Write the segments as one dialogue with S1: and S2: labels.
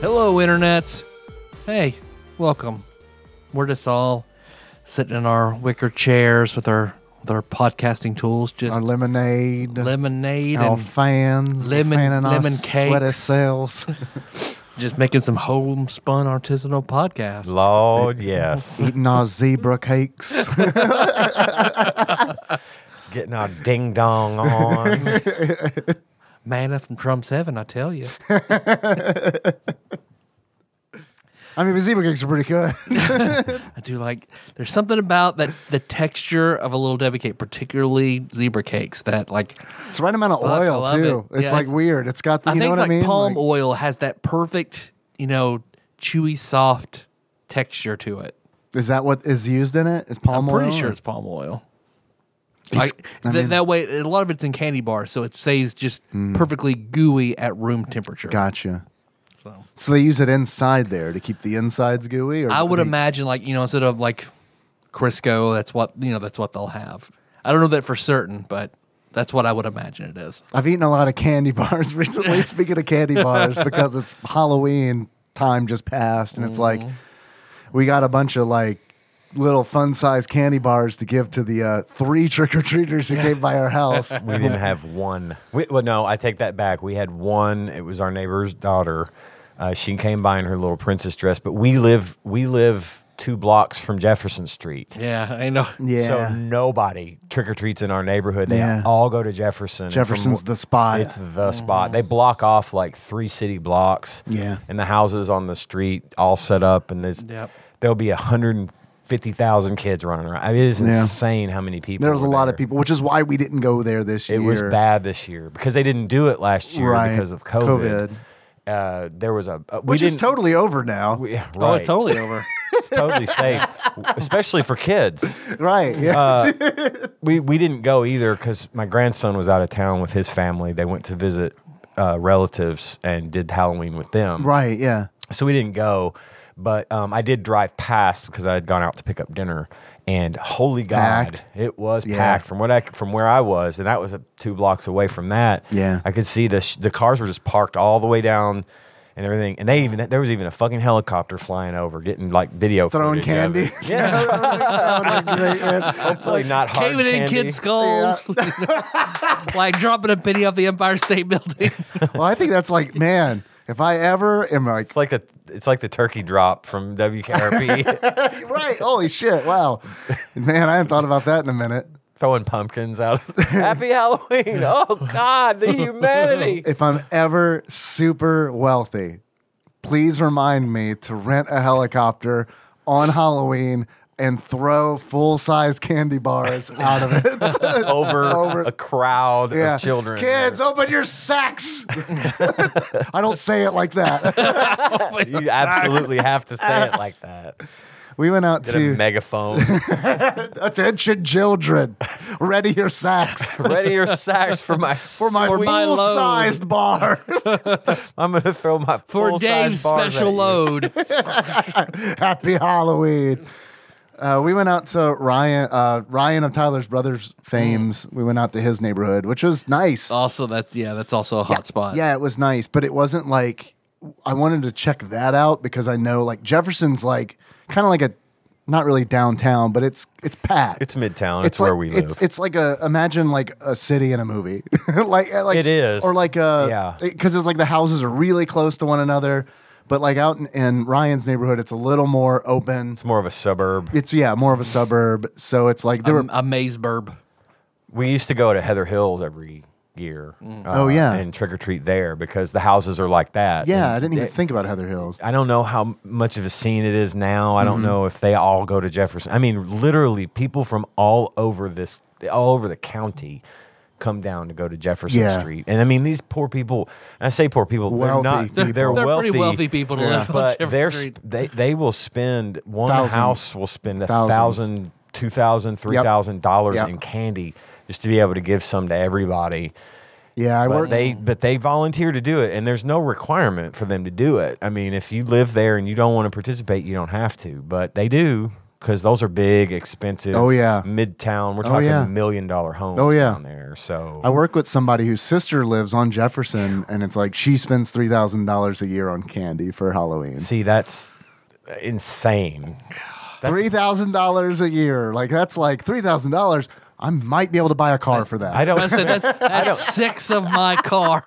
S1: Hello, Internet. Hey, welcome. We're just all sitting in our wicker chairs with our with our podcasting tools, just
S2: our lemonade,
S1: lemonade
S2: our
S1: and
S2: fans,
S1: lemon-
S2: fanning our
S1: lemon
S2: sweaty
S1: cakes.
S2: cells.
S1: just making some homespun artisanal podcast.
S3: Lord, yes.
S2: eating our zebra cakes.
S3: Getting our ding dong on.
S1: Manna from Trump's heaven, I tell you.
S2: I mean, the zebra cakes are pretty good.
S1: I do like. There's something about that the texture of a little Debbie cake, particularly zebra cakes, that like
S2: It's the right amount of
S1: Fuck, I
S2: oil
S1: love
S2: too.
S1: it.
S2: It's
S1: Yeah,
S2: like
S1: it's-
S2: weird. It's got the,
S1: I
S2: you
S1: think
S2: know what
S1: like
S2: I mean.
S1: palm
S2: Like,
S1: oil has that perfect, you know, chewy, soft texture to it.
S2: is that what is used in it? Is palm
S1: I'm
S2: oil?
S1: pretty sure it's palm oil.
S2: It's-
S1: Like,
S2: I
S1: th-
S2: mean-
S1: that way, a lot of it's in candy bars, so it stays just perfectly gooey at room temperature.
S2: Gotcha.
S1: So,
S2: So they use it inside there to keep the insides gooey. Or
S1: I would
S2: they-
S1: imagine, like you know, instead of like Crisco, that's what you know, that's what they'll have. I don't know that for certain, but that's what I would imagine it is.
S2: I've eaten a lot of candy bars recently. Speaking of candy bars, because it's Halloween time just passed, and it's like
S3: Mm-hmm.
S2: we got a bunch of like little fun size candy bars to give to the uh, three trick or treaters who came by our house.
S3: We didn't have one. We, well, no, I take that back. We had one. It was our neighbor's daughter. Uh, she came by in her little princess dress, but we live we live two blocks from Jefferson Street.
S1: Yeah, I know.
S2: Yeah,
S3: So nobody trick or treats in our neighborhood. They
S2: Yeah.
S3: all go to Jefferson. And from
S2: Jefferson's
S3: wh-
S2: the spot.
S3: It's the spot. They block off like three city blocks.
S2: Yeah.
S3: And the houses on the street all set up, and there's
S1: Yep.
S3: there'll be a hundred and fifty thousand kids running around. I mean, it is
S2: Yeah.
S3: insane how many people.
S2: there was a
S3: were
S2: lot
S3: there.
S2: of people, which is why we didn't go there this
S3: It
S2: year.
S3: was bad this year because they didn't do it last year
S2: Right.
S3: because of COVID.
S2: COVID.
S3: Uh, there was a uh, we
S2: which is
S3: didn't,
S2: totally over now.
S3: we- yeah,
S1: Oh,
S3: right.
S1: it's totally over.
S3: it's totally safe, especially for kids.
S2: right? Yeah.
S3: Um, we we didn't go either because my grandson was out of town with his family. They went to visit uh, relatives and did Halloween with them.
S2: right. Yeah.
S3: So we didn't go, but um, I did drive past because I had gone out to pick up dinner. And holy God,
S2: Packed.
S3: it was
S2: Yeah.
S3: packed from what I from where I was, and that was uh, two blocks away from that.
S2: Yeah.
S3: I could see the sh- the cars were just parked all the way down. And everything, and they even there was even a fucking helicopter flying over, getting like video
S2: Throwing
S3: footage of it.
S2: candy. That would've been great, man.
S3: Hopefully not hard
S1: Caving in
S3: candy.
S1: kids' skulls, like dropping a penny off the Empire State Building.
S2: Well, I think that's like, man, if I ever am like
S3: It's like the it's like the turkey drop from WKRP
S2: Right. Holy shit. Wow. Man, I hadn't thought about that in a minute.
S3: throwing pumpkins out. Happy Halloween! Oh God, the humanity!
S2: If I'm ever super wealthy, please remind me to rent a helicopter on Halloween and throw full size candy bars out of it.
S3: Over,
S2: Over-
S3: a crowd of children.
S2: Kids, oh, open your sacks. I don't say it like that.
S3: you absolutely have to say it like that.
S2: We went out
S3: Get a
S2: to
S3: megaphone.
S2: attention children. Ready your sacks.
S3: Ready your sacks for my
S2: For my
S3: sweet-
S1: my load.
S2: full-sized bars.
S3: I'm gonna throw my
S1: For
S3: full-size
S1: Dave's
S3: bars at
S1: special
S3: you.
S1: load.
S2: Happy Halloween. Uh, we went out to Ryan, uh, Ryan of Tyler's Brothers Fame's. We went out to his neighborhood, which was nice.
S1: Also, that's yeah, that's also a Oh, hot spot.
S2: Yeah, it was nice, but it wasn't like I wanted to check that out because I know like Jefferson's like kind of like a not really downtown, but it's it's packed.
S3: It's midtown. It's,
S2: like,
S3: where we live.
S2: It's, it's like a imagine like a city in a movie, like uh, like
S3: It is.
S2: or like a
S3: Yeah.
S2: because it's like the houses are really close to one another, but like out in, in Ryan's neighborhood, it's a little more open.
S3: it's more of a suburb.
S2: It's yeah, more of a suburb. So it's like there were
S3: Um,
S1: a maze burb.
S3: We used to go to Heather Hills every year. uh,
S2: Oh, yeah.
S3: and trick or treat there because the houses are like that.
S2: yeah. I
S3: And
S2: didn't even
S3: they-
S2: think about Heather Hills.
S3: I don't know how much of a scene it is now. I
S2: Mm-hmm.
S3: don't know if they all go to Jefferson. I mean, literally, people from all over this, all over the county come down to go to Jefferson
S2: Yeah.
S3: Street. And I mean, these poor people. I say poor people.
S2: Wealthy
S3: they're not.
S2: people.
S3: They're,
S1: They're
S3: wealthy.
S1: pretty wealthy people to live on
S3: but
S1: Jefferson
S3: they're,
S1: Street.
S3: They they will spend one
S2: Thousands.
S3: house will spend a
S2: Thousands.
S3: thousand, two thousand, three thousand dollars
S2: Yep.
S3: in candy just to be able to give some to everybody.
S2: Yeah, I
S3: But
S2: worked.
S3: they but they volunteer to do it, and there's no requirement for them to do it. I mean, if you live there and you don't want to participate, you don't have to. But they do because those are big, expensive.
S2: Oh, yeah. Oh,
S3: midtown. We're talking
S2: yeah.
S3: million dollar homes.
S2: Oh, yeah.
S3: down there. So
S2: I work with somebody whose sister lives on Jefferson, and it's like she spends three thousand dollars a year on candy for Halloween.
S3: see, that's insane. That's-
S2: Three thousand dollars a year, like that's like three thousand dollars. I might be able to buy a car for that.
S3: I don't.
S1: I said that's, that's six of my car.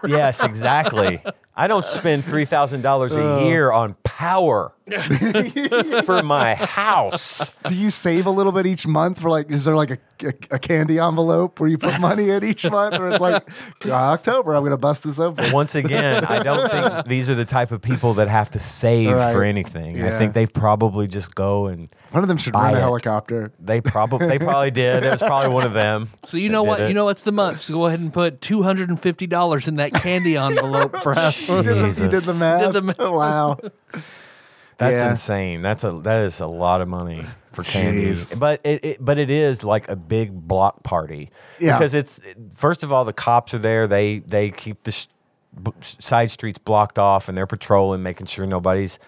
S3: yes, exactly. I don't spend three thousand dollars
S2: Uh.
S3: a year on power for my house.
S2: Do you save a little bit each month for like? Is there like a, a, a candy envelope where you put money in each month, or it's like "Ah, October? I'm gonna bust this open.
S3: Once again, I don't think these are the type of people that have to save
S2: Right.
S3: for anything.
S2: Yeah.
S3: I think they probably just go and
S2: One of them should
S3: Buy
S2: rent a
S3: it.
S2: helicopter.
S3: they probably they probably did. It was probably one of them.
S1: So you
S3: that
S1: know
S3: did
S1: what?
S3: it.
S1: You know what's the month. So go ahead and put two hundred and fifty dollars in that candy envelope for
S2: You did, the,
S1: Halloween.
S2: you did the
S3: Jesus.
S1: Did
S2: math.
S1: the math.
S2: Wow.
S3: That's
S2: Yeah.
S3: insane. That's a that is a lot of money for candies.
S2: Jeez.
S3: But it, it but it is like a big block party.
S2: Yeah.
S3: Because it's first of all the cops are there. They they keep the sh- b- side streets blocked off and they're patrolling, making sure nobody's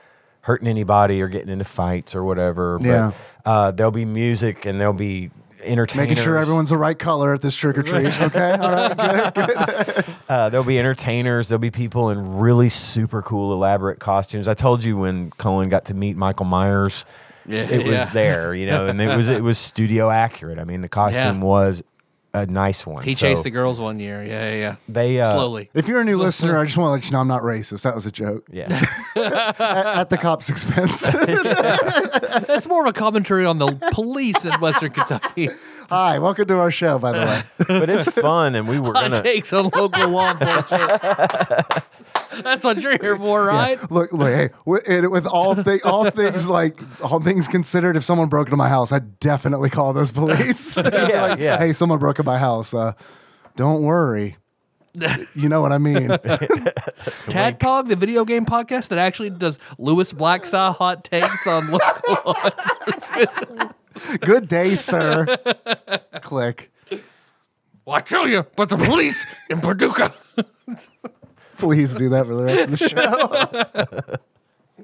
S3: hurting anybody or getting into fights or whatever. But,
S2: Yeah.
S3: Uh, there'll be music and there'll be entertainers.
S2: Making sure everyone's the right color at this trick or treat. Okay. All right.
S3: Uh, there'll be entertainers. There'll be people in really super cool, elaborate costumes. I told you when Cohen got to meet Michael Myers, it was
S1: yeah.
S3: there, you know, and it was it was studio accurate. I mean, the costume
S1: Yeah.
S3: was a nice one.
S1: He
S3: So
S1: chased the girls one year. Yeah, yeah, yeah.
S3: They uh,
S1: Slowly.
S2: If you're a new listener, I just want to let you know I'm not racist. That was a joke
S3: Yeah,
S2: at, at the cop's expense.
S1: That's more of a commentary on the police in Western Kentucky.
S2: Hi, welcome to our show. By the way,
S3: but it's fun, and we were
S1: Hot
S3: gonna.
S1: takes on local law enforcement. That's what you're here for, right?
S2: look, look, hey, with, and with all thi- all things like all things considered, if someone broke into my house, I'd definitely call those police.
S3: Yeah, yeah.
S2: Hey, someone broke into my house. Uh, don't worry. You know what I mean.
S1: Tadpog, the video game podcast that actually does Lewis Black style hot takes on local law.
S2: Good day, sir. Click.
S1: Well, I tell you, but the police in Paducah.
S2: Please do that for the rest of the show.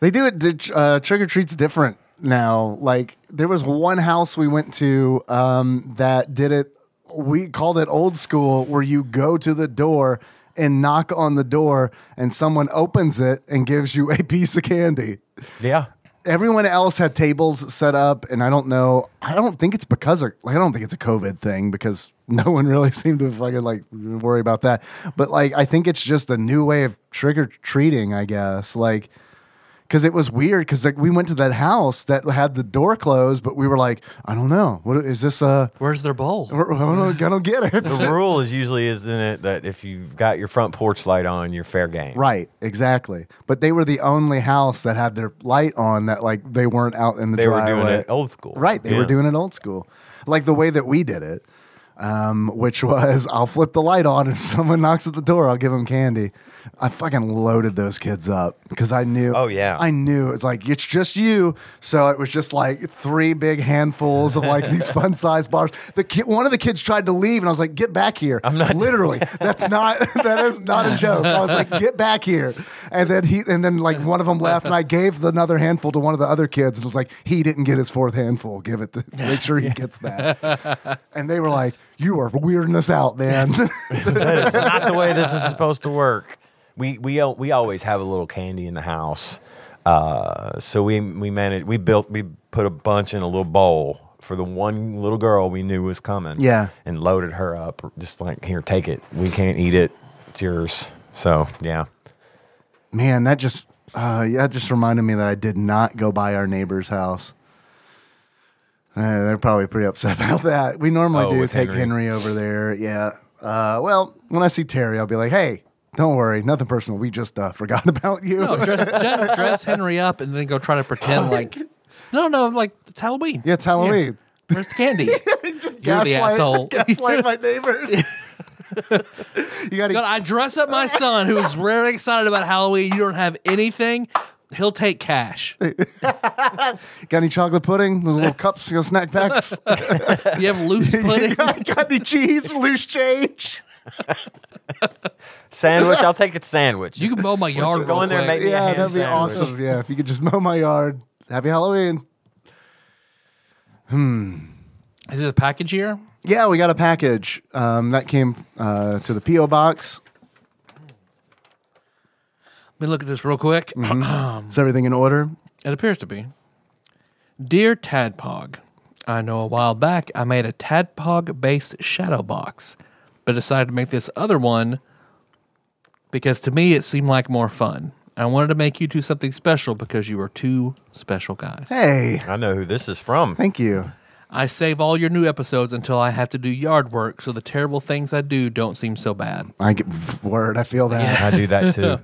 S2: they do it. di- Uh, Trick or treats different now. Like there was one house we went to um, that did it. We called it old school, where you go to the door and knock on the door, and someone opens it and gives you a piece of candy.
S3: Yeah,
S2: Everyone else had tables set up, and I don't know. I don't think it's because of. Like, I don't think it's a COVID thing because no one really seemed to fucking like worry about that. But like, I think it's just a new way of trick or treating. I guess like because it was weird because like we went to that house that had the door closed, but we were like, I don't know. What is this? Uh,
S1: Where's their bowl?
S2: I don't, I don't get it.
S3: the rule is usually isn't it that if you've got your front porch light on, you're fair game.
S2: Right, exactly. But they were the only house that had their light on that like they weren't out in the
S3: They were
S2: driveway.
S3: doing it Oh, old school.
S2: Right, they were
S3: Yeah.
S2: doing it old school, like the way that we did it, um, which was I'll flip the light on. If someone knocks at the door, I'll give them candy. I fucking loaded those kids up because I knew.
S3: Oh, yeah.
S2: I knew it's like it's just you. So it was just like three big handfuls of like these fun size bars. The kid, one of the kids tried to leave, and I was like, "Get back here!" I'm not literally. That's not that is not a joke. I was like, "Get back here!" And then he and then like one of them left, and I gave the- another handful to one of the other kids, and was like, "He didn't get his fourth handful. Give it. The, make sure he gets that." And they were like, "You are weirding us out, man."
S3: that is not the way this is supposed to work. We we al- we always have a little candy in the house, uh, so we we managed. We built we put a bunch in a little bowl for the one little girl we knew was coming.
S2: Yeah.
S3: and loaded her up, just like here, take it. We can't eat it. It's yours. So yeah,
S2: man, that just uh, yeah, that just reminded me that I did not go by our neighbor's house. Uh, they're probably pretty upset about that. We normally
S3: Oh,
S2: do
S3: with
S2: take Henry.
S3: Henry.
S2: over there. Yeah. Uh, well, when I see Terry, I'll be like, "Hey, don't worry, nothing personal. We just uh, forgot about you."
S1: No, dress, dress, dress Henry up and then go try to pretend like. No, no, like it's Halloween.
S2: yeah, it's Halloween.
S1: Where's the candy?
S2: just
S1: You're the asshole.
S2: gaslight my neighbors. you got
S1: God,
S2: to.
S1: I dress up my son who's very excited about Halloween. You don't have anything. He'll take cash.
S2: Got any chocolate pudding? Those little cups, you know, snack packs.
S1: You have loose pudding.
S2: got, got any cheese? Loose change?
S3: Sandwich. I'll take a sandwich.
S1: You can mow my yard.
S3: go
S1: real
S3: in there and
S1: quick.
S3: make me a
S2: Yeah,
S3: ham
S2: that'd be
S3: sandwich.
S2: awesome. Yeah, if you could just mow my yard. Happy Halloween.
S1: Is it a package here?
S2: Yeah, we got a package um, that came uh, to the PO box.
S1: Let me look at this real quick.
S2: Mm-hmm.
S1: Um,
S2: Is everything in order?
S1: It appears to be. Dear Tadpog, I know a while back I made a Tadpog based shadow box, but decided to make this other one because to me it seemed like more fun. I wanted to make you two something special because you are two special guys.
S2: Hey,
S3: I know who this is from.
S2: thank you.
S1: I save all your new episodes until I have to do yard work so the terrible things I do don't seem so bad.
S2: I get word. I feel that.
S3: I do that too.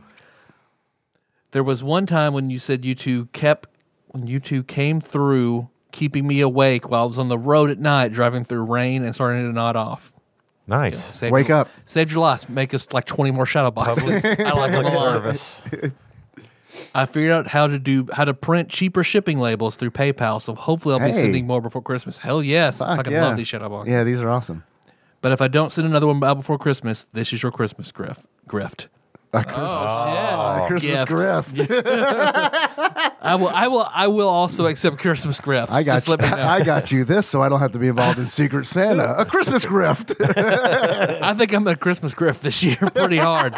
S1: There was one time when you said you two kept when you two came through keeping me awake while I was on the road at night driving through rain and starting to nod off.
S3: Nice.
S1: Saved
S2: Wake
S1: your-
S2: up.
S1: Saved your life. Make us like 20 more shadow boxes. I like them a
S3: Public
S1: lot.
S3: service.
S1: I figured out how to do how to print cheaper shipping labels through PayPal, so hopefully I'll be
S2: Hey.
S1: sending more before Christmas. Hell yes. I
S2: Fuck,
S1: fucking
S2: yeah.
S1: love these shadow boxes.
S2: Yeah, these are awesome.
S1: But if I don't send another one out before Christmas, this is your Christmas grift. grift.
S2: A Christmas,
S1: Oh,
S2: a Christmas
S1: gift.
S2: grift.
S1: I will. I will. I will also accept Christmas grifts.
S2: I got
S1: Just
S2: you.
S1: let me know.
S2: I got you this, so I don't have to be involved in Secret Santa. A Christmas grift.
S1: I think I'm a Christmas grift this year, pretty hard.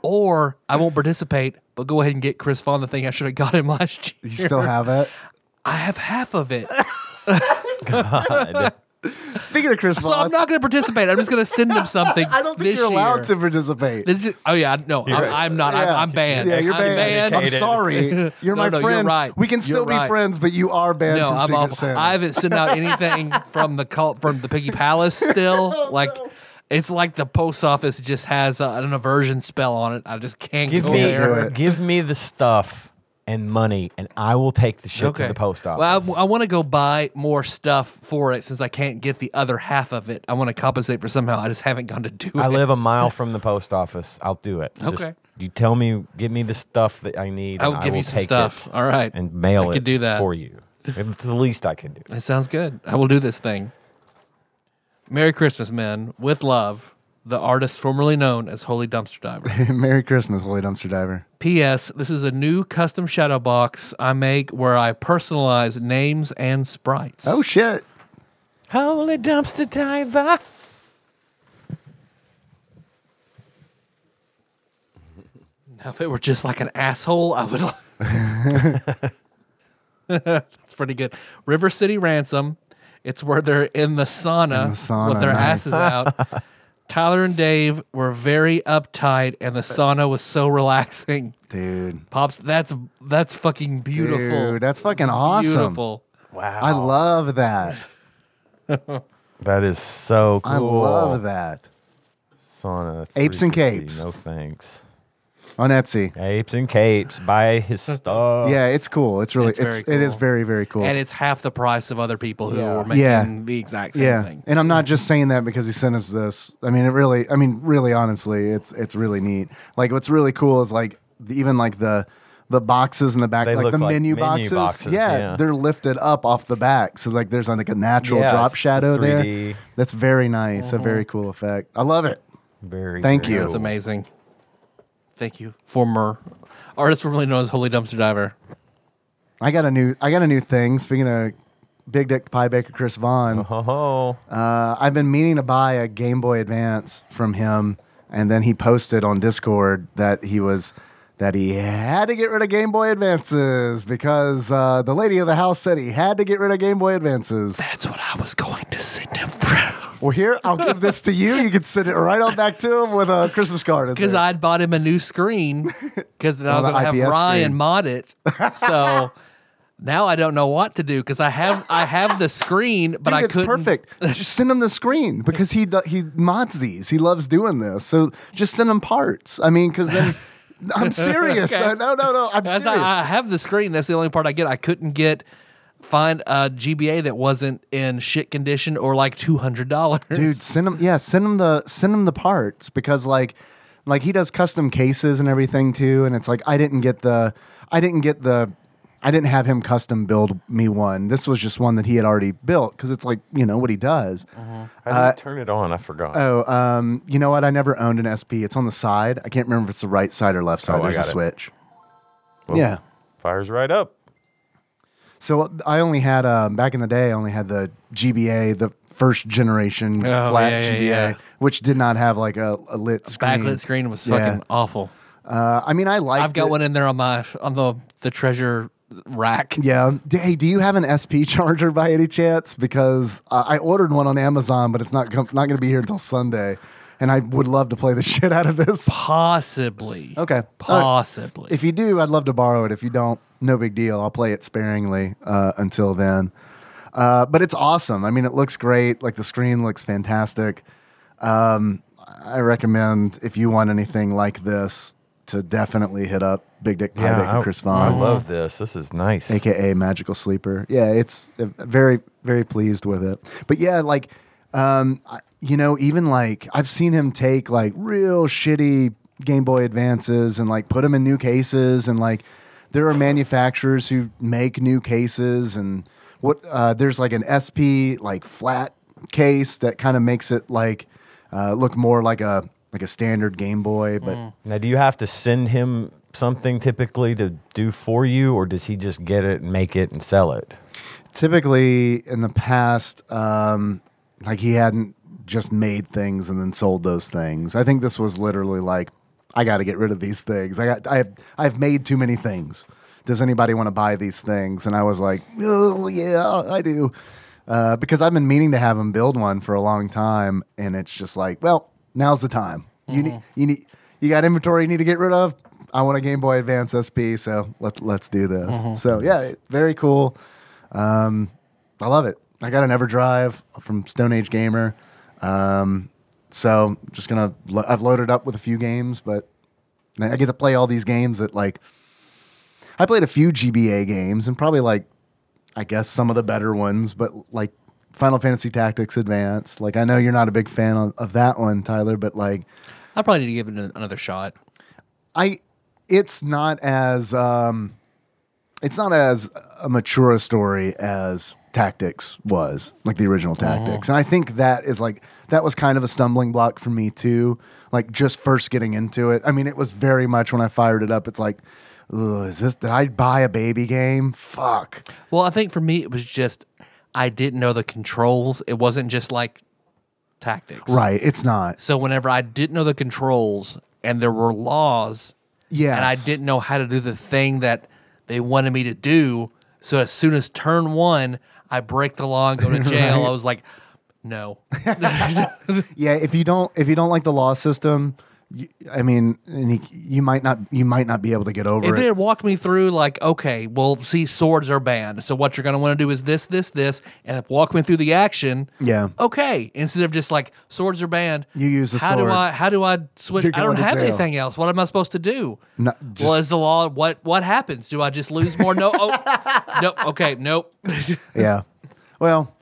S1: or I won't participate, but go ahead and get Chris Vaughn the thing I should have got him last
S2: you
S1: year.
S2: still have it.
S1: I have half of it,
S3: God.
S2: Speaking of Christmas,
S1: so I'm not going to participate. I'm just going to send him something.
S2: I don't think
S1: this
S2: you're allowed
S1: year.
S2: to participate.
S1: This is, oh yeah, no, I'm, I'm not. I'm,
S2: Yeah.
S1: I'm banned.
S2: Yeah, you're
S1: I'm
S2: banned. I'm
S3: Excommunicated.
S2: sorry. You're
S1: No,
S2: my
S1: no, you're
S2: friend.
S1: right.
S2: We can still
S1: You're
S2: be
S1: right.
S2: friends, but you are banned
S1: No,
S2: from
S1: I'm
S2: Secret
S1: off.
S2: Santa.
S1: I haven't sent out anything from the cult from the Piggy Palace still.
S2: Oh,
S1: like it's like the post office just has uh, an aversion spell on it. I just can't
S3: Give
S1: go
S3: me,
S1: there.
S2: do it.
S3: give me the stuff and money, and I will take the shit to the post office.
S1: Well, I, want to go buy more stuff for it since I can't get the other half of it. I want to compensate for somehow. I just haven't gone to do
S3: I
S1: it.
S3: live a mile from the post office. I'll do it. Just,
S1: Okay.
S3: You tell me, give me the stuff that I need.
S1: I will
S3: and
S1: give
S3: I will
S1: you some
S3: take
S1: stuff.
S3: it
S1: All right.
S3: and mail
S1: I
S3: it
S1: could do that.
S3: for you. It's the least I can do.
S1: It sounds good. I will do this thing. Merry Christmas, men. With love, the artist formerly known as Holy Dumpster Diver.
S2: Merry Christmas, Holy Dumpster Diver.
S1: P.S. This is a new custom shadow box I make where I personalize names and sprites.
S2: Oh shit!
S3: Holy dumpster diver.
S1: Now, if it were just like an asshole, I would. That's pretty good. River City Ransom. It's where they're in the sauna,
S2: sauna,
S1: with their
S2: nice.
S1: asses out. Tyler and Dave were very uptight, and the sauna was so relaxing.
S2: Dude,
S1: Pops, that's that's fucking beautiful.
S2: Dude, that's fucking awesome.
S1: Beautiful.
S3: Wow.
S2: I love that.
S3: that is so cool.
S2: I love that.
S3: Sauna.
S2: Apes and
S3: 350,
S2: capes.
S3: No thanks.
S2: On Etsy.
S3: Apes and capes. Buy his stuff.
S2: Yeah, it's cool. It's really
S1: It's
S2: it's,
S1: very
S2: it is
S1: cool.
S2: very very cool.
S1: And it's half the price of other people who
S3: Yeah.
S1: are making
S2: Yeah.
S1: the exact same
S2: yeah,
S1: thing. Mm-hmm.
S2: and I'm not just saying that because he sent us this. I mean, it really. I mean, really, honestly, it's it's really neat. Like, what's really cool is like the- even like the the boxes in the back,
S3: They
S2: like
S3: look
S2: the
S3: like
S2: menu,
S3: menu
S2: boxes.
S3: boxes,
S2: Yeah,
S3: yeah.
S2: they're lifted up off the back, so like there's like a natural
S3: Yeah,
S2: drop
S3: it's
S2: shadow there.
S3: 3D.
S2: That's very nice. A very
S1: Mm-hmm.
S2: cool effect. I love it.
S3: Very.
S2: Thank
S3: very
S2: you.
S1: That's
S3: cool.
S1: amazing. Thank you, former artist formerly known as Holy Dumpster Diver.
S2: I got a new I got a new thing. Speaking of Big Dick Pie Baker Chris Vaughn,
S3: Ho ho.
S2: uh, I've been meaning to buy a Game Boy Advance from him, and then he posted on Discord that he was that he had to get rid of Game Boy Advances because uh, the lady of the house said he had to get rid of Game Boy Advances.
S1: That's what I was going to send him from.
S2: Well, here I'll give this to you. You can send it right on back to him with a Christmas card. in
S1: Because
S2: there.
S1: I'd bought him a new screen because then I was
S2: the
S1: going to have
S2: IPS
S1: Ryan
S2: screen.
S1: mod it. So now I don't know what to do because I have I have the screen, but
S2: Dude,
S1: I
S2: it's
S1: couldn't.
S2: perfect. Just send him the screen because he do- he mods these. He loves doing this. So just send him parts. I mean, because then I'm serious.
S1: Okay.
S2: Uh, No, no, no. I'm
S1: As
S2: serious.
S1: I, I have the screen. That's the only part I get. I couldn't get find a GBA that wasn't in shit condition or like two hundred dollars.
S2: dude send him yeah send him the send him the parts because like like he does custom cases and everything too and it's like i didn't get the i didn't get the i didn't have him custom build me one this was just one that he had already built because it's like you know what he does
S3: How do
S2: Uh,
S3: you turn it on? I forgot.
S2: oh um you know what i never owned an sp it's on the side i can't remember if it's the right side or left
S3: Oh,
S2: side
S3: I
S2: there's a
S3: got it.
S2: switch
S3: Well,
S2: yeah
S3: Fires right up.
S2: so I only had um, back in the day. I only had the GBA, the first generation
S1: Oh,
S2: flat
S1: yeah, yeah,
S2: GBA,
S1: yeah.
S2: which did not have like a, a lit screen.
S1: Backlit screen was
S2: Yeah.
S1: fucking awful.
S2: Uh, I mean, I like.
S1: I've got one in there on my on the the treasure rack.
S2: Yeah. D- Hey, do you have an SP charger by any chance? Because uh, I ordered one on Amazon, but it's not com- not going to be here until Sunday, and I would love to play the shit out of this.
S1: Possibly.
S2: Okay. All right.
S1: Possibly.
S2: If you do, I'd love to borrow it. If you don't, no big deal. I'll play it sparingly uh, until then. Uh, but it's awesome. I mean, it looks great. Like the screen looks fantastic. Um, I recommend if you want anything like this to definitely hit up Big Dick Pie Baker
S3: I,
S2: Chris
S3: I
S2: Vaughn.
S3: love this. This is nice.
S2: aka magical sleeper yeah it's uh, very very pleased with it but yeah like um I- you know even like i've seen him take like real shitty game boy advances and like put them in new cases and like there are manufacturers who make new cases and what uh, there's like an sp like flat case that kind of makes it like uh, look more like a like a standard game boy but
S3: Now, do you have to send him something typically to do for you, or does he just get it and make it and sell it?
S2: typically in the past um like he hadn't just made things and then sold those things i think this was literally like i got to get rid of these things i got i've i've made too many things does anybody want to buy these things and i was like oh yeah i do uh, because i've been meaning to have him build one for a long time and it's just like well now's the time you need you need you got inventory you need to get rid of i want a game boy advance sp so let's let's do this so yeah it- very cool I love it. I got an EverDrive from Stone Age Gamer. Um, so just gonna lo- I've loaded up with a few games, but I get to play all these games that like I played a few GBA games and probably like I guess some of the better ones, but like Final Fantasy Tactics Advanced. Like I know you're not a big fan of, of that one, Tyler, but like
S1: I probably need to give it an- another shot.
S2: I it's not as um it's not as a mature a story as Tactics was, like the original Tactics. And I think that is like that was kind of a stumbling block for me too, like just first getting into it. I mean, it was very much when I fired it up, it's like Ugh, is this did I buy a baby game? Fuck.
S1: Well, I think for me it was just I didn't know the controls. It wasn't just like tactics.
S2: Right, it's not.
S1: So whenever I didn't know the controls and there were laws
S2: Yes.
S1: and I didn't know how to do the thing that they wanted me to do, so as soon as turn 1, I break the law and go to jail. I was like, no.
S2: Yeah, if you don't if you don't like the law system, you, I mean, and you, you might not you might not be able to get over
S1: If
S2: it.
S1: they had walked me through, like, okay, well, see, swords are banned. So what you're going to want to do is this, this, this, and if walk me through the action.
S2: Yeah.
S1: Okay. Instead of just like swords are banned.
S2: You use the
S1: how
S2: sword.
S1: do I? How do I switch?
S2: You're
S1: I don't
S2: going to
S1: have
S2: jail.
S1: anything else. What am I supposed to do?
S2: No,
S1: well,
S2: just-
S1: is the law what? What happens? Do I just lose more? No. Oh, no. Okay. Nope.
S2: yeah. Well,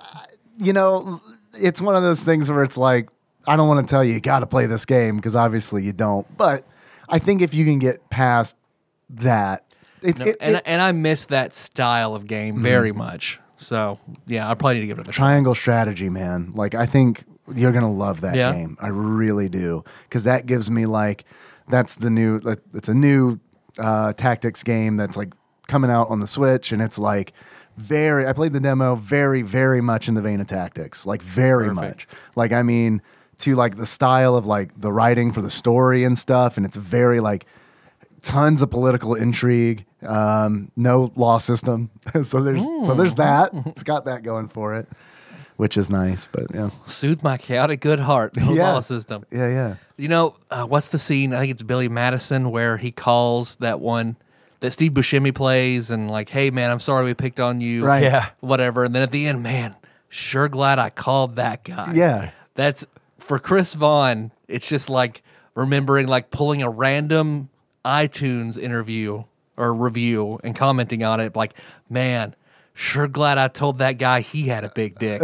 S2: I- you know, it's one of those things where it's like, I don't want to tell you you got to play this game because obviously you don't. But I think if you can get past that, it,
S1: No,
S2: it- Mm-hmm.
S1: and
S2: it-
S1: and I miss that style of game very much. So yeah, I probably need to give it another try.
S2: triangle strategy, man. Like I think you're gonna love that
S1: Yeah.
S2: game. I really do because that gives me like that's the new. like, It's a new uh, tactics game that's like coming out on the Switch, and it's like very. I played the demo very, very much in the vein of tactics, like very much. Like I mean, to like the style of like the writing for the story and stuff, and it's very like tons of political intrigue, um, no law system. so there's so there's that. It's got that going for it, which is nice. But yeah,
S1: Soothe my chaotic good heart. The
S2: Yeah.
S1: law system.
S2: yeah, yeah.
S1: You know, uh, what's the scene? I think it's Billy Madison where he calls that one that Steve Buscemi plays and, like, hey, man, I'm sorry we picked on you.
S2: Right.
S3: Yeah.
S1: Whatever. And then at the end, man, sure glad I called that guy.
S2: Yeah.
S1: That's for Chris Vaughn. It's just like remembering, like, pulling a random iTunes interview or review and commenting on it. Like, man, Sure, glad I told that guy he had a big dick.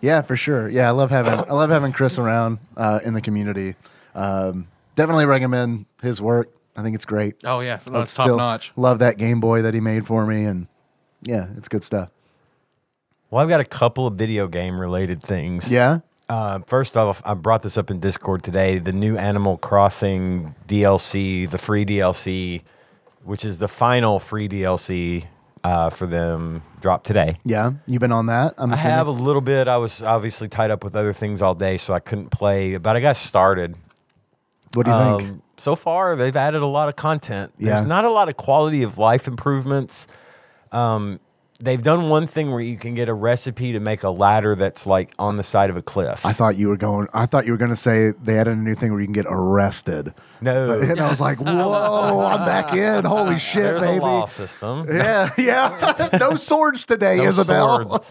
S2: Yeah, for sure. Yeah, I love having I love having Chris around uh, in the community. Um, definitely recommend his work. I think it's great.
S1: oh yeah,
S2: I
S1: that's top
S2: still
S1: notch.
S2: Love that Game Boy that he made for me, and yeah, it's good stuff.
S3: Well, I've got a couple of video game related things.
S2: Yeah,
S3: Uh, first off, I brought this up in Discord today. The new Animal Crossing DLC, the free DLC, which is the final free DLC uh, for them, dropped today.
S2: yeah. You've been on that. I'm
S3: I
S2: assuming.
S3: have a little bit. I was obviously tied up with other things all day, so I couldn't play, but I got started.
S2: what do you think?
S3: Um, so far, they've added a lot of content.
S2: Yeah.
S3: There's not a lot of quality of life improvements. Um, they've done one thing where you can get a recipe to make a ladder that's like on the side of a cliff.
S2: I thought you were going. I thought you were going to say they added a new thing where you can get arrested,
S3: no,
S2: and I was like, "Whoa, I'm back in! Holy shit,
S3: there's
S2: baby!"
S3: a law system.
S2: Yeah, yeah. no swords today,
S3: No
S2: Isabel.
S3: swords.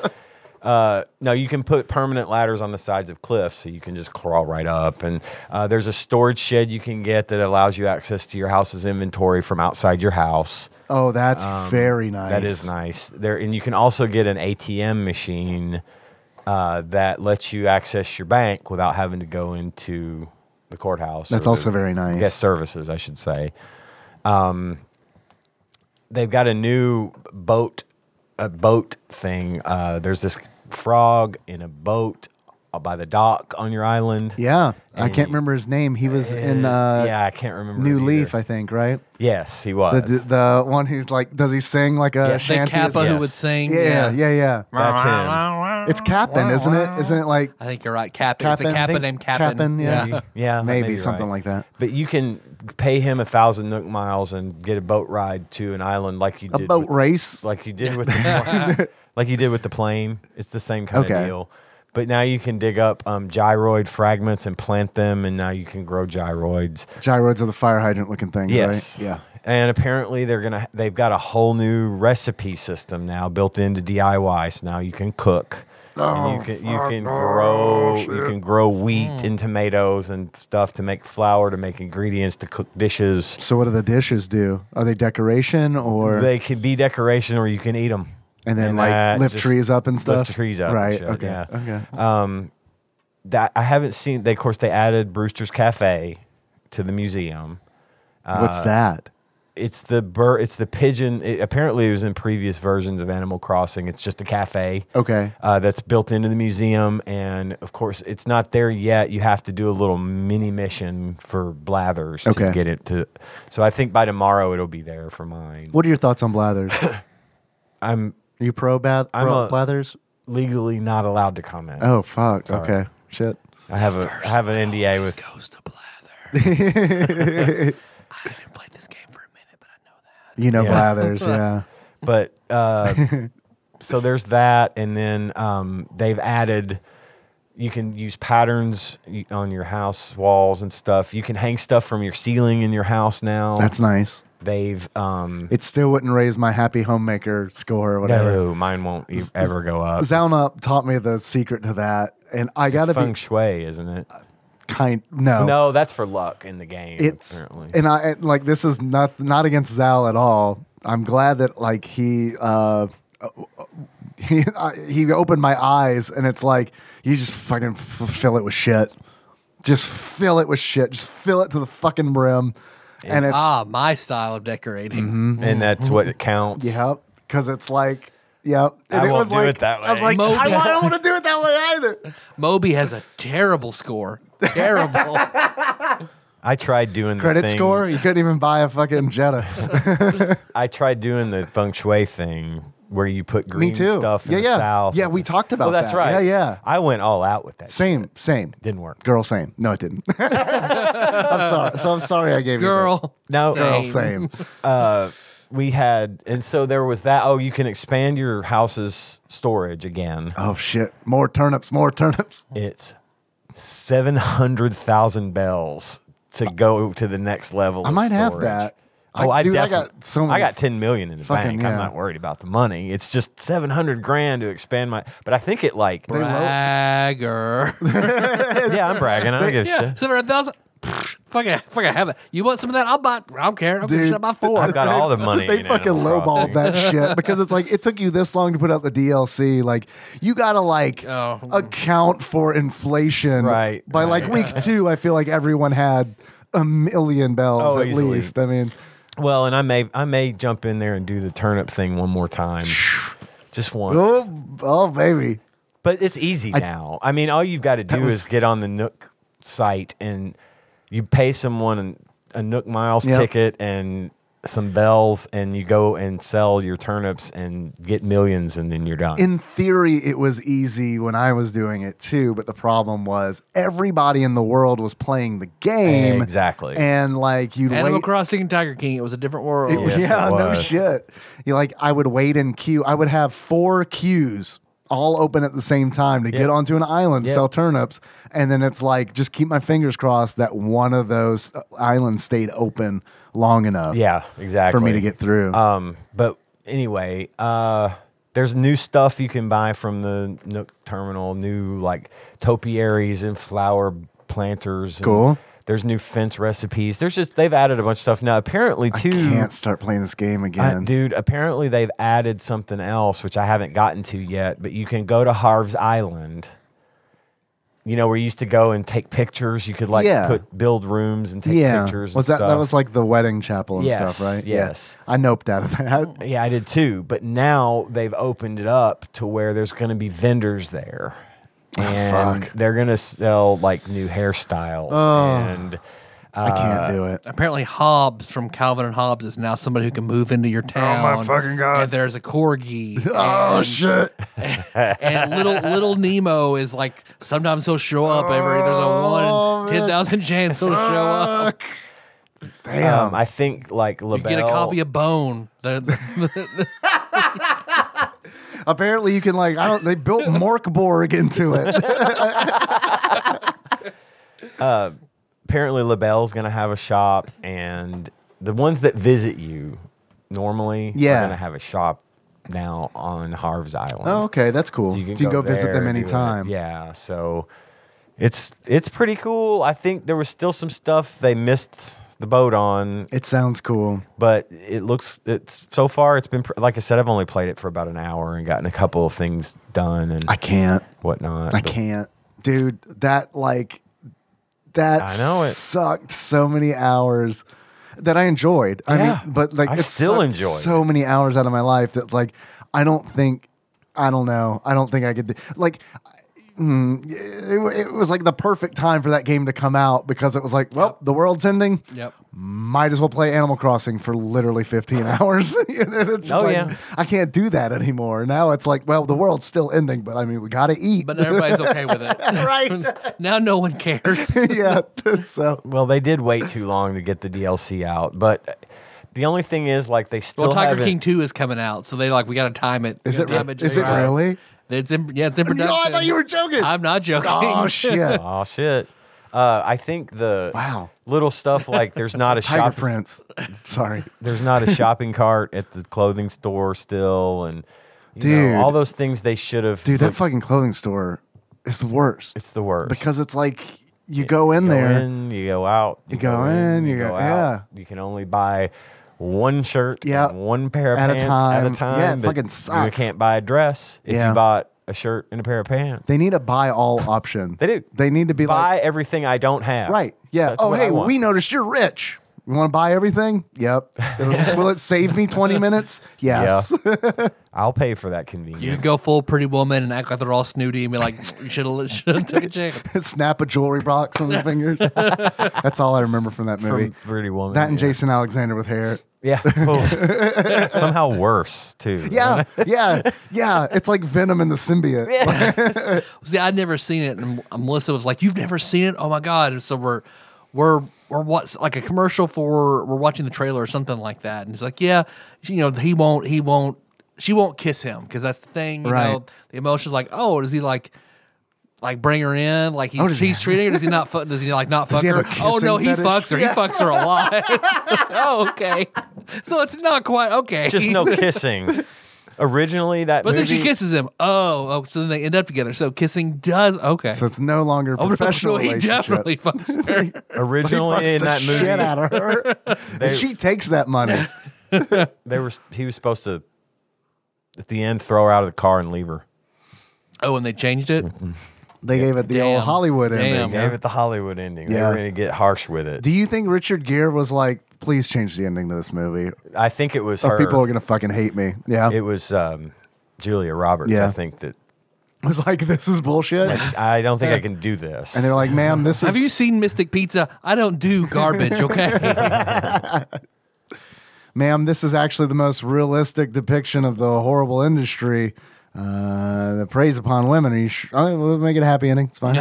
S3: Uh, no, you can put permanent ladders on the sides of cliffs, so you can just crawl right up. And uh, there's a storage shed you can get that allows you access to your house's inventory from outside your house.
S2: Oh, that's very nice.
S3: Um, That is nice. There, and you can also get an ATM machine uh, that lets you access your bank without having to go into the courthouse.
S2: That's
S3: or
S2: also
S3: the
S2: very nice.
S3: Guest services, I should say. Um, they've got a new boat, a boat thing. Uh, there's this frog in a boat uh, by the dock on your island.
S2: Yeah, I
S3: And- Eh,
S2: can't remember his name. He was in uh,
S3: yeah, I can't remember.
S2: New
S3: it
S2: Leaf,
S3: either.
S2: I think, right?
S3: yes, he
S2: The,
S3: was.
S2: the the one who's like, does he sing like a
S3: Yes. The
S1: The
S2: shanty?
S1: Kappa who
S3: Yes.
S1: would sing.
S2: Yeah, yeah, yeah,
S3: That's him.
S2: It's Captain, isn't it? Isn't it like
S1: I think you're right. Captain. It's
S2: Captain?
S1: a captain
S2: Think
S1: named Captain.
S2: Captain, yeah.
S3: Maybe. Yeah, that may
S2: maybe
S3: be
S2: something
S3: right.
S2: like that?
S3: But you can pay him a thousand Nook miles and get a boat ride to an island like you
S2: A
S3: did
S2: boat
S3: with,
S2: race.
S3: like you did with the plane. like you did with the plane. It's the same kind
S2: Okay.
S3: of deal. But now you can dig up um, gyroid fragments and plant them, and now you can grow gyroids.
S2: Gyroids are the fire hydrant looking things,
S3: Yes,
S2: right? Yeah.
S3: And apparently they're gonna they've got a whole new recipe system now built into DIY. So now you can cook. and you can you can grow you can grow wheat and tomatoes and stuff to make flour to make ingredients to cook dishes.
S2: So what do the dishes do? Are they decoration or
S3: They could be decoration, or you can eat them.
S2: and then like lift trees up and stuff?
S3: Lift trees up, and
S2: Right.
S3: shit,
S2: okay.
S3: yeah.
S2: Okay.
S3: That I haven't seen. They, of course, they added Brewster's Cafe to the museum. Uh,
S2: What's that?
S3: It's the bird. It's the pigeon. It, apparently, it was in previous versions of Animal Crossing. It's just a cafe.
S2: Okay.
S3: Uh, that's built into the museum, and of course, it's not there yet. You have to do a little mini mission for Blathers
S2: Okay.
S3: to get it to. So I think by tomorrow it'll be there for mine.
S2: What are your thoughts on blathers?
S3: I'm
S2: Are you pro, bath-
S3: I'm
S2: pro
S3: a-
S2: blathers?
S3: legally not allowed to comment.
S2: Oh fuck.
S3: Sorry.
S2: Okay. Shit.
S3: I have a I have an NDA
S1: This
S3: with
S1: goes to blather. I haven't played this game for a minute, but I know that.
S2: You know
S3: Yeah.
S2: blathers, yeah.
S3: but uh, so there's that, and then um, they've added. You can use patterns y- on your house walls and stuff. You can hang stuff from your ceiling in your house now.
S2: That's nice.
S3: they've um,
S2: It still wouldn't raise my happy homemaker score or whatever.
S3: no, mine won't e- ever go up.
S2: Zalna taught me the secret to that, and I
S3: it's
S2: gotta
S3: feng
S2: be
S3: shui, isn't it?
S2: kind. No,
S3: No, that's for luck in the game.
S2: it's
S3: apparently.
S2: and I and, like this is not not against Zal at all. I'm glad that like he uh he I, he opened my eyes, and it's like you just fucking f- fill it with shit, just fill it with shit, just fill it to the fucking brim, and it's
S1: Ah, my style of decorating.
S3: and that's what
S2: Mm-hmm.
S3: it counts.
S2: Yep. Because it's like, yep. And
S3: I won't
S2: was
S3: do
S2: like,
S3: it that
S2: I was
S3: way.
S2: like,
S1: Moby.
S2: I, don't want to do it that way either.
S1: Moby has a terrible score. Terrible.
S3: I tried doing
S2: Credit
S3: the thing-
S2: score? You couldn't even buy a fucking Jetta.
S3: I tried doing the feng shui thing where you put green
S2: Me too.
S3: stuff in
S2: yeah,
S3: the
S2: yeah.
S3: south.
S2: Yeah, we talked about
S3: Oh, that's
S2: that.
S3: right.
S2: Yeah, yeah.
S3: I went all out with that.
S2: Same, same.
S3: Didn't work.
S2: Girl, same. No, it didn't. I'm sorry. So I'm sorry I gave
S1: Girl.
S3: No,
S2: you. that. Girl,
S3: Same.
S2: same.
S3: Uh, we had, and so there was that. Oh, you can expand your house's storage again.
S2: Oh, shit. More turnips, more turnips.
S3: It's 700,000 bells to go to the next level.
S2: I
S3: of
S2: might have
S3: storage.
S2: that.
S3: Oh,
S2: I-
S3: I,
S2: dude, I
S3: definitely-
S2: got so
S3: I
S2: many-
S3: got 10 million in the
S2: Fucking,
S3: bank.
S2: yeah.
S3: I'm not worried about the money. It's just 700 grand to expand my, but I think it like,
S2: low-
S1: Bragger.
S3: yeah, I'm bragging. I don't give a
S1: yeah,
S3: shit.
S1: 700,000. Fucking, fucking have it. You want some of that? I'll buy. I don't care. I'm gonna
S2: Dude,
S1: shut up by four.
S3: I've got all the money.
S2: They
S3: in
S2: fucking
S3: Animal
S2: lowballed
S3: Crossing.
S2: that shit because it's like it took you this long to put out the DLC. Like you gotta like
S1: Oh.
S2: account for inflation,
S3: Right,
S2: By like week two, I feel like everyone had a million bells
S3: Oh,
S2: at
S3: easily.
S2: least. I mean,
S3: Well, and I may I may jump in there and do the turnip thing one more time, just once.
S2: oh, oh baby,
S3: But it's easy now. I mean, all you've got to do
S2: was-
S3: is get on the Nook site and you pay someone an, a Nook Miles
S2: Yep.
S3: ticket and some bells, and you go and sell your turnips and get millions, and then you're done.
S2: in theory, it was easy when I was doing it too, but the problem was everybody in the world was playing the game
S3: Exactly.
S2: and like you'd
S1: Animal
S2: wait.
S1: Crossing and Tiger King. It was a different world.
S2: It-
S3: Yes,
S2: yeah,
S3: it
S2: no
S3: was.
S2: shit. You like I would wait in queue. I would have four queues all open at the same time to get onto an island,
S3: Yep.
S2: sell turnips, and then it's like just keep my fingers crossed that one of those uh, islands stayed open long enough
S3: yeah, exactly.
S2: for me to get through.
S3: Um, but anyway, uh, there's new stuff you can buy from the Nook Terminal, new like topiaries and flower planters. and
S2: Cool.
S3: There's new fence recipes. There's just they've added a bunch of stuff now. Apparently, too,
S2: Can't start playing this game
S3: I-
S2: again.
S3: dude. Apparently, they've added something else which I haven't gotten to yet. But you can go to Harv's Island. You know, where you used to go and take pictures. You could like
S2: Yeah.
S3: put build rooms and take
S2: yeah,
S3: pictures.
S2: was
S3: and
S2: that
S3: stuff.
S2: that was like the wedding chapel and
S3: Yes,
S2: stuff, right?
S3: yes.
S2: yeah. I noped out of that.
S3: Yeah, I did too. But now they've opened it up to where there's going to be vendors there, and
S2: Ah, fuck.
S3: they're going to sell like new hairstyles.
S2: Oh.
S3: And
S2: I
S3: Uh,
S2: can't do it.
S1: Apparently, Hobbs from Calvin and Hobbs is now somebody who can move into your town.
S2: Oh, fucking God.
S1: And there's a corgi.
S2: Oh
S1: and,
S2: shit!
S1: And little little Nemo is like sometimes he'll show up. Every there's a
S2: Oh,
S1: one in
S2: man.
S1: ten thousand chance he'll show up.
S2: Damn,
S3: um, I think like
S1: You
S3: Labelle.
S1: get a copy of Bone. The,
S2: Apparently, you can like I don't. They built Morkborg into it.
S3: apparently Labelle's going to have a shop, and the ones that visit you normally
S2: Yeah.
S3: are going to have a shop now on Harv's Island.
S2: Oh, okay, that's cool.
S3: So
S2: you can go, visit them
S3: there, do it.
S2: anytime.
S3: Yeah, so it's it's pretty cool. I think there was still some stuff they missed the boat on,
S2: It sounds cool.
S3: but it looks it's so far it's been pr- like I said I've only played it for about an hour and gotten a couple of things done and
S2: I can't.
S3: whatnot.
S2: I
S3: but-
S2: can't. Dude, that like that
S3: I know it.
S2: sucked so many hours that I enjoyed.
S3: Yeah.
S2: I mean, but like
S3: I
S2: it
S3: still
S2: sucked
S3: enjoyed
S2: so many hours out of my life that's like I don't think I don't know. I don't think I could do, like mm, it, it was like the perfect time for that game to come out because it was like, well, the world's ending.
S1: yep.
S2: might as well play Animal Crossing for literally 15 hours. And it's just
S3: Oh,
S2: like,
S3: yeah.
S2: I can't do that anymore. Now it's like, well, the world's still ending, but I mean, we got to eat.
S1: But everybody's okay with it.
S2: right.
S1: now no one cares.
S2: yeah. uh, So
S3: Well, they did wait too long to get the DLC out, but the only thing is like they still
S1: Well, Tiger
S3: haven't-
S1: King Two is coming out, so they like we got to time it.
S2: is
S1: We
S2: it,
S1: gotta
S2: re-
S1: time
S2: is it
S1: Jay.
S2: really?
S1: It's in, yeah, it's in
S2: No,
S1: production.
S2: I thought you were joking.
S1: I'm not joking.
S2: oh, shit.
S3: Oh shit. Uh, I think the
S2: Wow.
S3: little stuff like there's not a
S2: Tiger
S3: shop
S2: Prince. Sorry.
S3: there's not a shopping cart at the clothing store still and you
S2: Dude.
S3: know, all those things they should have
S2: Dude, that
S3: looked-
S2: fucking clothing store is the worst
S3: it's the worst.
S2: because it's like you go in
S3: you go
S2: there.
S3: in, you go out, you,
S2: go in, you go-
S3: You can only buy one shirt,
S2: Yeah.
S3: and one pair of
S2: At a
S3: pants at
S2: time.
S3: a time.
S2: Yeah, it
S3: but
S2: fucking
S3: You
S2: sucks.
S3: can't buy a dress if
S2: Yeah.
S3: you bought a shirt and a pair of pants.
S2: They need a buy all option.
S3: They do.
S2: They need to be like,
S3: buy everything I don't have.
S2: Right. Yeah.
S3: That's
S2: oh,
S3: what I
S2: hey,
S3: want.
S2: we noticed you're rich. You want to buy everything? Yep. It'll- will it save me 20 minutes? Yes.
S3: I'll pay for that convenience.
S1: You can go full pretty woman and act like they're all snooty and be like, you should have should have took a chick.
S2: Snap a jewelry box on their fingers. That's all I remember from that movie.
S3: from Pretty Woman.
S2: that and
S3: yeah.
S2: Jason Alexander with hair.
S3: Yeah. Oh. Somehow worse too.
S2: Yeah. Yeah. Yeah. It's like Venom and the symbiote.
S1: See, I'd never seen it, and Melissa was like, "You've never seen it? Oh my god!" And so we're we're we're what's like a commercial for we're watching the trailer or something like that, and it's like, "Yeah, you know, he won't, he won't, she won't kiss him because that's the thing, you
S2: Right.
S1: know, the emotions like, oh, does he like." Like bring her in, like he's,
S2: Oh, does he-
S1: he's treating her. Does he not? Fu- does he like not fuck
S2: he
S1: her?
S2: have a
S1: Oh no,
S2: kissing
S1: he
S2: fetish?
S1: fucks her.
S2: Yeah.
S1: He fucks her a lot. oh okay, so it's not quite okay.
S3: Just no kissing. Originally, that
S1: But then
S3: movie,
S1: she kisses him. Oh, oh, so then they end up together. So kissing does okay.
S2: So it's no longer a
S1: oh, no,
S2: professional
S1: no, he
S2: relationship.
S1: definitely fucks her.
S2: He fucks
S3: originally in
S2: the
S3: that movie,
S2: shit out of her. and she takes that money.
S3: they were he was supposed to at the end throw her out of the car and leave her.
S1: oh, and they changed it.
S2: They gave it the old
S1: Damn.
S2: Hollywood
S1: Damn.
S2: ending.
S3: Gave it the Hollywood ending. They
S2: Yeah.
S3: were going to get harsh with it.
S2: Do you think Richard Gere was like, please change the ending to this movie?
S3: I think it was
S2: Or
S3: her.
S2: people are gonna fucking hate me. Yeah.
S3: it
S2: It
S3: was um, Julia Roberts.
S2: Yeah.
S3: I think that
S2: was like this is bullshit. and
S3: I don't think I can do this.
S2: they're like, ma'am, this is
S1: Have you seen Mystic Pizza? I don't do garbage.
S2: Ah.
S1: Okay.
S2: ma'am, this is actually the most realistic depiction of the horrible industry uh, that preys upon women. Are you sh- oh, we'll make it a happy ending. It's fine.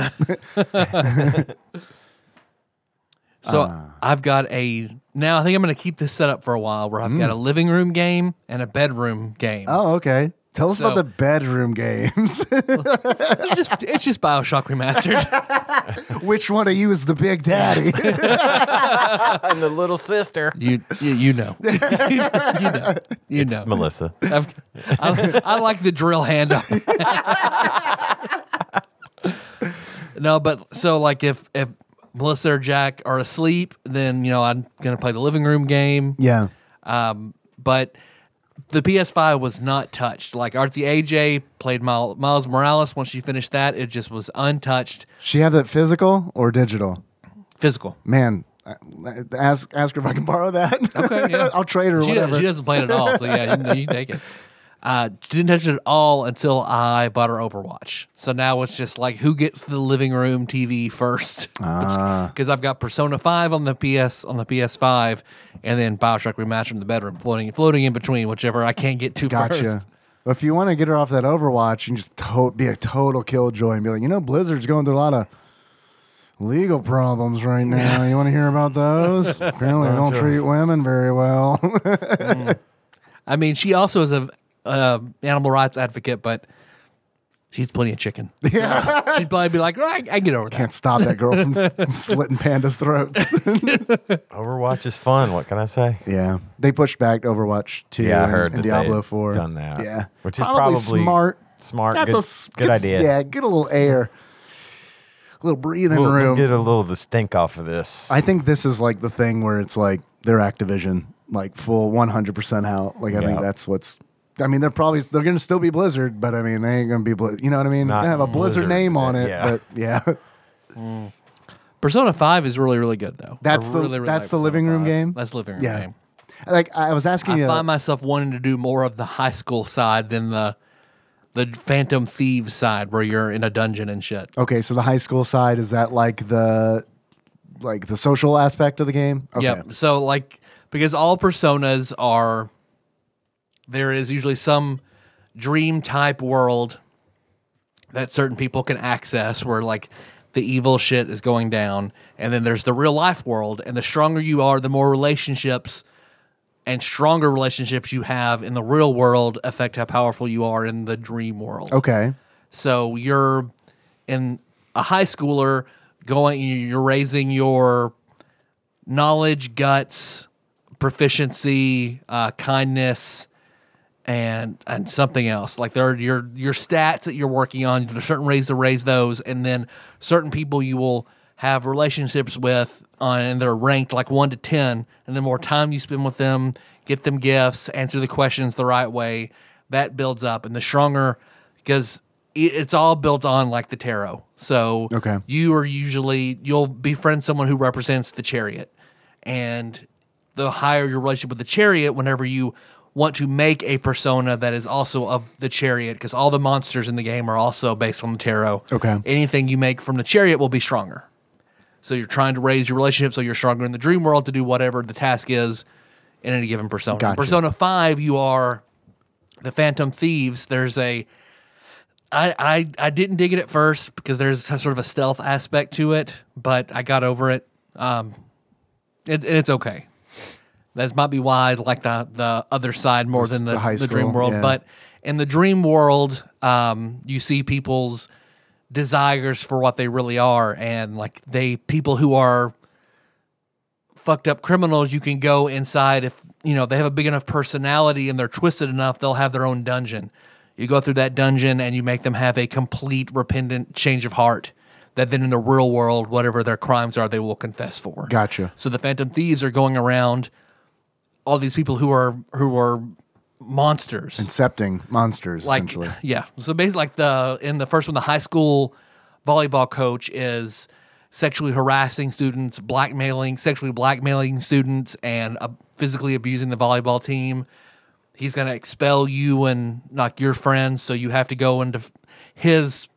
S1: so I've got a. Now I think I'm going to keep this set up for a while, where I've got a living room game and a bedroom game.
S2: Hmm. oh, okay. Tell us
S1: So-
S2: about the bedroom games.
S1: It's just it's just Bioshock remastered.
S2: Which one of you is the big daddy?
S3: I'm the little sister.
S1: You you, you know you know you know.
S3: Melissa.
S1: I've, I, I like the drill handle. no, but so like if if Melissa or Jack are asleep, then you know I'm gonna play the living room game.
S2: yeah.
S1: Um, but the PS5 was not touched. Like Artsy AJ played Mil- Miles Morales. Once she finished that, it just was untouched,
S2: She have that physical or digital?
S1: physical.
S2: Man, uh, ask ask her if I can borrow that.
S1: Okay, yeah.
S2: I'll trade her.
S1: She, does-
S2: whatever.
S1: she doesn't play it at all, so yeah, you, you take it. Uh, she didn't touch it at all until I bought her Overwatch. So now it's just like who gets the living room TV first?
S2: Ah.
S1: Because I've got Persona Five on the PS on the PS5, and then Bioshock Remastered in the bedroom, floating floating in between whichever I can't get to
S2: Gotcha.
S1: first.
S2: Well, If you want to get her off that Overwatch and just to- be a total killjoy and be like, you know, Blizzard's going through a lot of legal problems right now. You want to hear about those? Apparently, they don't
S3: Gotcha.
S2: treat women very well.
S1: I mean, she also is a uh, animal rights advocate, but she eats plenty of chicken. So she'd probably be like, right, I can get over that.
S2: Can't stop that girl from slitting pandas' throats.
S3: Overwatch is fun. What can I say?
S2: yeah, they pushed back Overwatch two.
S3: Yeah, I
S2: and,
S3: heard
S2: and
S3: that they had
S2: Diablo four.
S3: done that.
S2: Yeah,
S3: Which is probably
S2: smart.
S3: Smart.
S2: That's
S3: good
S2: a s-
S3: good
S2: gets-
S3: idea.
S2: Yeah, get a little air, a little breathing
S3: We'll- we'll
S2: room.
S3: get a little of the stink off of this.
S2: I think this is like the thing where it's like they're Activision, like full 100% out. Like, I think
S3: Yeah.
S2: that's what's. I mean, they're probably they're going to still be Blizzard, but I mean, they ain't going to be Blizzard. You know what I mean?
S3: Not
S2: they have a Blizzard,
S3: Blizzard,
S2: name on it,
S3: yeah.
S2: but yeah,
S1: Persona Five is really, really good though.
S2: That's
S1: I
S2: the-
S1: really, really
S2: that's the
S1: Persona
S2: living room
S1: 5.
S2: game?
S1: That's the living room
S2: yeah.
S1: game.
S2: Like I was asking
S1: I
S2: you,
S1: find myself wanting to do more of the high school side than the the Phantom Thieves side, where you're in a dungeon and shit.
S2: okay, so the high school side is that like the like the social aspect of the game? Okay.
S1: Yep. So like because all personas are there is usually some dream type world that certain people can access where like the evil shit is going down and then there's the real life world and the stronger you are the more relationships and stronger relationships you have in the real world affect how powerful you are in the dream world.
S2: Okay.
S1: So you're in a high schooler going you're raising your knowledge, guts, proficiency, uh, kindness, and and something else. Like there are your your stats that you're working on. There's certain ways to raise those, and then certain people you will have relationships with, on, and they're ranked like one to ten. And the more time you spend with them, get them gifts, answer the questions the right way, that builds up, and the stronger because. it- It's all built on like the tarot. So
S2: Okay.
S1: you are usually you'll befriend someone who represents the chariot and the higher your relationship with the chariot whenever you want to make a persona that is also of the chariot because all the monsters in the game are also based on the tarot
S2: Okay.
S1: anything you make from the chariot will be stronger so you're trying to raise your relationship so you're stronger in the dream world to do whatever the task is in any given persona
S2: Gotcha.
S1: persona 5 you are the phantom thieves there's a I, I I didn't dig it at first because there's some sort of a stealth aspect to it, but I got over it. Um, it, and it's okay. That might be why I like the the other side more than the,
S2: the high
S1: the dream
S2: school,
S1: world,
S2: yeah.
S1: but in the dream world, um, you see people's desires for what they really are, and like they people who are fucked up criminals, you can go inside if you know they have a big enough personality and they're twisted enough they'll have their own dungeon you go through that dungeon and you make them have a complete repentant change of heart that then in the real world whatever their crimes are they will confess for
S2: Gotcha.
S1: so the phantom thieves are going around all these people who are who are monsters
S2: Incepting monsters,
S1: like
S2: essentially.
S1: yeah so basically like the in the first one the high school volleyball coach is sexually harassing students blackmailing sexually blackmailing students and uh, physically abusing the volleyball team he's going to expel you and not your friends so you have to go into f- his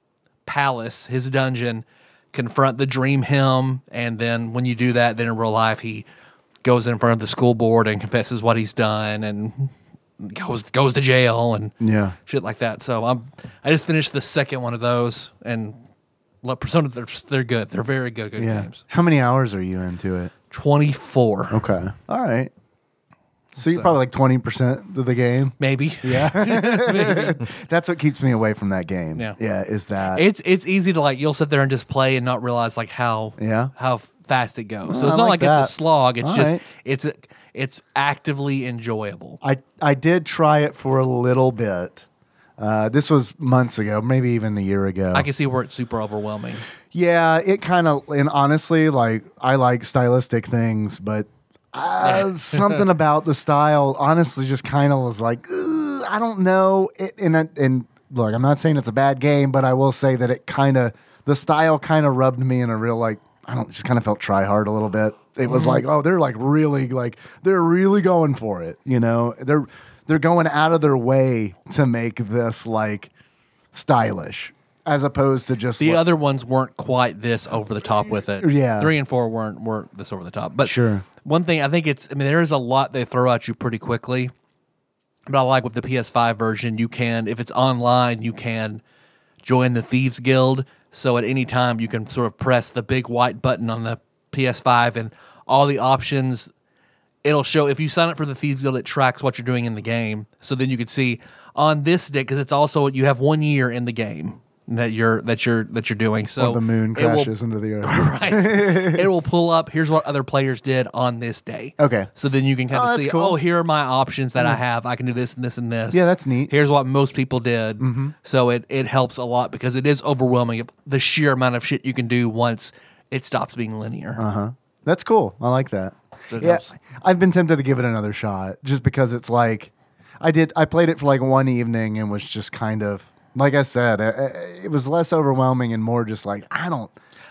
S1: palace his dungeon confront the dream him and then when you do that then in real life he goes in front of the school board and confesses what he's done and goes goes to jail and
S2: Yeah.
S1: shit like that. So I'm I just finished the second one of those and love Persona. They're they're good. They're very good good
S2: Yeah.
S1: games.
S2: How many hours are you into it?
S1: Twenty four
S2: Okay. All right. So you're probably like 20% of the game.
S1: maybe. Yeah,
S2: That's what keeps me away from that game.
S1: Yeah.
S2: Yeah. Is that.
S1: it's it's easy to like you'll sit there and just play and not realize like how
S2: Yeah.
S1: how fast it goes. So
S2: Oh,
S1: it's
S2: I
S1: not
S2: like
S1: like,
S2: that.
S1: it's a slog. It's
S2: All
S1: just
S2: right.
S1: it's a, it's actively enjoyable.
S2: I, I did try it for a little bit. Uh, this was months ago, maybe even a year ago.
S1: I can see where it's super overwhelming.
S2: Yeah, it kind of, and honestly, like I like stylistic things, but uh, something about the style, honestly, just kind of was like, "Ugh, I don't know. It, and I- and look, I'm not saying it's a bad game, but I will say that it kind of the style kind of rubbed me in a real like I don't just kind of felt try hard a little bit. It was like, oh, they're like really like they're really going for it, you know? They're they're going out of their way to make this like stylish as opposed to just
S1: The
S2: like-
S1: other ones weren't quite this over the top with it.
S2: Yeah.
S1: three and four weren't weren't this over the top. But
S2: Sure.
S1: one thing I think it's I mean there is a lot they throw at you pretty quickly. But I like with the PS5 version, you can if it's online, you can join the Thieves Guild. So at any time, you can sort of press the big white button on the PS5 and all the options. It'll show if you sign up for the Thieves Guild, it tracks what you're doing in the game. So then you can see on this day because it's also you have one year in the game that you're that you're that you're doing. So
S2: Or the moon
S1: it will-
S2: crashes into the earth.
S1: right. it will pull up. Here's what other players did on this day.
S2: Okay.
S1: So then you can kind
S2: Oh,
S1: of
S2: that's
S1: see,
S2: cool. Mm.
S1: oh, here are my options that I have. I can do this and this and this.
S2: Yeah, that's neat. Mm-hmm.
S1: Here's what most people did. So it it helps a lot because it is overwhelming the sheer amount of shit you can do once it stops being linear.
S2: Uh-huh. That's cool. I like that.
S1: So it
S2: yeah,
S1: helps.
S2: I've been tempted to give it another shot just because it's like I did I played it for like one evening and was just kind of like I said, uh, uh, it was less overwhelming and more just like I don't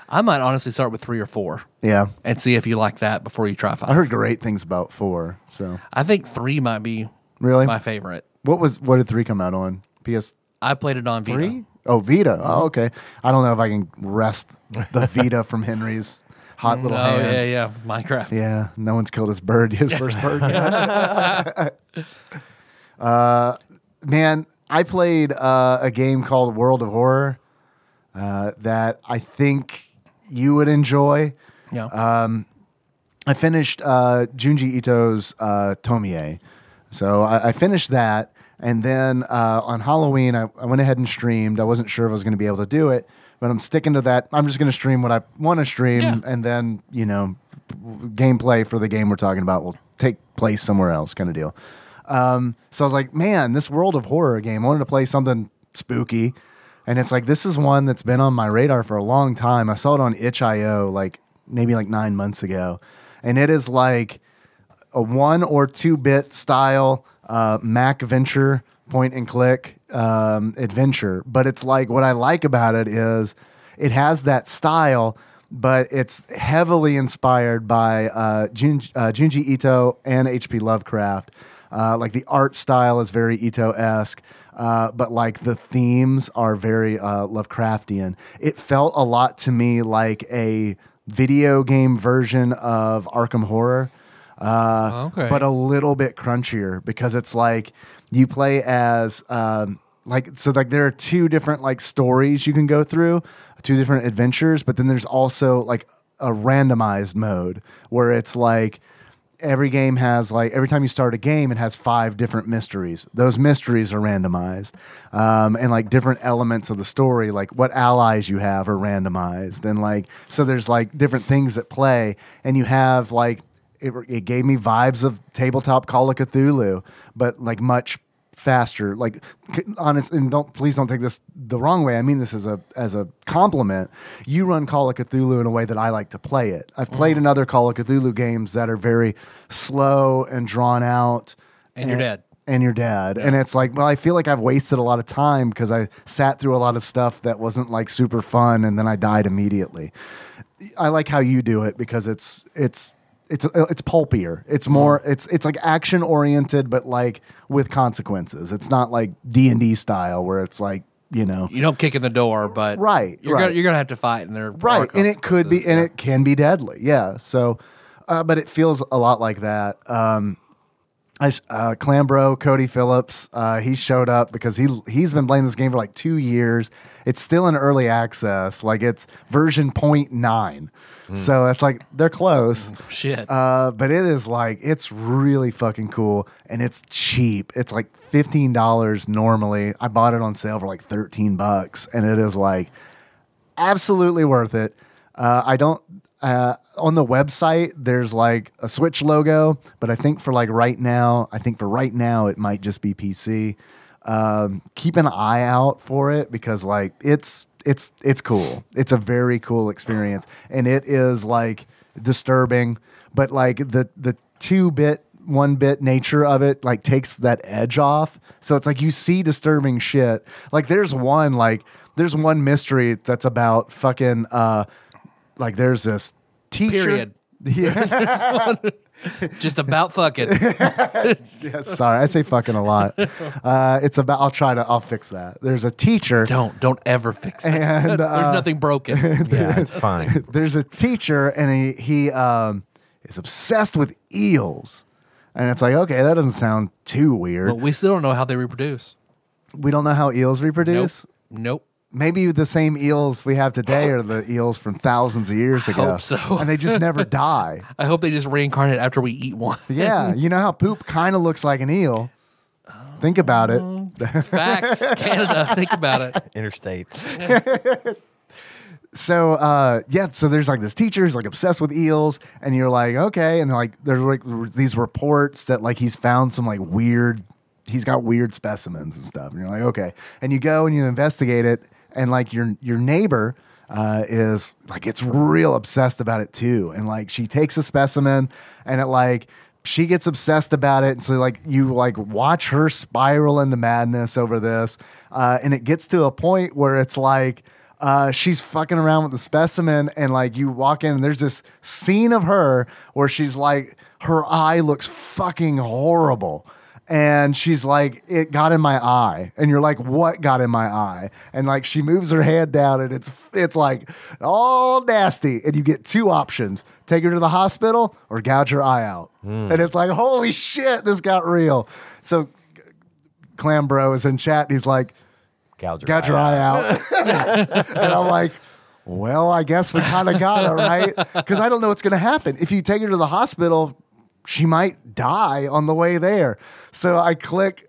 S1: I might honestly start with three or four
S2: Yeah.
S1: and see if you like that before you try five.
S2: I heard great things about 4. So,
S1: I think three might be
S2: really?
S1: my favorite.
S2: What was what did 3 come out on? PS3?
S1: I played it on Vita.
S2: Oh, Vita. Oh, okay. I don't know if I can wrest the Vita from Henry's hot
S1: Oh
S2: little hands.
S1: yeah, yeah, Minecraft.
S2: Yeah, no one's killed his bird, his first bird. uh, man, I played uh, a game called World of Horror uh, that I think you would enjoy.
S1: Yeah.
S2: Uh, I finished uh, Junji Ito's uh, Tomie. So I, I finished that. And then uh, on Halloween, I, I went ahead and streamed. I wasn't sure if I was going to be able to do it, but I'm sticking to that. I'm just going to stream what I want to stream.
S1: Yeah.
S2: And then, you know, gameplay for the game we're talking about will take place somewhere else, kind of deal. Um, so I was like, man, this world of horror game, I wanted to play something spooky. And it's like, this is one that's been on my radar for a long time. I saw it on itch.io like maybe like nine months ago. And it is like a one or two bit style uh, Mac venture point and click um, adventure. But it's like what I like about it is it has that style, but it's heavily inspired by uh, Jun- uh, Junji Ito and H.P. Lovecraft. Uh, like the art style is very Ito esque, uh, but like the themes are very uh, Lovecraftian. It felt a lot to me like a video game version of Arkham Horror. Uh,
S1: Okay.
S2: But a little bit crunchier because it's like you play as um, like so like there are two different like stories you can go through, two different adventures, but then there's also like a randomized mode where it's like every game has like every time you start a game it has five different mysteries those mysteries are randomized um, and like different elements of the story like what allies you have are randomized and like so there's like different things at play and you have like It, it gave me vibes of tabletop Call of Cthulhu, but like much faster. Like c- honest, and don't please don't take this the wrong way. I mean this as a as a compliment. You run Call of Cthulhu in a way that I like to play it. I've played in other Call of Cthulhu games that are very slow and drawn out.
S1: And you're dead.
S2: And you're dead. And it's like, well, I feel like I've wasted a lot of time because I sat through a lot of stuff that wasn't like super fun, and then I died immediately. I like how you do it because it's it's it's uh, it's pulpier. It's more it's it's like action oriented, but like with consequences. It's not like D and D style where it's like you know
S1: You don't kick in the door, but
S2: Right,
S1: you're
S2: right.
S1: Gonna, you're gonna have to fight, and they're
S2: right, and it could be and it can be deadly. Yeah, so uh, but it feels a lot like that. Um, I s- uh, Clambro, Cody Phillips, uh, he showed up because he he's been playing this game for like two years. It's still in early access, like it's version 0.9. So it's like they're close.
S1: shit.
S2: Uh, but it is like it's really fucking cool and it's cheap. It's like fifteen dollars normally. I bought it on sale for like thirteen bucks, and it is like absolutely worth it. Uh, I don't uh, on the website. There's like a Switch logo, but I think for like right now, I think for right now it might just be PC. Um, keep an eye out for it because like it's it's it's cool. It's a very cool experience, and it is like disturbing, but like the the two bit one bit nature of it like takes that edge off. So it's like you see disturbing shit. Like there's one like there's one mystery that's about fucking uh like there's this teacher
S1: Period.
S2: Yeah,
S1: Just about fucking.
S2: yeah, sorry. I say fucking a lot. Uh it's about I'll try to I'll fix that. There's a teacher
S1: don't don't ever fix it.
S2: and uh,
S1: There's nothing broken.
S3: Yeah, it's fine.
S2: there's a teacher and he he um is obsessed with eels. And it's like, okay, that doesn't sound too weird.
S1: but we still don't know how they reproduce.
S2: we don't know how eels
S1: Nope.
S2: reproduce.
S1: Nope.
S2: maybe the same eels we have today are the eels from thousands of years ago.
S1: hope so.
S2: And they just never die.
S1: I hope they just reincarnate after we eat one.
S2: Yeah. You know how poop kind of looks like an eel? Think about it.
S1: Oh. Facts. Canada. Think about it.
S3: Interstates.
S2: So uh, yeah, so there's like this teacher who's like obsessed with eels, and you're like, okay, and like there's like r- these reports that like he's found some like weird, he's got weird specimens and stuff, and you're like, okay, and you go and you investigate it, and like your your neighbor uh, is like it's real obsessed about it too, and like she takes a specimen, and it like she gets obsessed about it and so like you like watch her spiral into madness over this uh, and it gets to a point where it's like uh, she's fucking around with the specimen and like you walk in and there's this scene of her where she's like her eye looks fucking horrible and she's like it got in my eye and you're like what got in my eye and like she moves her hand down and it's it's like all nasty and you get two options take her to the hospital or gouge her eye out and it's like holy shit this got real so clam bro is in chat and he's like
S3: Gouge your
S2: got your
S3: eye
S2: eye out. and I'm like, well, I guess we kind of got it, right? Because I don't know what's going to happen. If you take her to the hospital, she might die on the way there. So I click,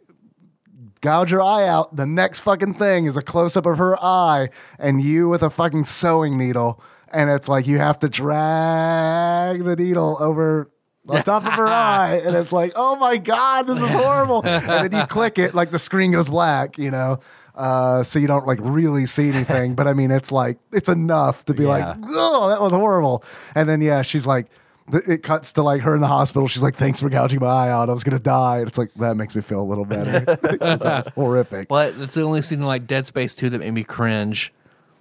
S2: gouge your eye out. The next fucking thing is a close up of her eye and you with a fucking sewing needle. And it's like you have to drag the needle over. On top of her eye, and it's like, oh my god, this is horrible. And then you click it, like the screen goes black, you know, uh, so you don't like really see anything. But I mean, it's like it's enough to be like,
S3: Yeah.
S2: oh, that was horrible. And then yeah, she's like, th- it cuts to like her in the hospital. She's like, thanks for gouging my eye out. I was gonna die. And it's like that makes me feel a little better. 'Cause that was horrific.
S1: But that's the only scene in, like Dead Space 2 that made me cringe.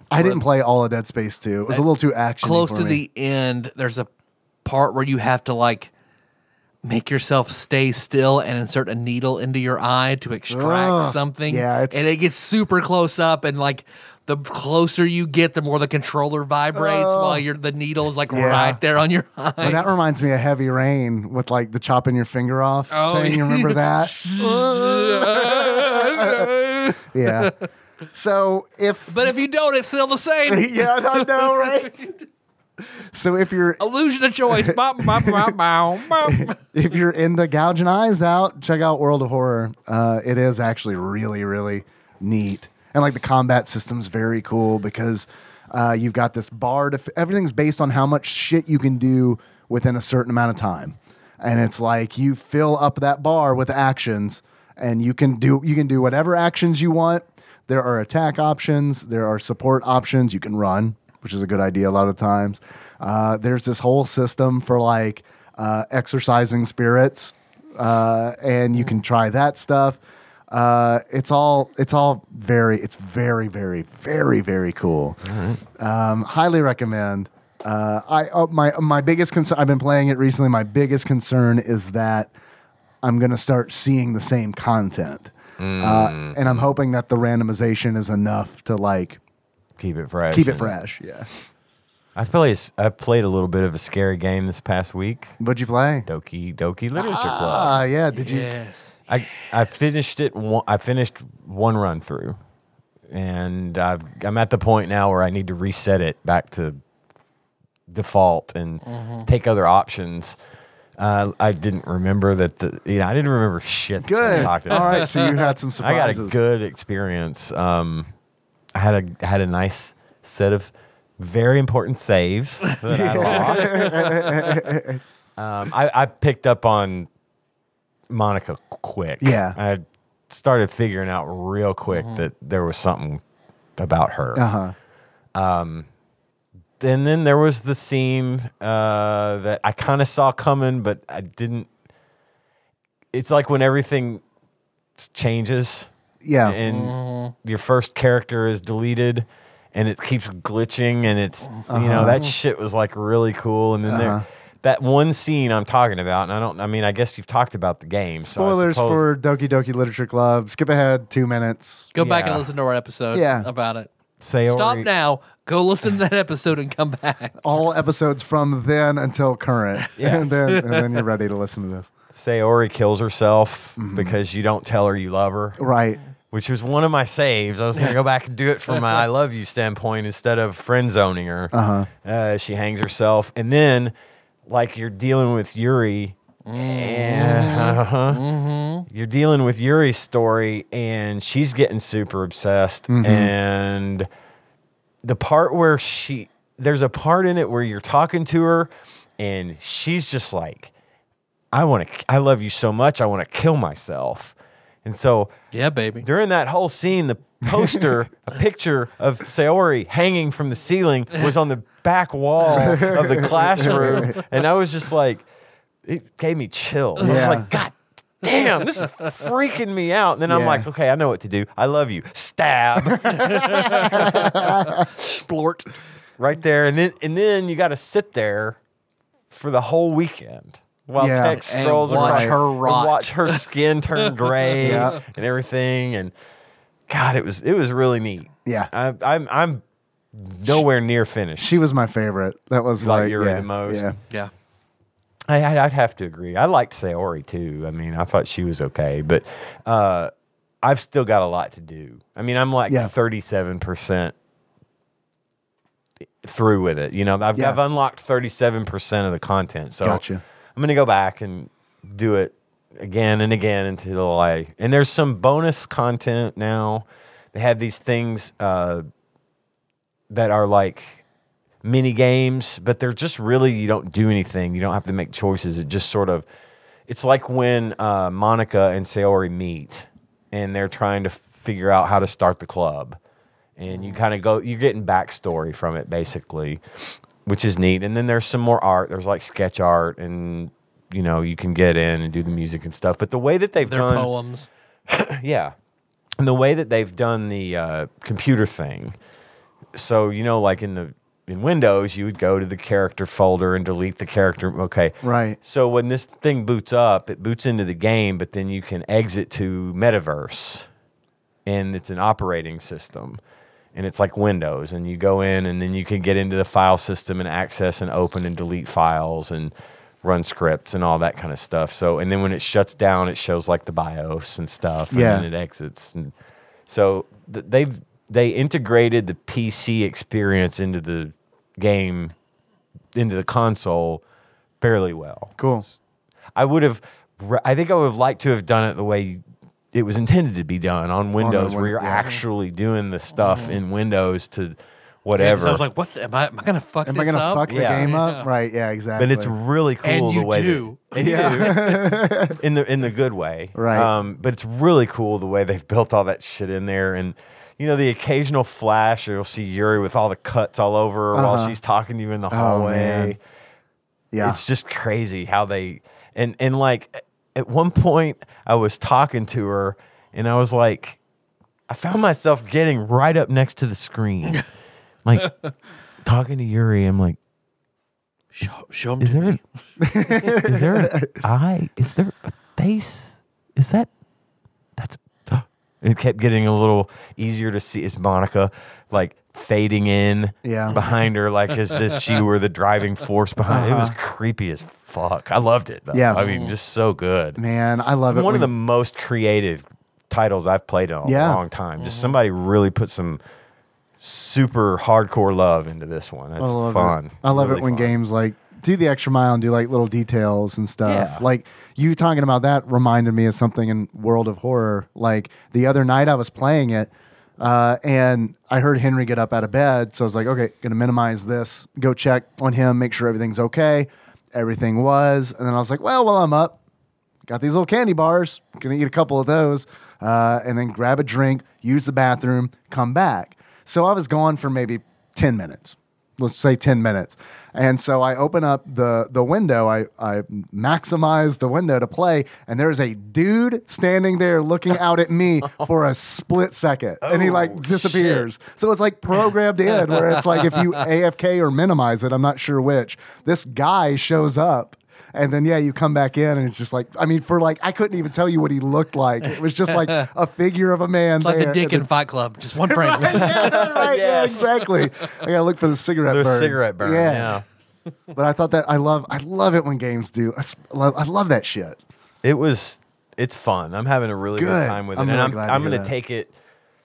S2: I didn't play all of Dead Space 2. It was a little too action.
S1: Close to the end, there's a part where you have to like make yourself stay still and insert a needle into your eye to extract
S2: Ugh.
S1: something.
S2: Yeah, it's-
S1: and it gets super close up and like the closer you get, the more the controller vibrates while you're the needle's like
S2: Yeah.
S1: right there on your eye.
S2: Well, that reminds me of Heavy Rain with like the chopping your finger off
S1: Oh,
S2: thing. You remember that? yeah. So if
S1: but if you don't, it's still the same.
S2: yeah, I know, right? So if you're
S1: Illusion of choice. Bop, bop, bop, bop, bop.
S2: if you're into gouging eyes out, check out World of Horror. Uh, it is actually really, really neat, and like the combat system's very cool because uh, you've got this bar. To f- everything's based on how much shit you can do within a certain amount of time. And it's like you fill up that bar with actions and you can do you can do whatever actions you want. There are attack options, there are support options, you can run, which is a good idea a lot of times. Uh, there's this whole system for like uh, exercising spirits uh, and you can try that stuff. Uh, it's all it's all very it's very very very very cool. Um, highly recommend. Uh, I oh, my my biggest concern. I've been playing it recently. My biggest concern is that I'm going to start seeing the same content,
S3: Mm.
S2: uh, and I'm hoping that the randomization is enough to like
S3: Keep it fresh.
S2: keep it
S3: and-
S2: fresh. Yeah.
S3: I played. I played a little bit of a scary game this past week.
S2: What'd you play?
S3: Doki Doki Literature Club.
S2: Ah, yeah. Did you?
S1: Yes.
S3: I I finished it. One, I finished one run through, and I've, I'm at the point now where I need to reset it back to default and take other options. Uh, I didn't remember that the you know I didn't remember shit. that somebody
S2: Good. All
S3: talked about.
S2: right. So you had some
S3: I got
S2: surprises.
S3: a good experience. Um, I had a had a nice set of very important saves that I lost. um, I, I picked up on Monica quick.
S2: Yeah. Mm-hmm.
S3: I started figuring out real quick that there was something about her.
S2: Uh huh.
S3: And then there was the scene uh, that I kind of saw coming, but I didn't. It's like when everything changes
S2: Yeah.
S3: and
S1: Mm-hmm.
S3: your first character is deleted and it keeps glitching and it's you know that shit was like really cool and then
S2: Uh-huh.
S3: there that one scene I'm talking about and I don't I mean I guess you've talked about the game so I
S2: Spoilers
S3: suppose-
S2: for Doki Doki Literature Club. Skip ahead two minutes.
S1: Go back and
S3: Yeah.
S1: listen to our episode
S2: Yeah.
S1: about it.
S3: Sayori,
S1: Stop now. Go listen to that episode and come back.
S2: All episodes from then until current.
S3: Yeah.
S2: and, then, and then you're ready to listen to this.
S3: Sayori kills herself
S2: Mm-hmm.
S3: because you don't tell her you love her
S2: Right.
S3: which was one of my saves I was gonna go back and do it from my I love you standpoint instead of friend zoning her
S2: Uh-huh.
S3: uh, she hangs herself and then like you're dealing with Yuri Yeah. Uh-huh. You're dealing with Yuri's story, and she's getting super obsessed. And the part where she, there's a part in it where you're talking to her, and she's just like, I want to, I love you so much, I want to kill myself. And so
S1: Yeah, baby.
S3: during that whole scene, the poster, a picture of Sayori hanging from the ceiling was on the back wall of the classroom. And I was just like, it gave me chills. I was
S2: Yeah.
S3: like, God damn, this is freaking me out. And then I'm
S2: Yeah.
S3: like, okay, I know what to do. I love you. Stab
S1: Splort.
S3: right there. And then, and then you got to sit there for the whole weekend. While
S2: Yeah.
S3: Tex
S1: And
S3: scrolls
S1: watch
S3: across,
S1: her
S3: and
S1: rot.
S3: watch her skin turn gray
S2: Yeah.
S3: and everything, and God, it was it was really neat.
S2: Yeah.
S3: I, I'm I'm nowhere near finished.
S2: She was my favorite. That was
S3: You like
S2: like
S3: Yuri
S2: yeah,
S3: the most?
S2: Yeah.
S1: Yeah.
S3: I, I'd, I'd have to agree. I liked Sayori too. I mean, I thought she was okay, but uh, I've still got a lot to do. I mean, I'm like
S2: Yeah.
S3: 37 percent through with it. You know, I've,
S2: Yeah.
S3: I've unlocked 37 percent of the content, so
S2: Gotcha.
S3: I'm gonna go back and do it again and again until I. And there's some bonus content now. They have these things uh, that are like mini games, but they're just really you don't do anything. You don't have to make choices. It just sort of it's like when uh, Monica and Sayori meet and they're trying to figure out how to start the club. And you kind of go you're getting backstory from it basically, which is neat. And then there's some more art. There's like sketch art and you know, you can get in and do the music and stuff. But the way that they've
S1: Their
S3: done
S1: poems.
S3: yeah. And the way that they've done the uh, computer thing. So, you know, like in the in Windows, you would go to the character folder and delete the character. Okay.
S2: Right.
S3: So when this thing boots up, it boots into the game, but then you can exit to Metaverse and it's an operating system. And it's like Windows, and you go in, and then you can get into the file system and access and open and delete files and run scripts and all that kind of stuff. So, and then when it shuts down, it shows like the BIOS and stuff, and
S2: Yeah.
S3: then it exits. And so th- they've they integrated the PC experience into the game, into the console, fairly well.
S2: Cool.
S3: I would have. re- I think I would have liked to have done it the way it was intended to be done on Windows,
S2: the
S3: where
S2: win-
S3: you're
S2: yeah.
S1: Mm-hmm.
S3: actually doing the stuff in Windows to whatever.
S1: I was like, what the, am I, am I going to fuck
S2: Am
S1: this
S2: I gonna
S1: up?
S2: fuck the
S3: Yeah.
S2: game up?
S1: Yeah.
S2: Right? Yeah, exactly.
S3: but it's really cool
S1: And
S3: the
S1: you
S3: way
S1: do.
S3: That, yeah. in the in the good way.
S2: Right.
S3: Um, but it's really cool the way they've built all that shit in there and you know, the occasional flash you'll see Yuri with all the cuts all over her while she's talking to you in the hallway.
S2: Uh-huh. Oh, man. yeah.
S3: It's just crazy how they and and like at one point I was talking to her and I was like I found myself getting right up next to the screen. like talking to Yuri, I'm like
S1: Show, show 'em
S3: is
S1: to
S3: there
S1: me.
S3: an, is there an eye? Is there a face? Is that that's it kept getting a little easier to see. Is Monica like fading in
S2: Yeah.
S3: behind her, like as if she were the driving force behind it? was creepy as fuck. I loved it. Though.
S2: Uh-huh. Yeah.
S3: I mean, just so good.
S2: Man, I love
S3: It's
S2: it.
S3: one of
S2: when-
S3: the most creative titles I've played in a
S2: Yeah.
S3: long time. Just somebody really put some super hardcore love into this one. It's
S2: I love
S3: fun.
S2: It. I love
S3: Really
S2: it when
S3: fun.
S2: games like do the extra mile and do like little details and stuff.
S3: Yeah.
S2: Like you talking about that reminded me of something in World of Horror. Like the other night I was playing it uh, and I heard Henry get up out of bed. So I was like, okay, gonna minimize this, go check on him, make sure everything's okay. Everything was. And then I was like, well, while I'm up, got these little candy bars. Gonna eat a couple of those, uh, and then grab a drink, use the bathroom, come back. So I was gone for maybe ten minutes. Let's say ten minutes. And so I open up the the window. I I maximize the window to play, and there's a dude standing there looking out at me for a split second, and he like disappears. So it's like programmed in where it's like if you AFK or minimize it, I'm not sure which. This guy shows up. And then yeah, you come back in and it's just like I mean, for like I couldn't even tell you what he looked like. It was just like a figure of a man.
S1: It's like the
S2: there.
S1: dick
S2: And
S1: in Fight Club, just one frame.
S2: then- yeah, right, yeah,
S3: Yes.
S2: exactly. I gotta look for the cigarette
S3: There's
S2: burn.
S3: cigarette burn. yeah.
S2: But I thought that I love I love it when games do. I, s- love, I love that shit.
S3: it was it's fun. I'm having a really good,
S2: Good.
S3: time with it,
S2: I'm
S3: and
S2: really
S3: I'm
S2: glad to
S3: I'm
S2: hear
S3: gonna
S2: that.
S3: take it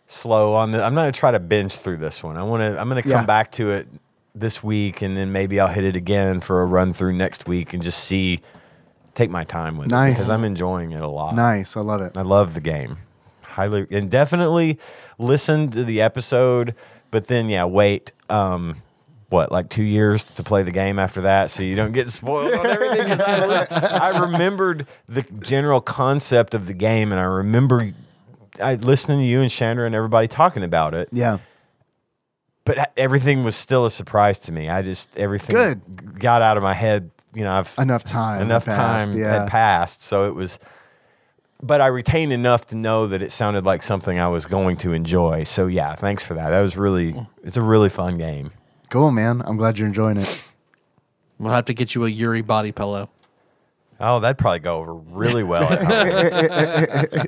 S3: slow on the. I'm not gonna try to binge through this one. I wanna I'm gonna come
S2: Yeah.
S3: back to it this week, and then maybe I'll hit it again for a run through next week, and just see take my time with it
S2: Nice.
S3: because I'm enjoying it a lot.
S2: Nice, I love it.
S3: I love the game. Highly and definitely listen to the episode, but then yeah, wait. Um, what like two years to play the game after that, so you don't get spoiled on everything. 'Cause I, li- I remembered the general concept of the game, and I remember I listening to you and Chandra and everybody talking about it.
S2: Yeah,
S3: But everything was still a surprise to me. I just everything
S2: Good.
S3: g- got out of my head. You know, I've
S2: enough time.
S3: enough
S2: passed,
S3: time
S2: Yeah,
S3: had passed so it was but i retained enough to know that it sounded like something i was going to enjoy so yeah thanks for that that was really it's a really fun game
S2: cool, man. I'm glad you're enjoying it.
S1: we'll have to get you a Yuri body pillow.
S3: oh that'd probably go over really well at home.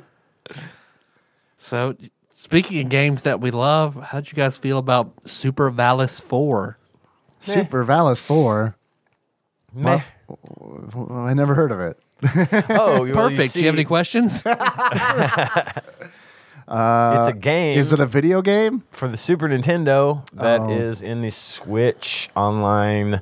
S1: So, speaking of games that we love, how'd you guys feel about Super Valis 4?
S2: Super Valis Four.
S3: Meh.
S2: Well, I never heard of it.
S3: oh well,
S1: Perfect. Do you have
S3: see,
S1: any questions?
S3: it's a game
S2: Uh, Is it a Oh. video game?
S3: for the super nintendo that is in the switch online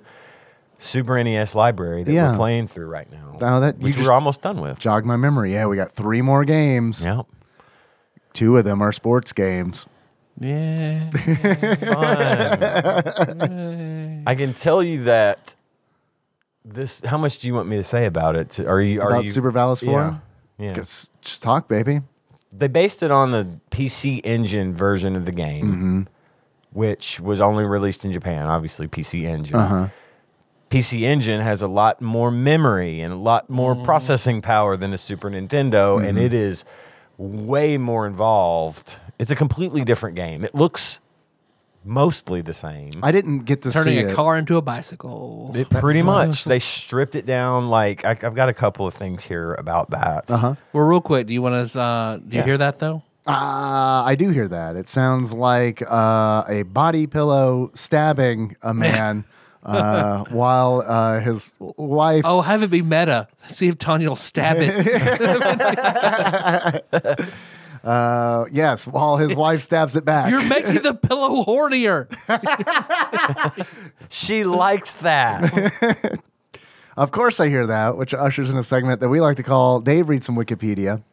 S3: super nes library that
S2: Yeah.
S3: we're playing through right now
S2: Now that- you
S3: which
S2: just-
S3: we're almost done with
S2: Jog my memory. Yeah, we got three more games.
S3: yeah
S2: Two of them are sports games.
S1: yeah.
S3: I can tell you that this. How much do you want me to say about it? Are you are
S2: About
S3: you,
S2: Super Valis Four.
S3: Yeah, yeah.
S2: Just, just talk, baby.
S3: They based it on the PC Engine version of the game,
S2: Mm-hmm.
S3: which was only released in Japan. Obviously, PC Engine.
S2: Uh-huh.
S3: PC Engine has a lot more memory and a lot more processing power than a Super Nintendo,
S2: Mm-hmm.
S3: and it is way more involved. It's a completely different game. It looks mostly the same.
S2: I didn't get to see
S1: Turning
S2: it.
S1: a car into a bicycle.
S3: It pretty much. They stripped it down. Like I, I've got a couple of things here about that. Uh huh.
S1: Well, real quick, do you want to? Uh, do you hear that though?
S2: Uh, I do hear that. It sounds like uh, a body pillow stabbing a man uh, while uh, his wife.
S1: Oh, have it be meta. See if Tanya will stab it.
S2: Uh, yes, while his wife stabs it back.
S1: You're making the pillow hornier.
S3: She likes that.
S2: Of course, I hear that, which ushers in a segment that we like to call Dave Reads Some Wikipedia.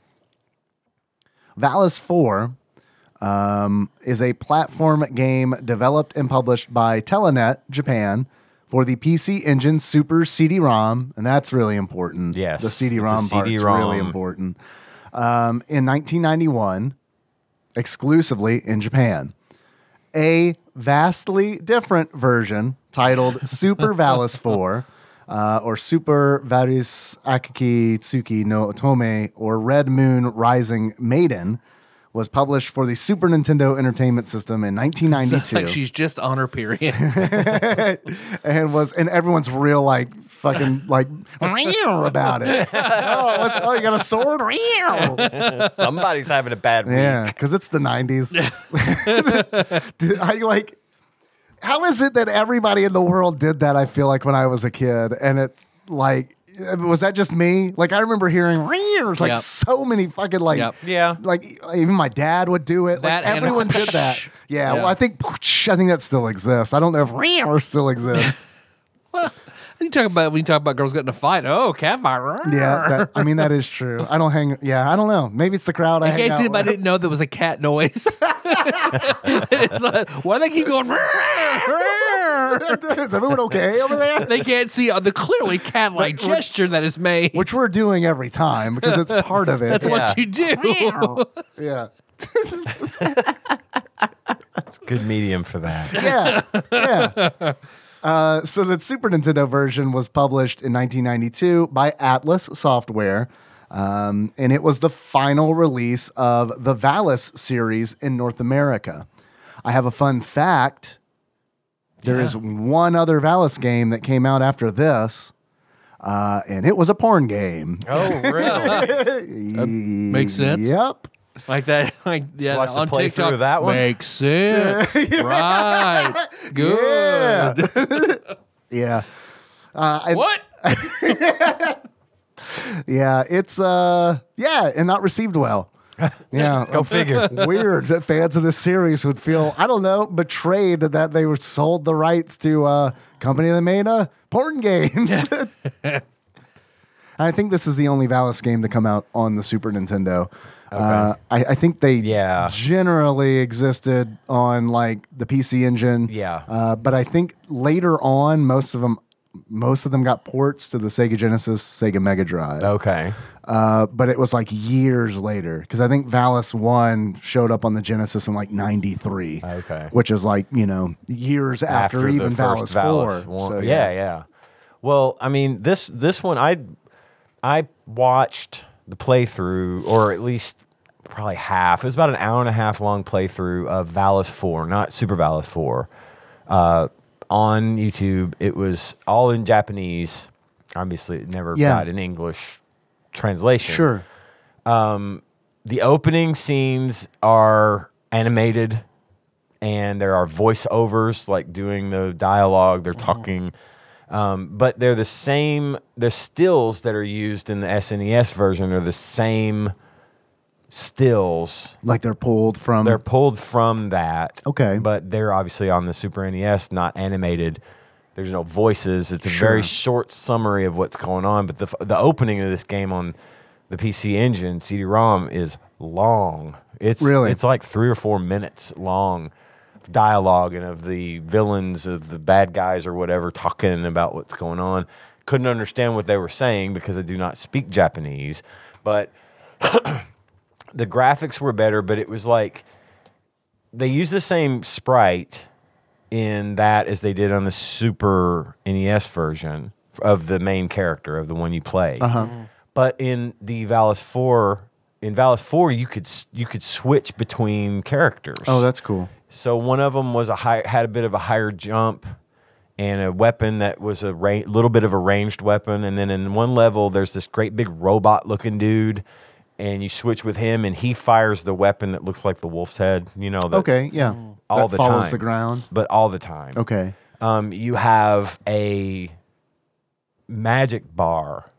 S2: Valis 4 um, is a platform game developed and published by Telenet Japan for the PC Engine Super CD-ROM, and that's really important.
S3: Yes,
S2: the
S3: it's a
S2: CD-ROM part is really
S3: CD-ROM.
S2: important. Um, in 1991, exclusively in Japan, a vastly different version titled Super Valis 4 uh, or Super Varis Akiki Tsuki no Otome or Red Moon Rising Maiden was published for the Super Nintendo Entertainment System in
S1: Sounds
S2: 1992
S1: like she's just on her period.
S2: and was and everyone's real like fucking like about it. oh, what's, oh, you got a sword?
S3: Somebody's having a bad week.
S2: Yeah, because it's the nineties. I like. How is it that everybody in the world did that? I feel like when I was a kid, and it's like, was that just me? Like I remember hearing "Rears," like
S1: Yep.
S2: so many fucking like,
S1: Yep.
S3: Yeah.
S2: like even my dad would do it.
S1: That
S2: like
S1: and a
S2: everyone did that.
S1: Yeah.
S2: Yeah, well, I think I think that still exists. I don't know if "Rears" still exists.
S1: you talk about when you talk about girls getting in a fight. Oh, cat fight. rawr.
S2: yeah, that, I mean that is true. I don't hang. Yeah, I don't know. Maybe it's the crowd I
S1: In
S2: hang
S1: case
S2: out with.
S1: anybody didn't know, there was a cat noise. it's like, why do they keep going? "Rawr, rawr"?
S2: is everyone okay over there?
S1: they can't see uh, the clearly cat-like
S2: But-
S1: gesture that is made.
S2: which we're doing every time because it's part of it.
S1: That's what you do.
S2: yeah.
S3: It's a good medium for that.
S2: Yeah. Yeah. Uh, so the Super Nintendo version was published in 1992 by Atlas Software, um, and it was the final release of the Valis series in North America. I have a fun fact. There is one other Valis game that came out after this, uh, and it was a porn game.
S3: Oh, really?
S1: makes sense.
S2: Yep.
S1: Like that, like yeah,
S3: watch the
S1: on
S3: playthrough
S1: TikTok.
S3: of that one.
S1: Makes sense, right? Good.
S2: Yeah. Uh, and-
S1: What?
S2: Yeah, it's uh yeah, and not received well. Yeah.
S3: Go figure.
S2: Weird that fans of this series would feel, I don't know, betrayed that they were sold the rights to uh company that made uh porn games. I think this is the only Valis game to come out on the Super Nintendo. Uh, I, I think they
S3: Yeah.
S2: generally existed on like the PC Engine.
S3: Yeah.
S2: Uh, but I think later on, most of them, most of them got ports to the Sega Genesis, Sega Mega Drive
S3: Okay.
S2: uh, but it was like years later because I think Valis One showed up on the Genesis in like '93.
S3: Okay.
S2: which is like you know years after,
S3: the
S2: even Valis
S3: first Valis
S2: Four.
S3: one.
S2: So,
S3: yeah. yeah, Well, I mean this this one I I watched the playthrough or at least probably half. It was about an hour and a half long playthrough of Valis Four, not Super Valis Four, uh, on YouTube. It was all in Japanese. Obviously, it never
S2: Yeah.
S3: got an English translation.
S2: sure.
S3: the opening scenes are animated and there are voiceovers like doing the dialogue they're talking um, but they're the same the stills that are used in the snes version are the same stills
S2: Like they're pulled from.
S3: they're pulled from that
S2: Um, Okay.
S3: but they're obviously on the super nes not animated there's no voices it's a very short summary of what's going on but the, f- the opening of this game on the pc engine cd-rom is long it's
S2: Really?
S3: it's like three or four minutes long of dialogue and of the villains of the bad guys or whatever talking about what's going on couldn't understand what they were saying because i do not speak japanese but the graphics were better, but it was like they used the same sprite in that as they did on the Super NES version of the main character of the one you play.
S2: Uh-huh.
S3: But in the Valis Four, in Valis Four, you could s- you could switch between characters.
S2: oh, that's cool.
S3: So one of them was a high, had a bit of a higher jump and a weapon that was a ra- little bit of a ranged weapon. And then in one level, there's this great big robot looking dude, and you switch with him, and he fires the weapon that looks like the wolf's head. You know, that,
S2: Okay, yeah.
S3: Mm. all
S2: that
S3: the
S2: follows
S3: time,
S2: the ground.
S3: but all the time.
S2: Okay.
S3: Um, you have a magic bar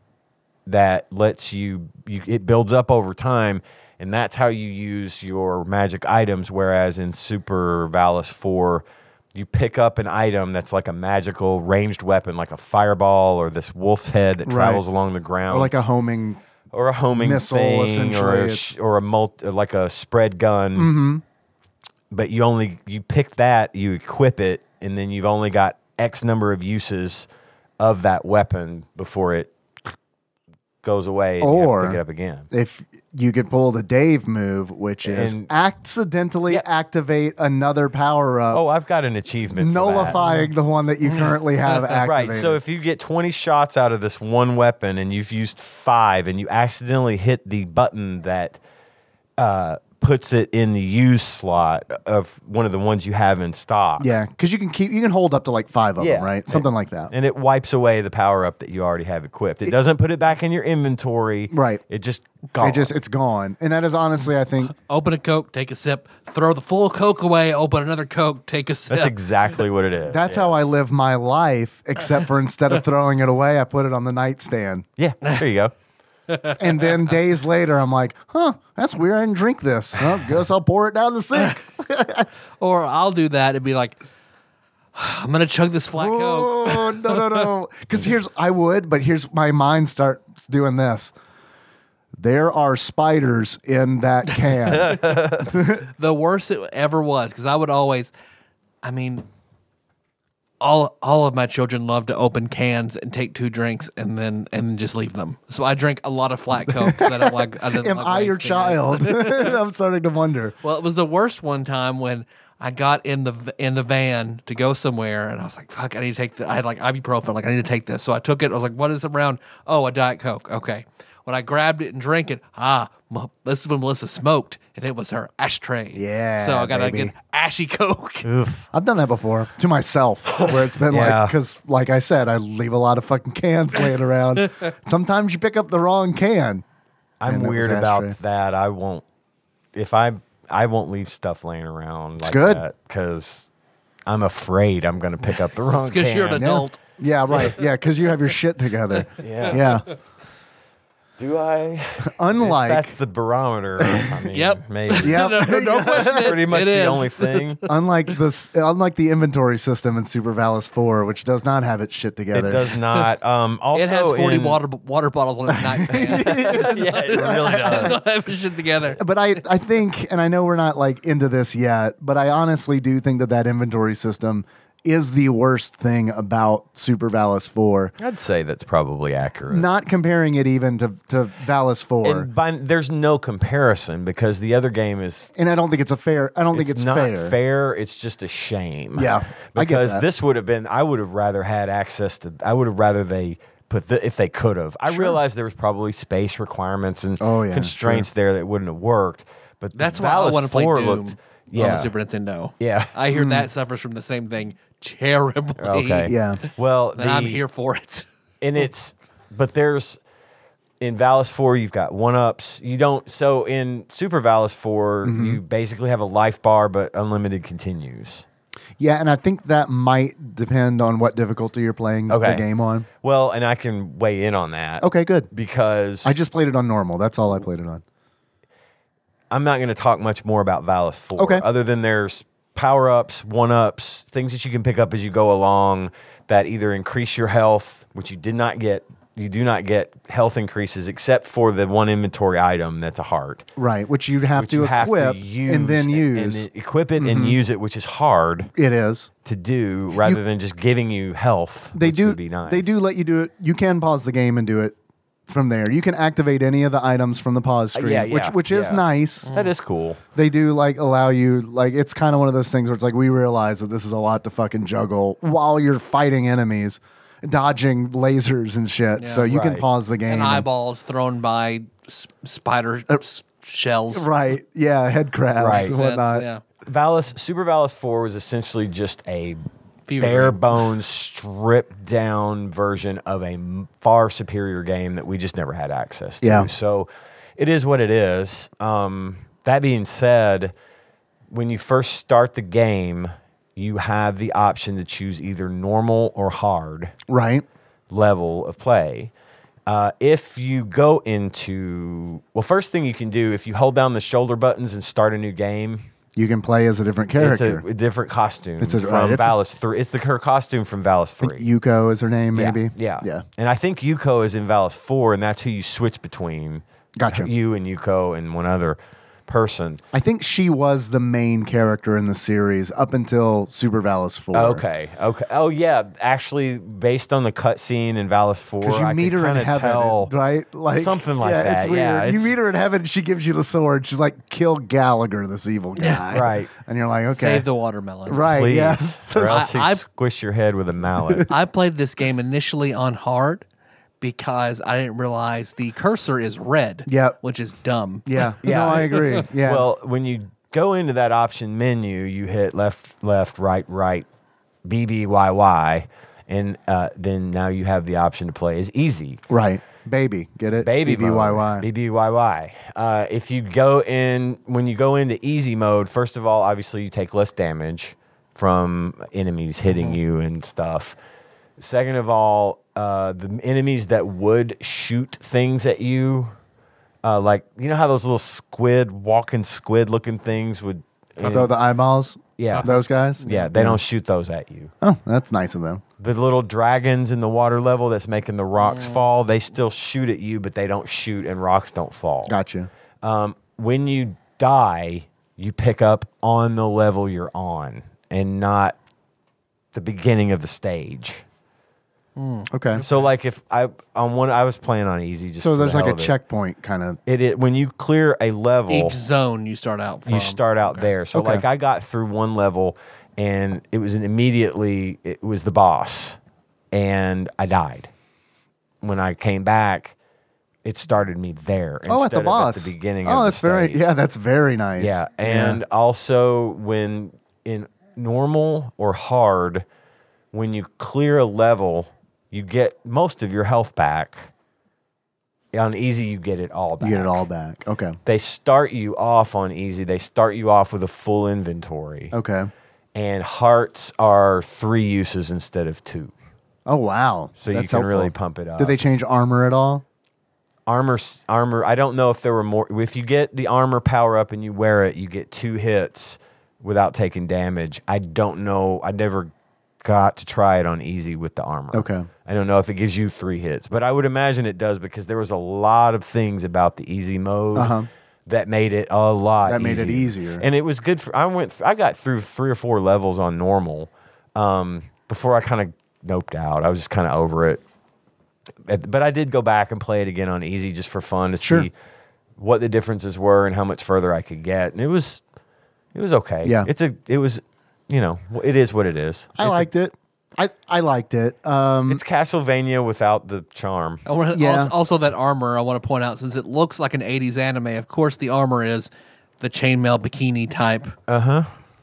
S3: that lets you, you it builds up over time and that's how you use your magic items whereas in super valis 4 you pick up an item that's like a magical ranged weapon like a fireball or this wolf's head that
S2: Right.
S3: travels along the ground
S2: Or like a homing.
S3: or a homing
S2: missile,
S3: thing,
S2: essentially,
S3: or a,
S2: it's- Mm-hmm.
S3: sh- or a multi, like a spread gun. but you only you pick that, you equip it, and then you've only got X number of uses of that weapon before it goes away and you have to
S2: Or-
S3: pick it up again.
S2: If you could pull the Dave move, which is
S3: And-
S2: accidentally activate another power up,
S3: Oh, I've got an achievement. for that.
S2: nullifying the one that you currently have activated.
S3: Right. So if you get 20 shots out of this one weapon and you've used five and you accidentally hit the button that uh, puts it in the use slot of one of the ones you have in stock.
S2: yeah, because you can keep you can hold up to like five of
S3: Yeah.
S2: them, right? Something like that.
S3: And it wipes away the power up that you already have equipped. It, doesn't put it back in your inventory.
S2: Right.
S3: It just gone.
S2: It just it's gone, and that is honestly, I think,
S1: Open a Coke, take a sip, throw the full Coke away, open another Coke, take a sip.
S3: That's exactly what it is.
S2: That's how I
S3: yes.
S2: live my life, except for instead of throwing it away, I put it on the nightstand.
S3: Yeah. There you go.
S2: And then days later, I'm like, huh, that's weird. I didn't drink this. Huh, guess I'll pour it down the sink.
S1: or I'll do that and be like, I'm going to chug this flat Coke.
S2: oh, no, no, no. Because here's, I would, but here's my mind starts doing this. There are spiders in that can.
S1: The worst it ever was because I would always, I mean, all all of my children love to open cans and take two drinks and then and just leave them. So I drink a lot of flat Coke. 'cause I don't like. I didn't
S2: Am
S1: like
S2: I your
S1: wasting it.
S2: child? I'm starting to wonder.
S1: Well, it was the worst one time when I got in the v- in the van to go somewhere, and I was like, "Fuck, I need to take." The, I had like ibuprofen, like I need to take this. So I took it. I was like, "What is around?" Oh, a diet coke. Okay. When I grabbed it and drank it, ah, m- this is when Melissa smoked, and it was her ashtray.
S2: Yeah,
S1: So I got
S2: baby.
S1: a good ashy coke.
S2: I've done that before to myself, where it's been
S3: Yeah.
S2: like, because like I said, I leave a lot of fucking cans laying around. Sometimes you pick up the wrong can.
S3: I'm
S2: And it was
S3: weird about
S2: ashtray.
S3: that. I won't if I I won't leave stuff laying around. It's like
S2: good.
S3: because I'm afraid I'm going to pick up the wrong.
S1: because you're an
S3: can.
S2: Yeah.
S1: adult.
S2: Yeah, right. Yeah, because you have your shit together.
S3: Yeah.
S2: Yeah.
S3: Do I?
S2: Unlike
S3: that's the barometer. I mean,
S1: Yep.
S3: Maybe.
S2: Yep.
S1: No, no, don't question it.
S3: Pretty much
S1: It
S3: the
S1: is.
S3: only thing.
S2: unlike this unlike the inventory system in Super Valis 4, which does not have its shit
S3: It
S2: together.
S3: does not. Um, also,
S1: It has 40
S3: in-
S1: water water bottles on its nightstand.
S3: Yeah, it really
S1: It's
S3: does.
S1: not having shit together.
S2: But I, I think, and I know we're not like into this yet, but I honestly do think that that inventory system is the worst thing about Super Valis 4.
S3: I'd say that's probably accurate.
S2: Not comparing it even to, to Valis 4.
S3: and
S2: And,
S3: by, there's no comparison because the other game is
S2: I don't think it's a fair, I don't think it's
S3: not
S2: fair.
S3: It's just a shame.
S2: Yeah, I get
S3: because
S2: that.
S3: this would have been. I would have rather had access to. I would have rather they put the, if they could have. I realized there was probably space requirements and
S2: Oh, yeah,
S3: constraints there that wouldn't have worked. But the
S1: That's why I
S3: Valis
S1: want to play
S3: 4
S1: Doom
S3: looked-
S1: on
S3: yeah.
S1: the Super Nintendo.
S3: Yeah.
S1: I hear that suffers from the same thing terribly.
S3: okay.
S2: Mm. Yeah.
S3: Well,
S1: and I'm
S3: the-
S1: here for it.
S3: and it's but there's in Valis 4 you've got one ups. You don't so in Super Valis 4
S2: Mm-hmm.
S3: you basically have a life bar but unlimited continues.
S2: Yeah, and I think that might depend on what difficulty you're playing
S3: Okay.
S2: the game on.
S3: Well, and I can weigh in on that.
S2: Okay, good.
S3: Because
S2: I just played it on normal. That's all I played it on.
S3: I'm not going to talk much more about Valis 4.
S2: Okay.
S3: Other than there's power ups, one ups, things that you can pick up as you go along that either increase your health, which you did not get. You do not get health increases except for the one inventory item that's a heart.
S2: Right, which you have
S3: Which
S2: to
S3: you have
S2: equip
S3: to use
S2: and then use. Mm-hmm.
S3: And then equip it and use it, which is hard
S2: it is.
S3: to do rather than just giving you health.
S2: They
S3: which
S2: do.
S3: Would be nice.
S2: They do let you do it. You can pause the game and do it from there. You can activate any of the items from the pause
S3: Uh,
S2: screen,
S3: yeah,
S2: which
S3: yeah,
S2: which is
S3: yeah.
S2: nice.
S3: That is cool.
S2: They do like allow you like it's kind of one of those things where it's like we realize that this is a lot to fucking juggle while you're fighting enemies, dodging lasers and shit. so you can
S3: Right.
S2: pause the game.
S1: And
S2: and-
S1: eyeballs thrown by s- spider s- shells.
S2: right. Yeah. Head crabs
S3: Right.
S2: and
S1: That's-
S2: whatnot.
S1: yeah.
S3: Valis Super Valis Four was essentially just a
S1: Fever
S3: bare
S1: dream.
S3: bones, stripped down version of a m- far superior game that we just never had access to.
S2: Yeah.
S3: So it is what it is. Um, that being said, when you first start the game, you have the option to choose either normal or hard
S2: Right.
S3: level of play. Uh, if you go into well, first thing you can do if you hold down the shoulder buttons and start a new game,
S2: You can play as a different character.
S3: it's a, a different costume
S2: It's a-
S3: from
S2: right, it's a-
S3: Valis 3. It's the her costume from Valis 3.
S2: Yuko is her name,
S3: Yeah,
S2: maybe.
S3: Yeah,
S2: Yeah.
S3: And I think Yuko is in Valis 4, and that's who you switch between.
S2: Gotcha.
S3: You and Yuko and one other. person.
S2: I think she was the main character in the series up until Super Valis 4.
S3: Okay. Okay. Oh yeah. Actually, based on the cutscene in Valis Four,
S2: Because you
S3: I
S2: meet
S3: could
S2: her in
S3: kinda
S2: heaven,
S3: tell-
S2: right? Like
S3: Something like
S2: yeah,
S3: that,
S2: It's weird.
S3: yeah,
S2: you
S3: it's-
S2: meet her in heaven. She gives you the sword. She's like, "Kill Gallagher, this evil guy."
S3: right.
S2: And you're like, "Okay,
S1: Save the watermelon.
S2: right?
S3: Please,
S2: Yes.
S3: or else
S1: I-
S3: you
S1: I-
S3: squish your head with a mallet.
S1: I played this game initially on hard because I didn't realize the cursor is red.
S2: Yep.
S1: Which is dumb.
S2: yeah.
S3: Yeah.
S2: No, I agree. Yeah.
S3: Well, when you go into that option menu, you hit left, left, right, right, B B Y Y, and uh, then now you have the option to play as easy.
S2: right. Baby, get it?
S3: Baby
S2: BBYY.
S3: mode. BBYY. Uh, if you go in, when you go into easy mode, first of all, obviously you take less damage from enemies hitting you and stuff. Second of all, uh, the enemies that would shoot things at you, uh, like, you know how those little squid, walking squid looking things would.
S2: Throw the eyeballs.
S3: Yeah.
S2: Those guys.
S3: yeah, they don't shoot those at you.
S2: Oh, that's nice of them.
S3: The little dragons in the water level that's making the rocks fall, they still shoot at you, but they don't shoot and rocks don't fall.
S2: Gotcha.
S3: um, when you die, you pick up on the level you're on and not the beginning of the stage.
S2: Okay.
S3: So, like, if I on one, I was playing on easy. Just
S2: So
S3: for the
S2: there's like
S3: hell
S2: a
S3: of it.
S2: checkpoint kind of.
S3: It, it when you clear a level,
S1: Each zone you start out from.
S3: you start out there. So,
S2: Okay.
S3: like, I got through one level, and it was an immediately it was the boss, and I died. When I came back, it started me there.
S2: Oh, at
S3: instead
S2: the
S3: of
S2: boss.
S3: at the beginning.
S2: Oh,
S3: of
S2: that's
S3: the
S2: very.
S3: stage.
S2: Yeah, that's very nice.
S3: Yeah, and also when in normal or hard, when you clear a level, you get most of your health back. On easy, you get it all back.
S2: you get it all back. Okay.
S3: They start you off on easy. They start you off with a full inventory,
S2: Okay.
S3: and hearts are three uses instead of two.
S2: Oh wow.
S3: So you
S2: That's
S3: can
S2: helpful.
S3: really pump it up.
S2: Did they change armor at all?
S3: armor s- armor i don't know if there were more if you get the armor power up and you wear it you get two hits without taking damage i don't know i never got to try it on easy with the armor
S2: Okay.
S3: i don't know if it gives you three hits but i would imagine it does because there was a lot of things about the easy mode
S2: Uh-huh.
S3: that made it a lot
S2: That made it easier.
S3: and it was good for i went th- i got through three or four levels on normal um, before i kind of noped out i was just kind of over it at- but I did go back and play it again on easy just for fun to
S2: Sure.
S3: see what the differences were and how much further I could get. And it was, it was okay.
S2: Yeah.
S3: it's a, it was, you know, w- it is what it is.
S2: I
S3: it's a-
S2: liked it. I I liked it. Um.
S3: it's Castlevania without the charm.
S2: Oh,
S1: I wanna-
S2: Yeah.
S1: also, also that armor. I want to point out since it looks like an '80s anime. Of course, the armor is the chainmail bikini type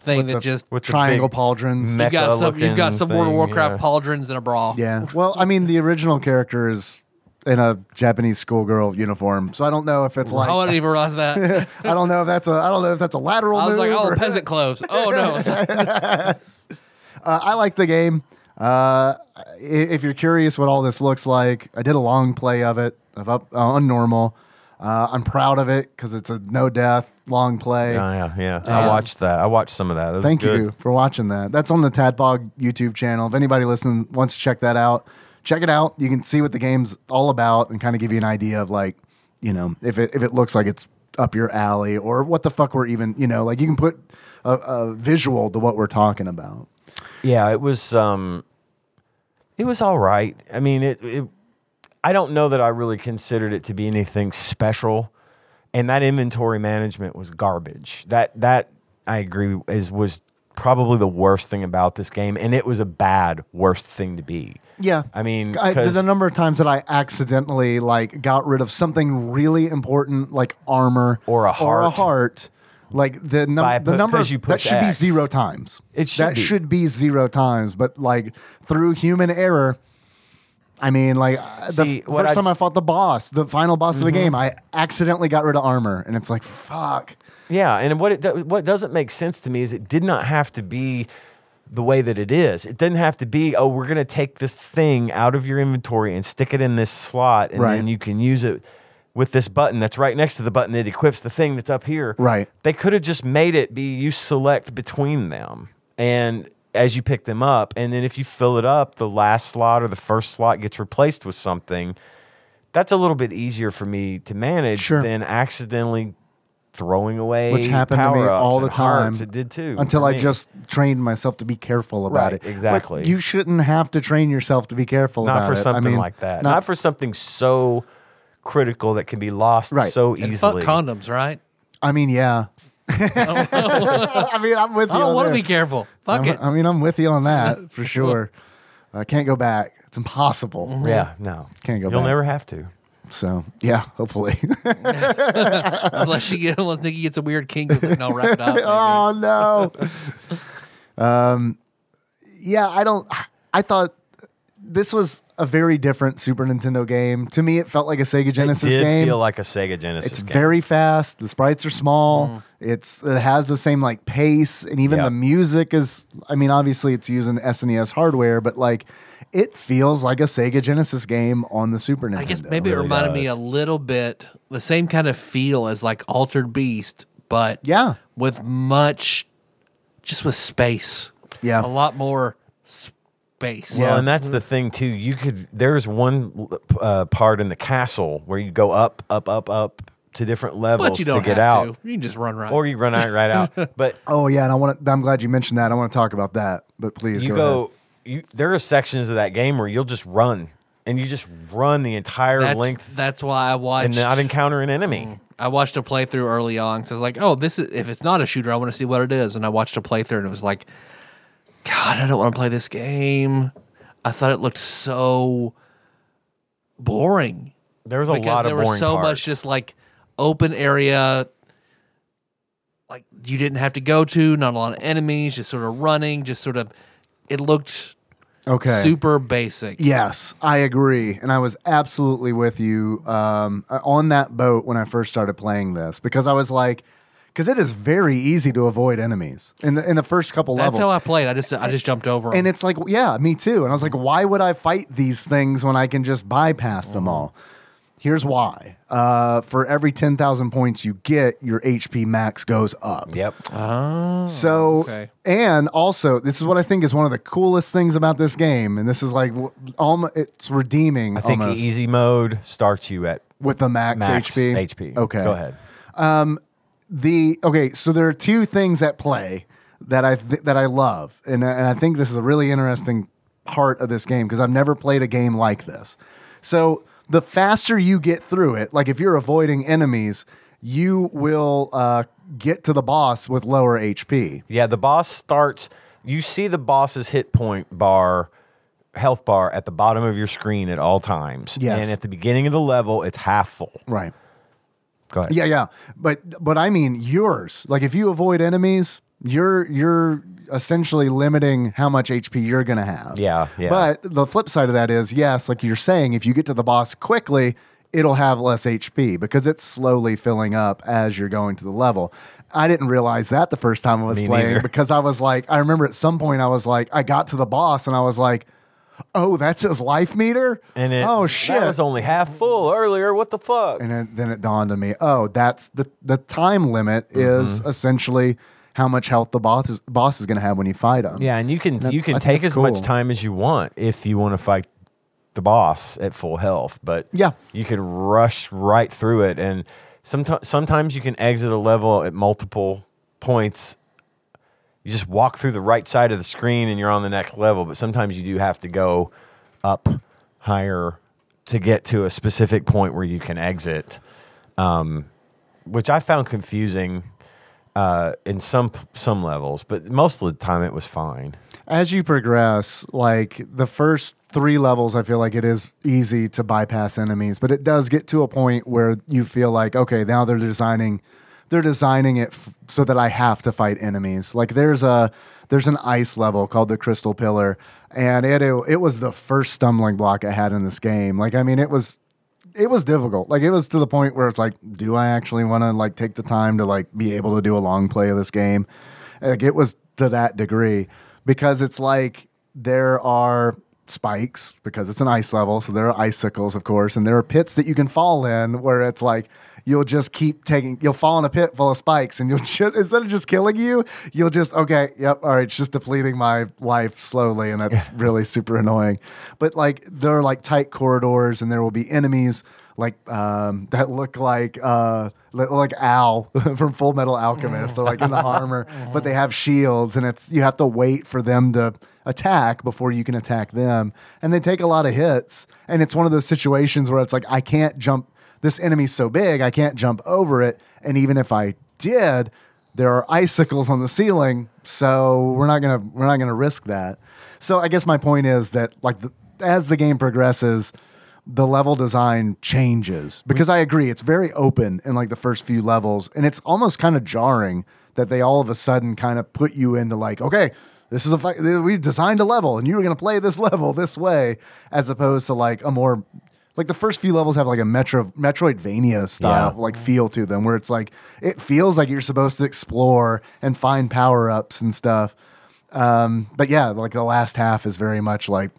S1: thing that just
S3: Uh-huh. With the
S2: triangle
S3: big
S2: pauldrons.
S1: you've got some you've got
S3: mecha-looking
S1: some World of
S3: thing,
S1: Warcraft
S3: yeah.
S1: pauldrons and a bra.
S2: Yeah. Well, I mean, the original character is in a Japanese schoolgirl uniform, so I don't know if it's like
S1: I wouldn't even realize that.
S2: I don't know if that's a I don't know if that's a lateral
S1: I was
S2: move.
S1: like, oh,
S2: or-
S1: peasant clothes. Oh no,
S2: Uh, I like the game. Uh, i- if you're curious what all this looks like, I did a long play of it of up uh, on normal. Uh, I'm proud of it because it's a no death long play.
S3: Oh, yeah, yeah. I watched that. I watched some of that. It was
S2: Thank
S3: good.
S2: you for watching that. That's on the Tadbog YouTube channel. If anybody listening wants to check that out, check it out. You can see what the game's all about and kind of give you an idea of like, you know, if it if it looks like it's up your alley or what the fuck we're even, you know, like you can put a, a visual to what we're talking about.
S3: Yeah, it was um it was all right. I mean, it, it I don't know that I really considered it to be anything special. And that inventory management was garbage. That that I agree is was probably the worst thing about this game and it was a bad worst thing to be.
S2: Yeah.
S3: I mean,
S2: I,
S3: 'cause-
S2: there's a number of times that I accidentally like got rid of something really important, like armor
S3: Or a
S2: or a
S3: heart.
S2: heart. Like the num-
S3: By
S2: the
S3: pu-
S2: number
S3: 'cause
S2: of-
S3: you
S2: that
S3: push
S2: should be
S3: X.
S2: zero times.
S3: It should
S2: that
S3: be.
S2: should be zero times, but like through human error. I mean, like uh, the
S3: See,
S2: f-
S3: what
S2: first
S3: I-
S2: time
S3: Mm-hmm.
S2: I fought the boss, the final boss of the game, I accidentally got rid of armor, and it's like fuck.
S3: Yeah, and what it do- what doesn't make sense to me is it did not have to be the way that it is. It didn't have to be, oh, we're going to take this thing out of your inventory and stick it in this slot and
S2: Right.
S3: then you can use it with this button that's right next to the button that equips the thing that's up here.
S2: Right.
S3: They could have just made it be you select between them and as you pick them up and then if you fill it up, the last slot or the first slot gets replaced with something. That's a little bit easier for me to manage
S2: Sure.
S3: than accidentally throwing away
S2: which happened to me
S3: power-ups
S2: all the
S3: and hearts.
S2: time.
S3: It did too.
S2: Until
S3: for
S2: I
S3: me.
S2: just trained myself to be careful about
S3: Right,
S2: it. But
S3: exactly.
S2: you shouldn't have to train yourself to be careful
S3: not
S2: about
S3: for
S2: it. I
S3: something
S2: mean,
S3: like that. Not,
S2: Not,
S3: for something so critical that can be lost
S2: Right.
S3: so
S2: And
S1: And
S3: easily.
S1: fuck condoms, right?
S2: I mean, yeah. I mean, I'm with you.
S1: I don't
S2: on
S1: want to
S2: there. Uh-huh.
S1: be careful. Fuck
S2: I'm-
S1: it.
S2: I mean, I'm with you on that for sure. I can't go back. It's impossible.
S1: Mm-hmm.
S3: yeah, no,
S2: Can't go
S3: You'll
S2: back.
S3: never have to.
S2: So yeah, hopefully.
S1: Unless she get, unless Nikki gets a weird kink, it's like, no, wrap it up. baby."
S2: oh no. um, yeah, I don't. I thought this was a very different Super Nintendo game. To me, it felt like a Sega Genesis
S3: Did
S2: game.
S3: feel like a Sega Genesis.
S2: it's
S3: game. Mm.
S2: very fast. The sprites are small. It's it has the same like pace, and even
S3: Yeah.
S2: the music is. I mean, obviously, it's using SNES E hardware, but like, it feels like a Sega Genesis game on the Super Nintendo.
S1: I guess maybe it
S3: really
S1: reminded me
S3: does.
S1: a little bit the same kind of feel as like Altered Beast, but
S2: Yeah.
S1: with much, just with space.
S2: Yeah.
S1: a lot more space.
S3: Well, and that's the thing too. You could there's one uh, part in the castle where you go up, up, up, up to different levels
S1: but you don't
S3: to get
S1: have
S3: out,
S1: to. You can just run right.
S3: or you run out right out. But
S2: Oh yeah, and I want to. I'm glad you mentioned that. I want to talk about that, but please
S3: you
S2: go. ahead.
S3: go. You, there are sections of that game where you'll just run, and you just run the entire
S1: that's, Mm.
S3: length
S1: That's why I
S3: and
S1: watched.
S3: not encounter an enemy.
S1: I watched a playthrough early on. So I was like, oh, this is if it's not a shooter, I want to see what it is. And I watched a playthrough and it was like, God, I don't want to play this game. I thought it looked so boring.
S3: There was a
S1: because
S3: lot
S1: there
S3: of
S1: was
S3: boring
S1: so
S3: parts.
S1: much just like open area like you didn't have to go to not a lot of enemies just sort of running just sort of it looked
S2: Okay.
S1: super basic
S2: Yes, I agree, and I was absolutely with you um, on that boat when I first started playing this because I was like, because it is very easy to avoid enemies in the in the first couple
S1: that's
S2: levels.
S1: how i played i just i just jumped over 'em.
S2: and it's like, yeah, me too. And I was like, why would I fight these things when I can just bypass them all? Here's why. Uh, for every 10,000 points you get, your HP max goes up.
S3: Yep.
S2: So,
S1: Oh, okay.
S2: and also, this is what I think is one of the coolest things about this game, and this is like almost it's redeeming.
S3: I think
S2: almost,
S3: easy mode starts you at
S2: with the max,
S3: max
S2: HP.
S3: HP.
S2: Okay,
S3: Go ahead.
S2: The okay, so there are two things at play that I th- that I love, and and I think this is a really interesting part of this game because I've never played a game like this. So the faster you get through it, like if you're avoiding enemies, you will uh, get to the boss with lower HP.
S3: Yeah, the boss starts. You see the boss's hit point bar, health bar at the bottom of your screen at all times.
S2: Yes.
S3: And at the beginning of the level, it's half full.
S2: Right.
S3: Go ahead.
S2: Yeah, yeah. But but I mean yours. Like if you avoid enemies, you're you're essentially limiting how much HP you're gonna have.
S3: Yeah, yeah.
S2: But the flip side of that is, yes, like you're saying, if you get to the boss quickly, it'll have less HP because it's slowly filling up as you're going to the level. I didn't realize that the first time I was
S3: Me
S2: playing
S3: neither.
S2: because I was like, I remember at some point I was like, I got to the boss and I was like, oh, that's his life meter.
S3: And it,
S2: oh shit,
S3: That was only half full earlier. What the fuck?
S2: and it, then it dawned on me, oh, that's the the time limit is essentially how much health the boss is, boss is going to have when you fight him.
S3: Yeah, and you can
S2: That-
S3: you
S2: I
S3: can
S2: think
S3: take as
S2: that's
S3: much
S2: cool.
S3: time as you want if you want to fight the boss at full health, but
S2: Yeah.
S3: you can rush right through it and sometimes sometimes you can exit a level at multiple points. You just walk through the right side of the screen and you're on the next level, but sometimes you do have to go up higher to get to a specific point where you can exit. Um, which I found confusing uh, in some some levels, but most of the time it was fine.
S2: As you progress, like the first three levels, I feel like it is easy to bypass enemies, but it does get to a point where you feel like, okay, now they're designing, they're designing it f- so that I have to fight enemies. Like there's a there's an ice level called the Crystal Pillar, and it it was the first stumbling block I had in this game. Like I mean, it was it was difficult. Like it was to the point where it's like, do I actually want to like take the time to like be able to do a long play of this game? Like it was to that degree because it's like there are spikes because it's an ice level, so there are icicles, of course, and there are pits that you can fall in where it's like you'll just keep taking you'll fall in a pit full of spikes and you'll just instead of just killing you you'll just okay yep all right it's just depleting my life slowly and that's really super annoying but like there are like tight corridors and there will be enemies like um, that look like uh, li- like Al from Full Metal Alchemist. They're like in the armor, but they have shields, and it's you have to wait for them to attack before you can attack them. And they take a lot of hits, and it's one of those situations where it's like I can't jump. This enemy's so big, I can't jump over it, and even if I did, there are icicles on the ceiling, so we're not gonna we're not gonna risk that. So I guess my point is that like the, as the game progresses, the level design changes because I agree it's very open in like the first few levels, and it's almost kind of jarring that they all of a sudden kind of put you into like okay. This is a fi- we designed a level, and you were going to play this level this way, as opposed to like a more like the first few levels have like a Metro Metroidvania style
S3: Yeah.
S2: like feel to them where it's like it feels like you're supposed to explore and find power-ups and stuff um but yeah like the last half is very much like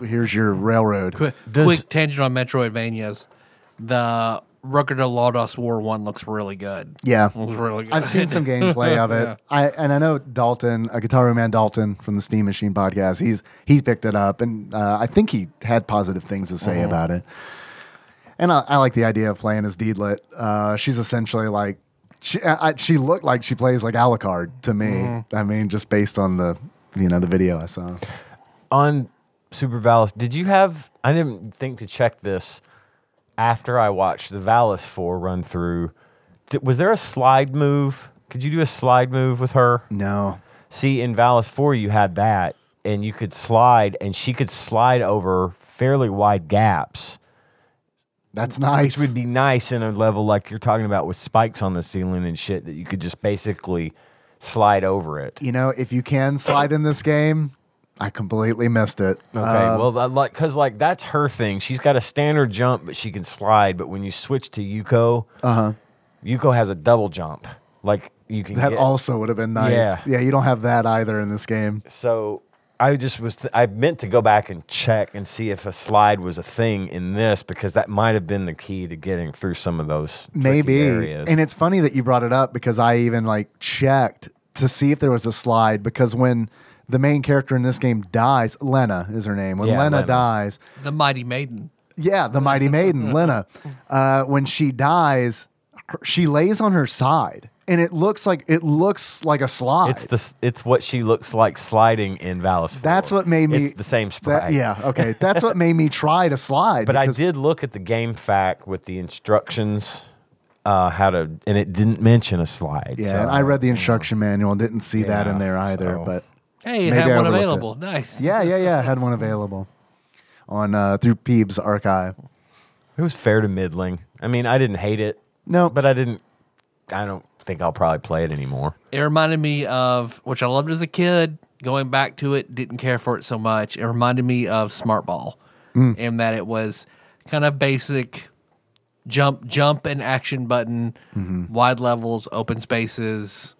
S2: here's your railroad
S1: Quick,
S3: Does-
S1: quick tangent on Metroidvanias. The Record of Lodoss War one looks really good.
S2: yeah
S1: looks really good.
S2: I've seen some gameplay of it. I and I know Dalton, a Guitar Man Dalton from the Steam Machine podcast. He's he's picked it up, and uh, I think he had positive things to
S3: Mm-hmm.
S2: say about it. And I, I like the idea of playing as Deedlet. Uh, she's essentially like she I, I- she looked like she plays like Alucard to me.
S3: Mm-hmm.
S2: I mean, just based on the you know the video I saw.
S3: on Super Valis, did you have? I didn't think to check this after I watched the Valis four run through. Th- was there a slide move? Could you do a slide move with her?
S2: No,
S3: See, in Valis four, you had that, and you could slide, and she could slide over fairly wide gaps,
S2: that's nice.
S3: which would be nice in a level like you're talking about with spikes on the ceiling and shit that you could just basically slide over it.
S2: you know if you can slide in this game. I completely missed it.
S3: Okay,
S2: Uh,
S3: well, that, like, cause like that's her thing. She's got a standard jump, but she can slide. But when you switch to Yuko, uh huh, Yuko has a double jump. Like you can
S2: Uh-huh. that
S3: get,
S2: also would have been nice.
S3: Yeah.
S2: yeah, you don't have that either in this game.
S3: So I just was th- I meant to go back and check and see if a slide was a thing in this because that might have been the key to getting through some of those tricky
S2: maybe
S3: areas.
S2: and it's funny that you brought it up because i even like checked to see if there was a slide because when the main character in this game dies lena is her name when
S3: Yeah,
S2: lena,
S3: Lena.
S2: dies
S1: the Mighty Maiden.
S2: yeah the mighty maiden lena uh, when she dies her- she lays on her side and it looks like it looks like a slide
S3: it's the s- it's what she looks like sliding in Valis.
S2: that's
S3: four.
S2: what made me
S3: It's the same
S2: that-
S3: sprite.
S2: yeah okay that's what made me try to slide
S3: But I
S2: because-
S3: did look at the game fact with the instructions uh, how to, and it didn't mention a slide.
S2: yeah
S3: so
S2: and i read the instruction manual and didn't see that in
S3: Yeah,
S2: there either
S3: so-
S2: but
S1: Hey, it
S2: Maybe
S1: had
S2: I
S1: one
S2: overlooked it.
S1: available. Nice.
S2: Yeah, yeah, yeah. I had one available on uh, through Peeb's archive.
S3: It was fair to middling. I mean, I didn't hate it.
S2: No.
S3: but I didn't. I don't think I'll probably play it anymore.
S1: It reminded me of which I loved as a kid. Going back to it, didn't care for it so much. It reminded me of Smart Ball
S2: Mm.
S1: in that it was kind of basic jump, jump and action button,
S2: Mm-hmm.
S1: wide levels, open spaces.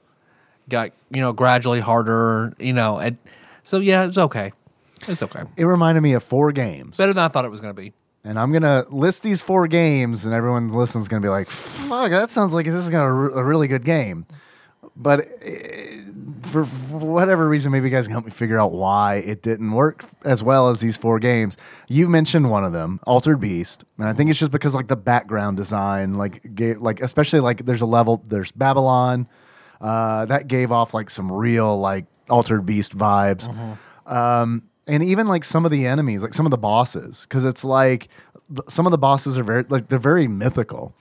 S1: Got you know gradually harder. You know, and so yeah, it's okay. It's okay.
S2: It reminded me of four games,
S1: Better than I thought it was going to be.
S2: and I'm gonna list these four games, and everyone listening is gonna be like, "Fuck, that sounds like this is gonna re- a really good game," but uh, for whatever reason, maybe you guys can help me figure out why it didn't work as well as these four games. You mentioned one of them, Altered Beast, and I think it's just because like the background design, like ga- like especially like there's a level, there's Babylon. uh, that gave off like some real like altered beast vibes um, and even like some of the enemies like some of the bosses because it's like th- some of the bosses are very like they're very mythical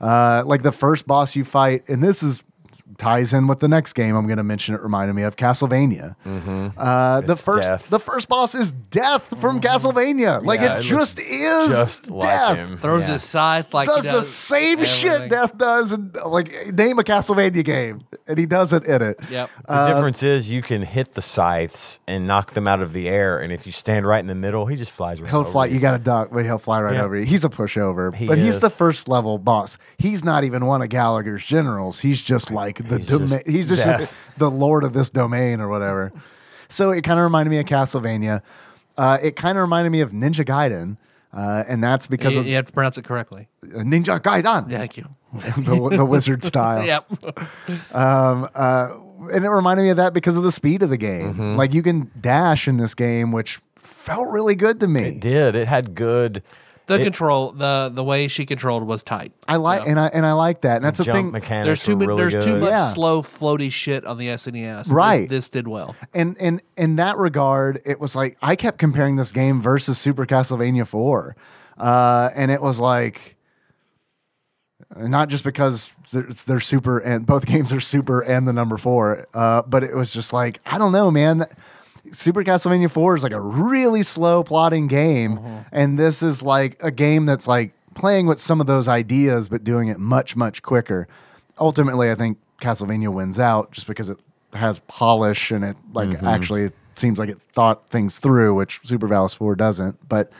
S2: uh, like the first boss you fight and this is ties in with the next game i'm going to mention it reminded me of castlevania uh, the
S3: Mm-hmm. It's
S2: first
S3: death.
S2: the first boss is death
S1: Mm-hmm.
S2: from castlevania like
S3: Yeah,
S2: it,
S3: it
S2: just
S3: looks
S2: is
S3: Just
S2: death
S3: like him.
S1: Throws
S3: Yeah.
S1: his scythe like he
S2: does, the
S1: does
S2: same shit
S1: everything.
S2: Death does, and like name a Castlevania game, and he doesn't in it.
S1: Yep.
S3: The
S2: Uh,
S3: difference is you can hit the scythes and knock them out of the air, and if you stand right in the middle, he just flies right
S2: He'll
S3: over
S2: fly.
S3: you.
S2: You got to duck, but he'll fly right
S3: Oh, Yeah.
S2: over you. He's a pushover,
S3: He
S2: but he's
S3: is.
S2: the first level boss. He's not even one of Gallagher's generals. He's just like the
S3: He's
S2: doma-
S3: just
S2: he's just
S3: death.
S2: the lord of this domain or whatever. So it kind of reminded me of Castlevania. Uh, it kind of reminded me of Ninja Gaiden, uh, and that's because
S1: You,
S2: of Oh.
S1: you have to pronounce it correctly.
S2: Ninja Gaiden,
S1: Thank you.
S2: the, the wizard style.
S1: Yep.
S2: and it reminded me of that because of the speed of the game.
S3: Mm-hmm.
S2: Like you can dash in this game, which felt really good to me.
S3: It did. It had good
S1: The control, the the way she controlled was tight.
S2: I like and I and I like that. And that's the
S3: Jump
S2: thing.
S3: mechanics
S1: There's too
S3: were
S1: many.
S3: really
S1: there's too
S3: good.
S1: much
S2: Yeah.
S1: slow floaty shit on the SNES. This-
S2: Right.
S1: this did well.
S2: and in in that regard, it was like I kept comparing this game versus Super Castlevania Four, uh, and it was like not just because they're, they're super and both games are super and the number four, uh, but it was just like I don't know, man. Super Castlevania Four is like a really slow plotting game, and this is like a game that's like playing with some of those ideas but doing it much much quicker. Ultimately, I think Castlevania wins out just because it has polish and it like actually seems like it thought things through, which Super Valis Four doesn't. But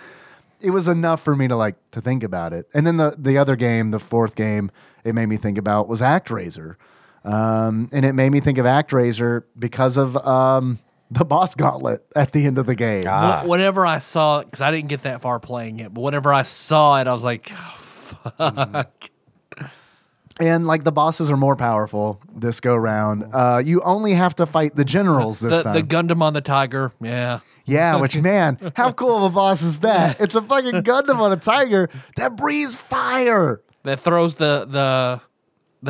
S2: it was enough for me to like to think about it. And then the the other game, the fourth game, it made me think about was ActRaiser, um, and it made me think of ActRaiser because of um, the boss gauntlet at the end of the game.
S1: Wh-
S3: Ah.
S1: Whenever I saw, because I didn't get that far playing it, but whenever I saw it, I was like, "Oh, fuck.
S2: And like the bosses are more powerful this go round. Uh, you only have to fight the generals this
S1: The,
S2: time.
S1: the Gundam on the Tiger. Yeah.
S2: Yeah, which man, how cool of a boss is that? It's a fucking Gundam on a tiger that breathes fire.
S1: That throws the, the,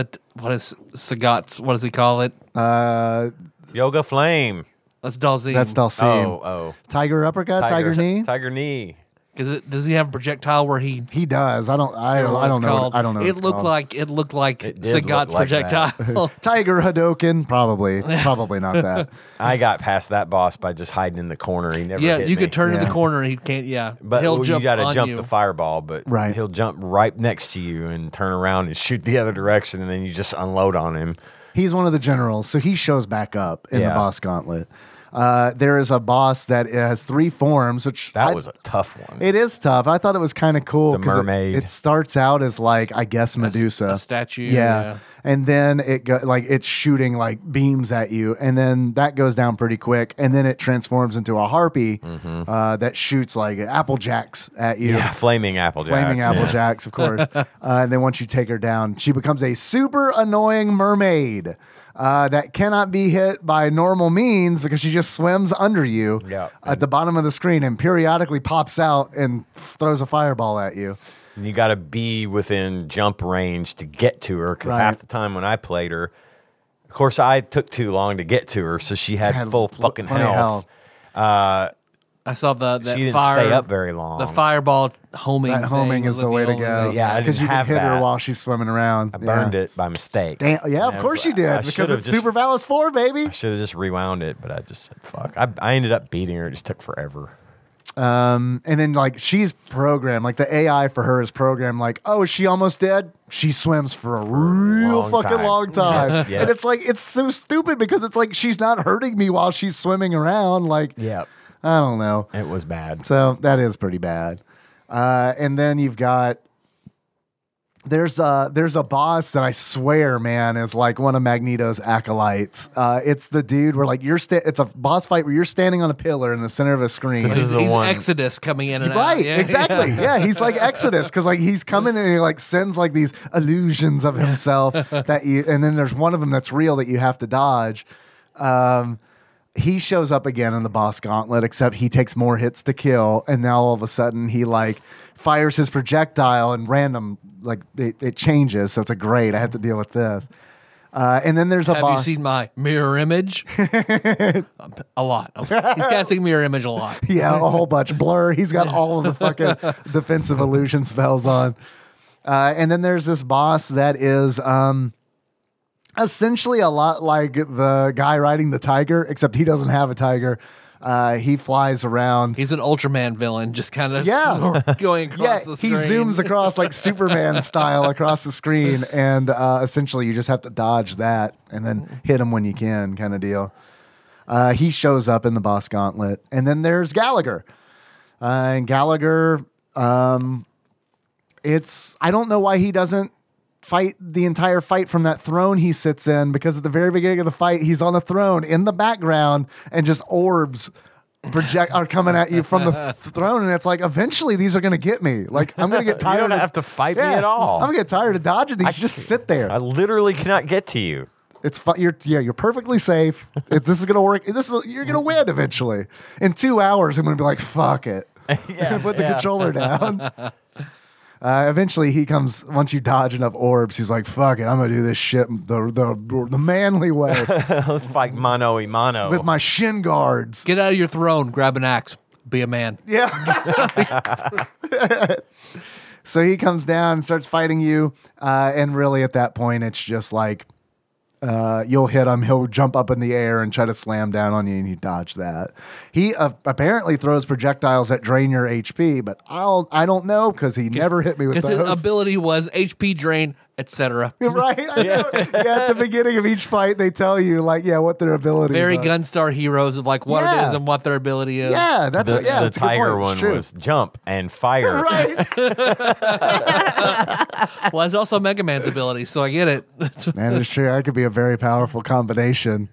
S1: the, what is Sagat's, what does he call it?
S2: Uh,
S3: Yoga Flame.
S1: That's Dalzine.
S2: that's Dalsim.
S3: Oh, oh.
S2: Tiger uppercut, tiger, knee.
S3: Tiger knee.
S1: Because does he have a projectile where he,
S2: he does. I don't. I don't.
S1: what
S2: I
S1: it's
S2: don't know.
S1: called?
S2: What, I don't know. what
S1: It
S2: it's
S1: looked
S2: called.
S1: like, it looked like
S3: It did look
S1: Sagat's
S3: like that.
S1: projectile.
S2: Tiger Hadoken. Probably. Probably not that.
S3: I got past that boss by just hiding in the corner. He never.
S1: yeah.
S3: hit
S1: You
S3: me.
S1: could turn to the
S2: Yeah.
S1: corner and he can't, yeah.
S3: But
S1: he'll
S3: well,
S1: jump
S3: you got to
S1: on
S3: jump
S1: you.
S3: the fireball, but
S2: Right.
S3: he'll jump right next to you and turn around and shoot the other direction, and then you just unload on him.
S2: He's one of the generals, so he shows back up in the
S3: Yeah.
S2: boss gauntlet. Uh, there is a boss that has three forms, which
S3: That
S2: I-
S3: was a tough one.
S2: It is tough. I thought it was kind of cool.
S3: The
S2: 'cause it-
S3: mermaid.
S2: It, starts out as like I guess
S1: s-
S2: Medusa,
S1: a statue, yeah.
S2: and then it go, like it's shooting like beams at you, and then that goes down pretty quick, and then it transforms into a harpy uh, that shoots like apple jacks at you.
S3: Mm-hmm. yeah, flaming applejack.
S2: Flaming Apple Jacks, of course. uh, and then once you take her down, she becomes a super annoying mermaid uh, that cannot be hit by normal means because she just swims under you
S3: Yeah.
S2: at the bottom of the screen and periodically pops out and throws a fireball at you.
S3: You got to be within jump range to get to her. 'cause
S2: Right.
S3: half the time when I played her, of course, I took too long to get to her, so she had,
S2: Had
S3: full
S2: pl-
S3: fucking
S2: plenty of
S3: health. Uh,
S1: I saw the that
S3: she didn't
S1: fire,
S3: stay up very long.
S1: The fireball homing.
S2: That
S1: thing
S2: homing is
S1: was
S2: the way to
S1: only
S2: go.
S1: thing.
S3: Yeah, I
S2: because
S3: didn't
S2: you can
S3: have
S2: hit her
S3: that.
S2: while she's swimming around.
S3: I burned it by mistake.
S2: Damn, yeah, of
S3: And I
S2: course
S3: was
S2: you
S3: like,
S2: did.
S3: I
S2: because
S3: should've
S2: it's
S3: just-
S2: Super Ballast 4, baby.
S3: I should have just rewound it, but I just said fuck. I, I ended up beating her. It just took forever.
S2: Um, and then like she's programmed, like the AI for her is programmed. Like, oh, is she almost dead? She swims for a real
S3: long
S2: fucking
S3: time.
S2: long time,
S3: Yeah.
S2: and it's like it's so stupid because it's like she's not hurting me while she's swimming around. Like,
S3: Yep,
S2: I don't know.
S3: it was bad.
S2: So that is pretty bad. Uh, and then you've got there's a there's a boss that I swear, man, is like one of Magneto's acolytes. Uh, it's the dude where like you're sta- it's a boss fight where you're standing on a pillar in the center of a screen.
S3: This
S1: He's,
S3: is the
S1: he's
S3: one.
S1: Exodus coming in and out.
S2: Right,
S1: Yeah,
S2: exactly. Yeah. he's like Exodus because like he's coming and he like sends like these illusions of himself that you, and then there's one of them that's real that you have to dodge. Um, he shows up again in the boss gauntlet, except he takes more hits to kill, and now all of a sudden he like fires his projectile and random like it, it changes, so it's a great. I have to deal with this. Uh, and then there's a
S1: Have
S2: boss.
S1: you seen my mirror image? a lot. He's casting mirror image a lot.
S2: yeah, a whole bunch. Blur. He's got all of the fucking defensive illusion spells on. Uh, and then there's this boss that is um, essentially a lot like the guy riding the tiger, except he doesn't have a tiger. Uh, he flies around.
S1: He's an Ultraman villain, just kind of
S2: Yeah.
S1: going
S2: Yeah,
S1: across
S2: he
S1: the screen.
S2: zooms across like Superman style across the screen, and uh, essentially you just have to dodge that and
S1: Mm.
S2: then hit him when you can, kind of deal. Uh, he shows up in the boss gauntlet, and then there's Gallagher. Uh, and Gallagher, um, it's I don't know why he doesn't fight the entire fight from that throne he sits in because at the very beginning of the fight he's on a throne in the background and just orbs project are coming at you from the th- throne and it's like eventually these are gonna get me like I'm gonna get
S3: You
S2: tired
S3: don't
S2: of,
S3: have to fight me at all.
S2: I'm gonna get tired of dodging these just sit there
S3: I literally cannot get to you.
S2: it's fun. You're yeah, you're perfectly safe. If this is gonna work, this is you're gonna win eventually. In two hours, I'm gonna be like, fuck it.
S3: yeah,
S2: put the
S3: yeah.
S2: controller down. Uh, eventually, he comes. Once you dodge enough orbs, he's like, "Fuck it, I'm gonna do this shit the the, the manly way
S3: Let's fight mano y mano.
S2: with my shin guards."
S1: Get out of your throne, grab an axe, be a man.
S2: Yeah. so he comes down, and starts fighting you, uh, and really at that point, it's just like uh, you'll hit him. He'll jump up in the air and try to slam down on you, and you dodge that. He uh, apparently throws projectiles that drain your HP, but I'll I don't know because he never hit me with
S1: Because his
S2: those.
S1: ability was HP drain, etc.
S2: right? I know. yeah. At the beginning of each fight, they tell you like, yeah, what their abilities.
S1: Very
S2: are.
S1: Gunstar heroes of like what it
S2: Yeah.
S1: is and what their ability is.
S2: Yeah, that's
S3: the,
S2: what- yeah.
S3: the
S2: that's a good point.
S3: tiger
S2: It's
S3: one
S2: true.
S3: was jump and fire.
S2: right.
S1: Well, it's also Mega Man's ability, so I get it.
S2: That is true. That could be a very powerful combination.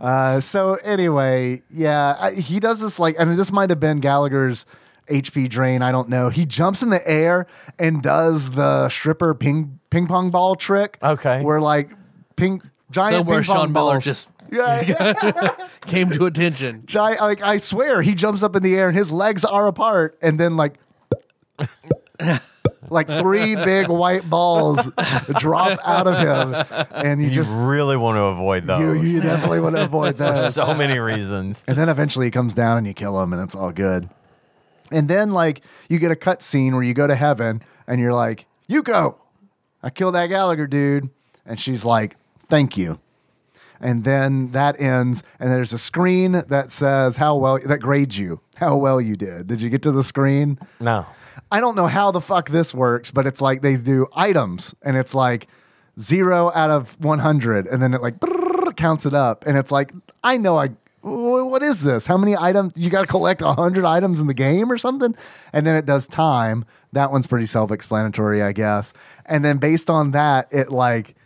S2: Uh, so anyway, yeah, I, he does this like, and this might have been Gallagher's HP drain. I don't know. He jumps in the air and does the stripper ping ping pong ball trick.
S3: Okay.
S2: where like ping giant
S1: Somewhere
S2: ping pong
S1: Sean Miller
S2: balls-
S1: just-
S2: yeah, yeah.
S1: Came to attention.
S2: giant. Like I swear, he jumps up in the air and his legs are apart, and then like. like three big white balls drop out of him, and you
S3: You
S2: just
S3: really want to avoid those
S2: you, uh, you definitely want to avoid
S3: for
S2: that.
S3: so many reasons.
S2: And then eventually he comes down and you kill him, and it's all good. And then like you get a cut scene where you go to heaven and you're like, Yuko, I killed that Gallagher dude, and she's like, thank you. And then that ends, and there's a screen that says how well that grades you, how well you did. Did you get to the screen?
S3: No.
S2: I don't know how the fuck this works, but it's like they do items and it's like zero out of 100. And then it like brrrr, counts it up. And it's like, I know I, wh- what is this? How many items? You got to collect 100 items in the game or something? And then it does time. That one's pretty self explanatory, I guess. And then based on that, it like,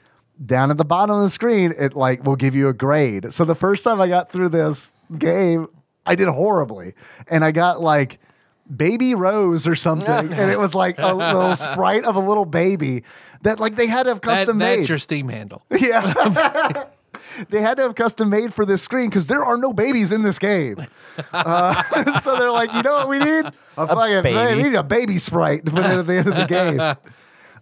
S2: down at the bottom of the screen, it like will give you a grade. So the first time I got through this game, I did horribly. And I got like baby rose or something. and it was like a little sprite of a little baby that like they had to have
S1: That,
S2: custom made.
S1: that's your Steam handle.
S2: yeah. they had to have custom made for this screen because there are no babies in this game. Uh, so they're like, you know what we need? A, fucking
S3: baby.
S2: We need a baby sprite to put in at the end of the game.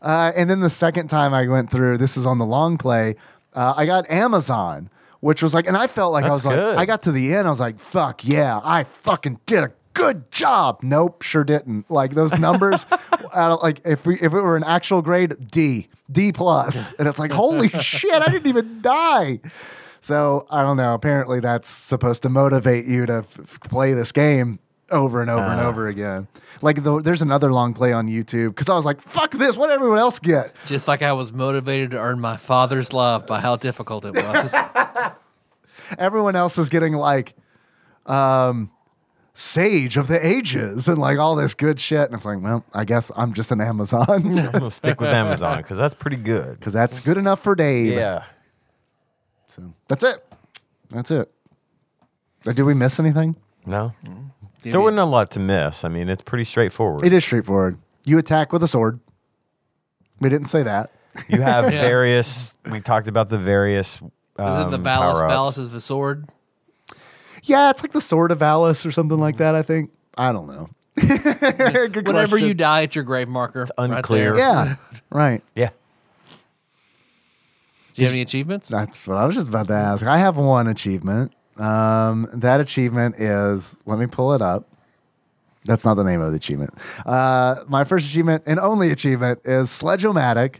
S2: Uh, and then the second time I went through, this is on the long play, uh, I got Amazon, which was like, and I felt like I was
S3: That's good.
S2: like, I got to the end, I was like, fuck yeah, I fucking did a good job. Nope, sure didn't. Like those numbers, I don't, like if we if it were an actual grade, D, D plus, and it's like, holy shit, I didn't even die. So I don't know. Apparently, that's supposed to motivate you to f- f- play this game over and over and over again. Like the, there's another long play on YouTube because I was like, "Fuck this! What did everyone else get?"
S1: Just like I was motivated to earn my father's love by how difficult it was.
S2: Everyone else is getting like, um, Sage of the Ages and like all this good shit. And it's like, well, I guess I'm just an Amazon
S3: I'm going to stick with Amazon because that's pretty good.
S2: because that's good enough for Dave.
S3: Yeah.
S2: So that's it. That's it. Uh, Did we miss anything?
S3: No? There wasn't a lot to miss. I mean, it's pretty straightforward.
S2: Mm-hmm. It is straightforward. You attack with a sword. We didn't say that.
S3: You have
S1: Yeah.
S3: various, we talked about the various.
S1: Isn't
S3: Um,
S1: the Valus? Valus
S3: power-ups.
S1: is the sword.
S2: Yeah, it's like the Sword of Alice or something like that. I think. I don't know. Good
S1: Whenever
S2: question.
S1: you die, it's your grave marker. right
S3: unclear.
S1: there.
S2: Yeah. Right.
S3: Yeah.
S1: Do you have any achievements?
S2: That's what I was just about to ask. I have one achievement. Um, that achievement is let me pull it up. That's not the name of the achievement. Uh, my first achievement and only achievement is Sledge-O-Matic.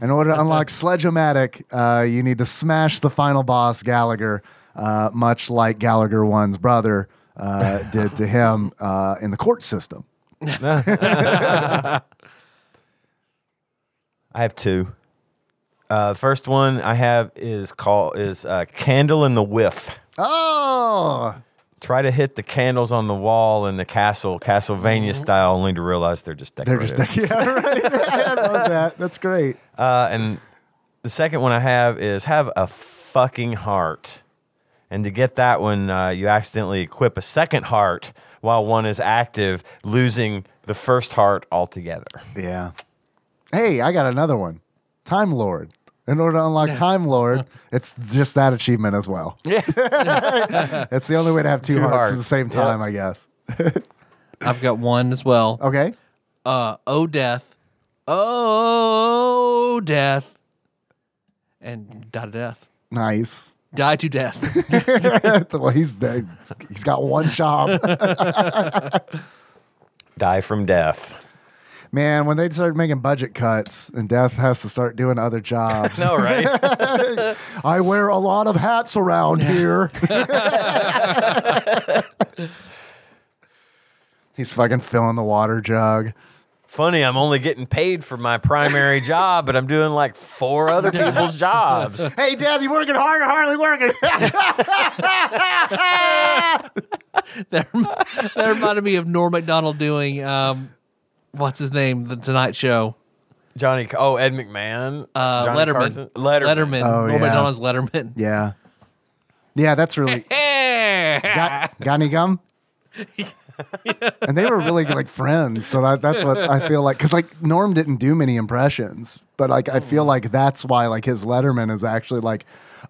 S2: In order to unlock Sledge-O-Matic, uh, you need to smash the final boss, Gallagher, uh, much like Gallagher 1's brother uh, did to him uh, in the court system.
S3: I have two. Uh, first one I have is call is uh, candle in the whiff.
S2: Oh,
S3: Try to hit the candles on the wall in the castle, Castlevania style, only to realize they're just
S2: Mm-hmm. they're
S3: decorative.
S2: just yeah, right. I love that. That's great.
S3: uh, and the second one I have is have a fucking heart. And to get that one, uh, you accidentally equip a second heart while one is active, losing the first heart altogether.
S2: Yeah. Hey, I got another one. Time Lord. In order to unlock Time Lord, it's just that achievement as well.
S3: Yeah.
S2: It's the only way to have two,
S3: Two
S2: hearts,
S3: hearts.
S2: at the same time,
S3: Yep.
S2: I guess.
S1: I've got one as well.
S2: Okay.
S1: Uh, oh death, oh death, and die to death,
S2: Nice.
S1: die to death.
S2: well, he's dead. He's got one job.
S3: Die from death.
S2: Man, when they start making budget cuts and Death has to start doing other jobs.
S3: No, right?
S2: I wear a lot of hats around here. He's fucking filling the water jug.
S3: Funny, I'm only getting paid for my primary job, but I'm doing like four other people's jobs.
S2: Hey, Death, you working hard or hardly working?
S1: that, rem- that reminded me of Norm Macdonald doing um, what's his name, the Tonight Show.
S3: Johnny, oh Ed McMahon,
S1: Uh,
S3: Johnny
S1: Letterman.
S3: Carson?
S1: Letterman.
S2: Oh,
S1: Norm
S2: yeah.
S1: Macdonald's Letterman.
S2: yeah. Yeah, that's really. Got, got any gum? and they were really like friends. So that, that's what I feel like. Cause like Norm didn't do many impressions, but like I feel like that's why like his Letterman is actually like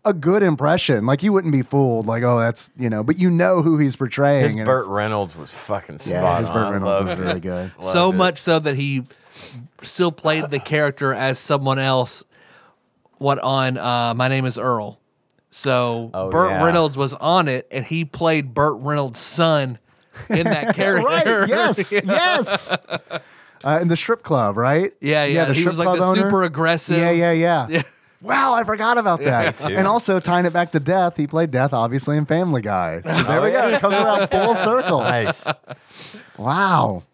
S2: a good impression. Like you wouldn't be fooled. Like, oh, that's, you know, but you know who he's portraying.
S3: His
S2: and
S3: Burt
S2: it's-
S3: Reynolds was fucking spot
S2: yeah, his
S3: on.
S2: Burt Reynolds
S3: Loved
S2: is
S3: it.
S2: really good.
S1: so
S3: Loved it.
S1: much so that he still played the character as someone else. What on uh, My Name is Earl? So
S3: Oh,
S1: Burt
S3: yeah.
S1: Reynolds was on it, and he played Burt Reynolds' son in that character.
S2: Right. Yes. Yes. Uh, in the strip club, right?
S1: Yeah, yeah.
S2: The
S1: he
S2: strip
S1: was like
S2: club
S1: the
S2: owner.
S1: super aggressive.
S2: Yeah, yeah, yeah. Wow, I forgot about that.
S3: too.
S2: and also tying it back to Death, he played Death obviously in Family Guy. So there we go.
S3: yeah.
S2: It comes around full circle.
S3: Nice.
S2: Wow.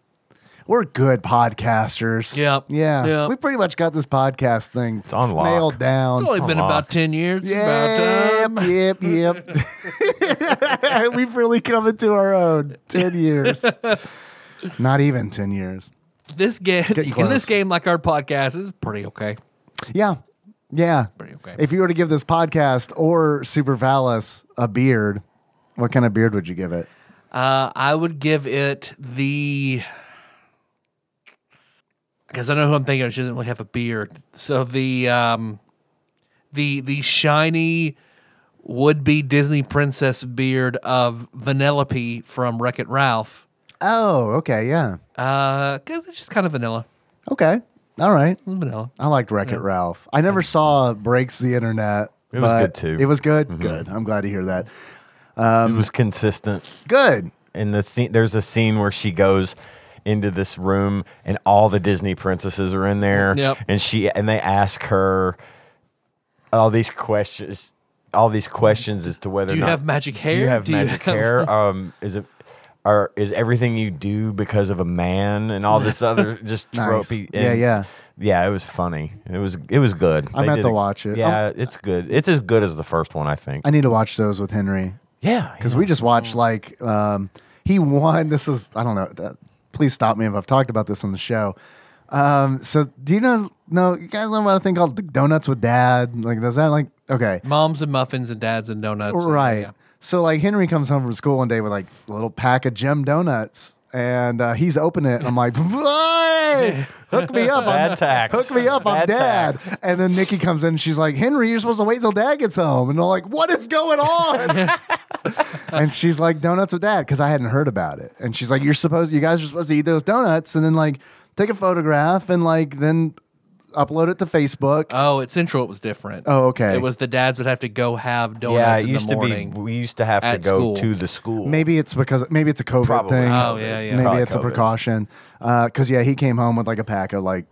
S2: We're good podcasters.
S1: Yep.
S2: Yeah.
S1: Yep.
S2: We pretty much got this podcast thing it's
S3: on lock.
S2: nailed down.
S1: It's only been
S3: Unlock.
S1: about ten years. It's about uh, time.
S2: Yep, yep, yep. We've really come into our own. 10 years. Not even 10 years.
S1: this game because
S2: close.
S1: this game like our podcast is pretty okay
S2: Yeah. Yeah.
S1: pretty okay
S2: If you were to give this podcast or Super Valis a beard, what kind of beard would you give it?
S1: uh, i would give it the because i know who i'm thinking of she doesn't really have a beard so the um the the shiny would be disney princess beard of vanellope from wreck it ralph
S2: Oh, okay. Yeah.
S1: because it's just kind of vanilla
S2: Okay. All right.
S1: vanilla
S2: I liked Wreck It Ralph. I never saw Breaks the Internet.
S3: It was
S2: but
S3: good, too. Mm-hmm.
S2: It was good. Good. I'm glad to hear that. Um,
S3: it was consistent.
S2: Good.
S3: And the scene, there's a scene where she goes into this room, and all the Disney princesses are in there.
S1: Yep.
S3: And she and they ask her all these questions, all these questions as to whether
S1: Do you
S3: or not,
S1: have magic
S3: Do
S1: hair?
S3: you have
S1: Do you
S3: magic
S1: have-
S3: hair? Um, is it? Are, is everything you do because of a man and all this other just
S2: Nice.
S3: tropey?
S2: Yeah,
S3: and-
S2: yeah.
S3: yeah. It was funny. It was it was good.
S2: I
S3: They
S2: meant
S3: did
S2: to
S3: a-
S2: watch it. Oh.
S3: Yeah, it's good. It's as good as the first one, I think.
S2: I need to watch those with Henry.
S3: yeah,
S2: because
S3: yeah.
S2: we just watched like um, he won. This is I don't know. that- please stop me if I've talked about this on the show. Um, so do you know? No, you guys know about a thing called the donuts with dad. Like, does that like okay?
S1: moms and muffins and dads and donuts and-
S2: Right.
S1: yeah.
S2: So like Henry comes home from school one day with like a little pack of gem donuts, and uh, he's opening it. And I'm like, "Hey, hook me up, I'm-
S3: Bad tax.
S2: Hook me up, I'm
S3: Bad
S2: dad.
S3: tax.
S2: And then Nikki comes in and she's like, Henry, you're supposed to wait till dad gets home. And I'm like, what is going on? and she's like, donuts with dad, because I hadn't heard about it. And she's like, you're supposed, you guys are supposed to eat those donuts and then like take a photograph and like then upload it to Facebook.
S1: Oh, at Central it was different.
S2: Oh, okay.
S1: It was the dads would have to go have donuts
S3: Yeah, it
S1: Oh, in
S3: used
S1: the
S3: to be.
S1: morning.
S3: We used to have to
S1: at
S3: go
S1: school.
S3: to the school.
S2: Maybe it's because maybe it's a COVID
S3: Probably
S2: thing.
S3: COVID.
S1: Oh, yeah, yeah.
S2: Maybe
S3: Probably
S2: it's a
S3: COVID.
S2: precaution. Because yeah, he came home with like a pack of like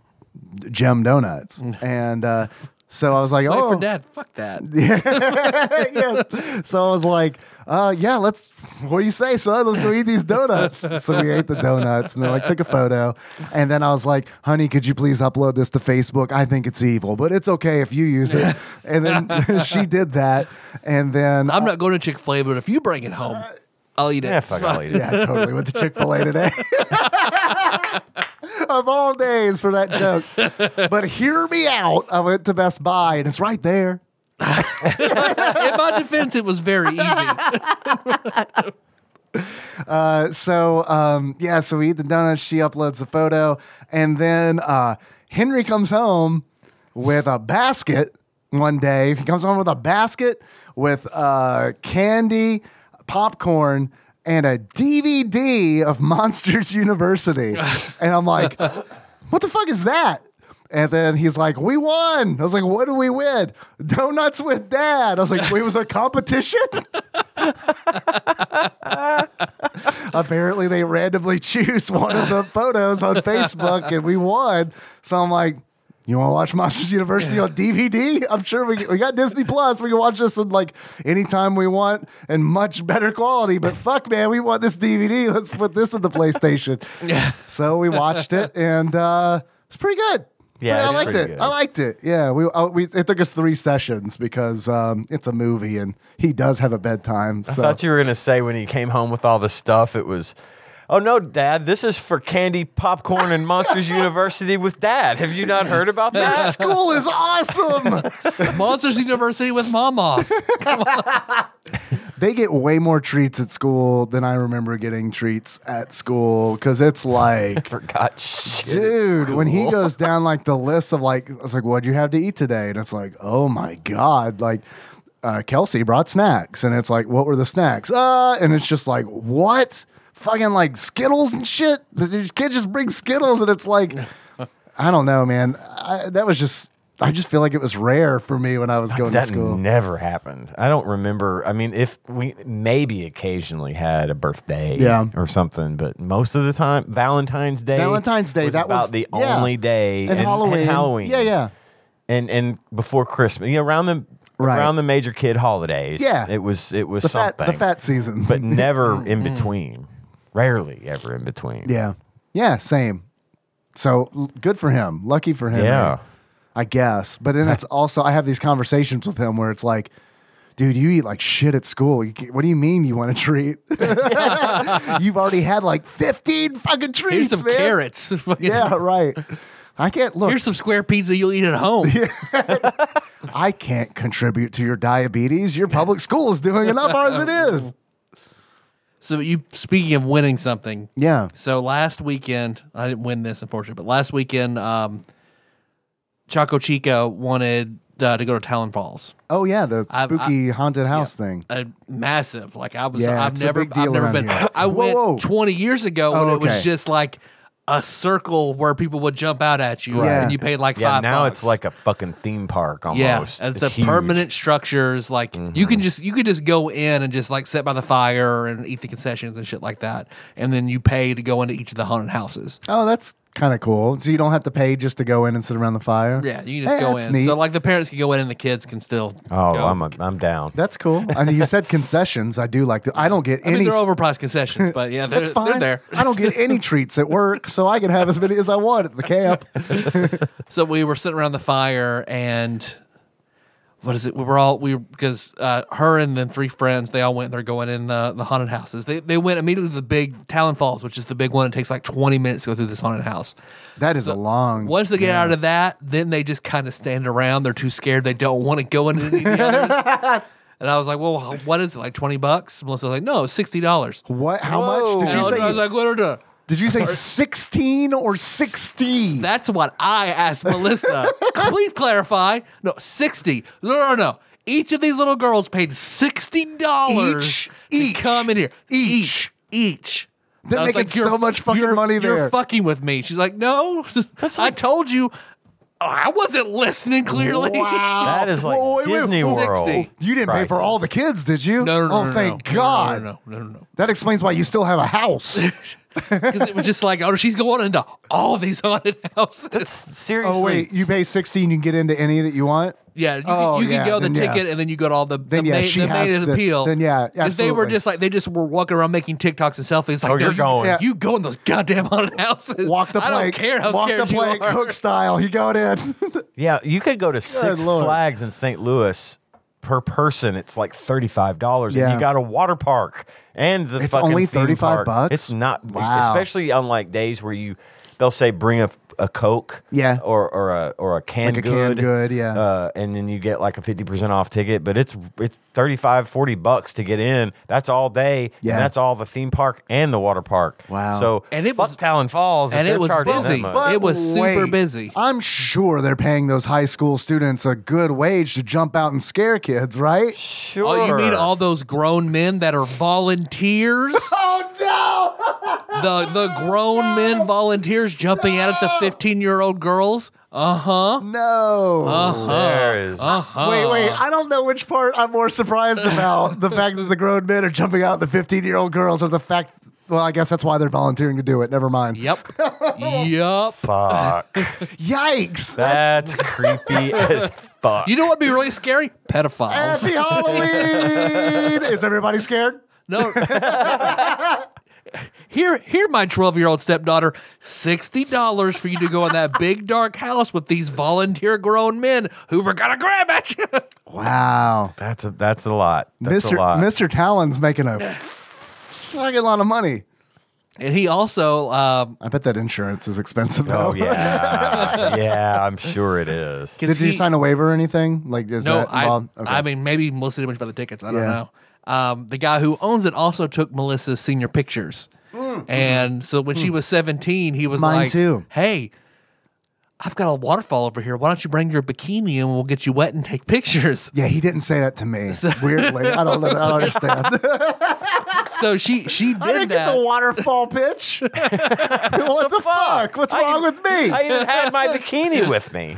S2: gem donuts, and uh, so I was like,
S1: Wait
S2: oh,
S1: for dad. Fuck that.
S2: yeah. So I was like, uh, yeah, let's, what do you say, son? Let's go eat these donuts. so we ate the donuts and then like took a photo. And then I was like, honey, could you please upload this to Facebook? I think it's evil, but it's okay if you use it. And then she did that. And then
S1: I'm not going to Chick Fil A, but if you bring it home, I'll eat it.
S3: Yeah, fuck, I'll eat it.
S2: yeah, I totally went to Chick fil A today. of all days for that joke. But hear me out. I went to Best Buy and it's right there.
S1: In my defense, it was very easy.
S2: Uh, so um, yeah, so we eat the donuts. She uploads the photo, and then uh, Henry comes home with a basket one day. He comes home with a basket with uh, candy, popcorn. and a DVD of Monsters University. and I'm like, what the fuck is that? And then he's like, we won. I was like, what do we win? Donuts with dad. I was like, it was a competition? Apparently, they randomly choose one of the photos on Facebook and we won. So I'm like, you want to watch Monsters University on DVD? I'm sure we, we got Disney Plus. We can watch this in like anytime we want and much better quality. But fuck, man, we want this DVD. Let's put this in the PlayStation.
S1: Yeah.
S2: So we watched it, and uh, it's pretty good.
S3: Yeah,
S2: I
S3: it's
S2: liked
S3: pretty
S2: it.
S3: good.
S2: I liked it. Yeah, we, uh, we it took us three sessions because um, it's a movie, and he does have a bedtime.
S3: I
S2: So
S3: thought you were gonna say when he came home with all the stuff, it was. Oh no, Dad! This is for candy, popcorn, and Monsters University with Dad. Have you not heard about
S2: Your
S3: that?
S2: school is awesome.
S1: Monsters University with Mamas.
S2: they get way more treats at school than I remember getting treats at school because it's like.
S3: Forgot shit.
S2: Dude, when he
S3: Cool.
S2: goes down like the list of like, it's like, what'd you have to eat today? And it's like, oh my god, like, uh, Kelsey brought snacks, and it's like, what were the snacks? Uh, and it's just like, what? Fucking like Skittles and shit. The kid just brings Skittles, and it's like, I don't know, man. I, that was just, I just feel like it was rare for me when I was going to
S3: that
S2: school.
S3: never happened. I don't remember. I mean, if we maybe occasionally had a birthday
S2: Yeah.
S3: or something, but most of the time, Valentine's Day.
S2: Valentine's Day,
S3: was
S2: that
S3: about
S2: was-
S3: the
S2: yeah.
S3: only day.
S2: and, Halloween,
S3: Halloween.
S2: yeah, yeah.
S3: And and before Christmas, you know, around the
S2: Right.
S3: around the major kid holidays.
S2: Yeah.
S3: it was it was
S2: The fat,
S3: something.
S2: the fat seasons,
S3: but
S1: Mm-hmm.
S3: never in between. Rarely ever in between.
S2: Yeah. Yeah, same. So l- good for him. Lucky for him.
S3: Yeah.
S2: I guess. But then it's also, I have these conversations with him where it's like, dude, you eat like shit at school. You, ca- what do you mean you want a treat? You've already had like 15 fucking
S1: Here's
S2: treats,
S1: some
S2: man.
S1: carrots. Fucking-
S2: Yeah, right. I can't look.
S1: Here's some square pizza you'll eat at home.
S2: I can't contribute to your diabetes. Your public school is doing enough as it is.
S1: So you speaking of winning something.
S2: Yeah.
S1: So last weekend, I didn't win this unfortunately, but last weekend, um, Chaco Chica wanted uh, to go to Talon Falls.
S2: Oh yeah, the
S1: I've- I-
S2: spooky haunted house thing.
S1: A massive, like I was.
S2: Yeah,
S1: I've
S2: it's a
S1: never,
S2: big
S1: I've
S2: deal
S1: never
S2: around
S1: been.
S2: here.
S1: I
S2: Whoa,
S1: went
S2: whoa.
S1: 20 years ago when
S2: Oh,
S1: it was
S2: okay.
S1: just like a circle where people would jump out at you,
S2: Right.
S1: and you paid like
S3: Yeah,
S1: five.
S3: now
S1: bucks.
S3: it's like a fucking theme park almost.
S1: Yeah, it's, a
S3: huge. Mm-hmm.
S1: permanent structures. Like you can just you could just go in and just like sit by the fire and eat the concessions and shit like that, and then you pay to go into each of the haunted houses.
S2: Oh, that's kind of cool. So you don't have to pay just to go in and sit around the fire.
S1: Yeah, you can just
S2: Hey,
S1: go
S2: that's
S1: in.
S2: Neat.
S1: So like the parents can go in and the kids can still.
S3: Oh,
S1: go.
S3: I'm a, I'm down.
S2: That's cool. I mean, you said concessions. I do like. The, I don't get
S1: I
S2: any.
S1: mean, they're overpriced concessions, but yeah, they're,
S2: That's fine.
S1: they're there.
S2: I don't get any treats at work, so I can have as many as I want at the camp.
S1: So we were sitting around the fire and what is it? We were all we because uh, her and then three friends they all went. They're going in the, the haunted houses. They they went immediately to the big Talon Falls, which is the big one. It takes like twenty minutes to go through this haunted house.
S2: That is a long.
S1: Once they get out of that, then they just kind of stand around. They're too scared. They don't want to go into any of the others. And I was like, well, what is it? Like 20 bucks? Melissa was like, no, it's $60.
S2: What? How
S3: Whoa.
S2: much did
S1: And I
S2: you
S1: was, I was
S2: say?
S1: like, what are the?
S2: Did you say sixteen or sixty?
S1: That's what I asked Melissa. Please clarify. No, 60. No, no, no. Each of these little girls paid $60
S2: Each?
S1: to
S2: Each?
S1: come in here.
S2: Each?
S1: Each.
S2: They're
S1: I was
S2: making so
S1: "You're-
S2: much fucking
S1: you're-
S2: money
S1: You're
S2: there."
S1: fucking with me. She's like, no, I told you. I wasn't listening clearly.
S2: Wow.
S3: That is like
S2: Wait, wait,
S3: Disney
S2: wait.
S3: World.
S2: You didn't pay for all the
S3: prices.
S2: kids, did you?
S1: No, no, no.
S2: oh,
S1: no,
S2: thank
S1: no,
S2: God.
S1: No, no, no, no.
S2: That explains why you still have a house.
S1: Because it was just like, oh, she's going into all these haunted houses.
S3: That's seriously.
S2: oh wait, you pay sixteen, you can get into any that you want.
S1: yeah, you,
S2: Oh,
S1: can, you
S2: yeah,
S1: can go the
S2: then yeah.
S1: ticket and then you go to all the,
S2: Then,
S1: the,
S2: yeah,
S1: main,
S2: she
S1: the
S2: has
S1: main
S2: the-
S1: appeal.
S2: then, yeah,
S1: 'Cause they were
S2: absolutely.
S1: just like, they just were walking around making TikToks and selfies. Like,
S3: Oh,
S1: no,
S3: you're
S1: you,
S3: going. Yeah.
S1: You go in those goddamn haunted houses.
S2: Walk the plank.
S1: I don't care how
S2: walk
S1: scared
S2: the plank,
S1: you are.
S2: hook style. You're going in.
S3: Yeah, you could go to Six
S2: Lord.
S3: Flags in St. Louis per person. It's like thirty five dollars, and
S2: Yeah.
S3: you got a water park and the
S2: It's
S3: fucking
S2: only
S3: theme
S2: 35
S3: park.
S2: bucks?
S3: It's not,
S2: Wow.
S3: especially on like days where you they'll say bring a, a Coke,
S2: Yeah.
S3: or or a or a canned
S2: Like a
S3: good,
S2: canned good, yeah.
S3: uh, and then you get like a fifty percent off ticket. But it's it's 35, 40 bucks to get in. That's all day,
S2: Yeah.
S3: and that's all the theme park and the water park.
S2: Wow.
S3: So
S1: And it
S3: fuck
S1: was-
S3: Talon Falls, if
S1: and it
S3: they're
S1: was
S3: charging that
S1: busy.
S3: much.
S1: But- It was super busy.
S2: I'm sure they're paying those high school students a good wage to jump out and scare kids, right?
S3: sure,
S1: Oh, you mean all those grown men that are volunteers?
S2: Oh no!
S1: the the grown men volunteers jumping out at the 15 year old girls? Uh huh. Uh-huh.
S2: No.
S3: there is
S2: Wait, wait. I don't know which part I'm more surprised about the fact that the grown men are jumping out at the 15 year old girls or the fact. Well, I guess that's why they're volunteering to do it. Never mind.
S1: Yep. yep.
S3: fuck.
S2: Yikes!
S3: That's creepy as fuck.
S1: You know what'd be really scary?
S2: Happy
S1: Pedophiles.
S2: Halloween! Is everybody scared?
S1: No. Here, here, my twelve-year-old stepdaughter. Sixty dollars for you to go in that big dark house with these volunteer grown men who were gonna grab at you.
S2: Wow,
S3: that's a that's a lot. That's
S2: Mister
S3: a lot.
S2: Mister Talon's making a fucking lot of money.
S1: And he also, um,
S2: I bet that insurance is expensive though.
S3: Oh yeah, yeah. I'm sure it is.
S1: 'cause
S2: Did
S1: he,
S2: you sign a waiver or anything? Like, is
S1: No,
S2: that
S1: I,
S2: involved?
S1: I mean, maybe Melissa did much about the tickets. I don't
S2: Yeah.
S1: know. Um, the guy who owns it also took Melissa's senior pictures. And so when she was 17, he was
S2: Mm-hmm. Mm. Mine
S1: like,
S2: too.
S1: Hey, I've got a waterfall over here. Why don't you bring your bikini and we'll get you wet and take pictures?
S2: yeah, he didn't say that to me. Weirdly, I don't, know. I don't understand.
S1: So she she did
S2: I didn't
S1: that.
S2: get the waterfall pitch. what the fuck? What's wrong with me?
S3: I
S2: I,
S3: even had my bikini with me.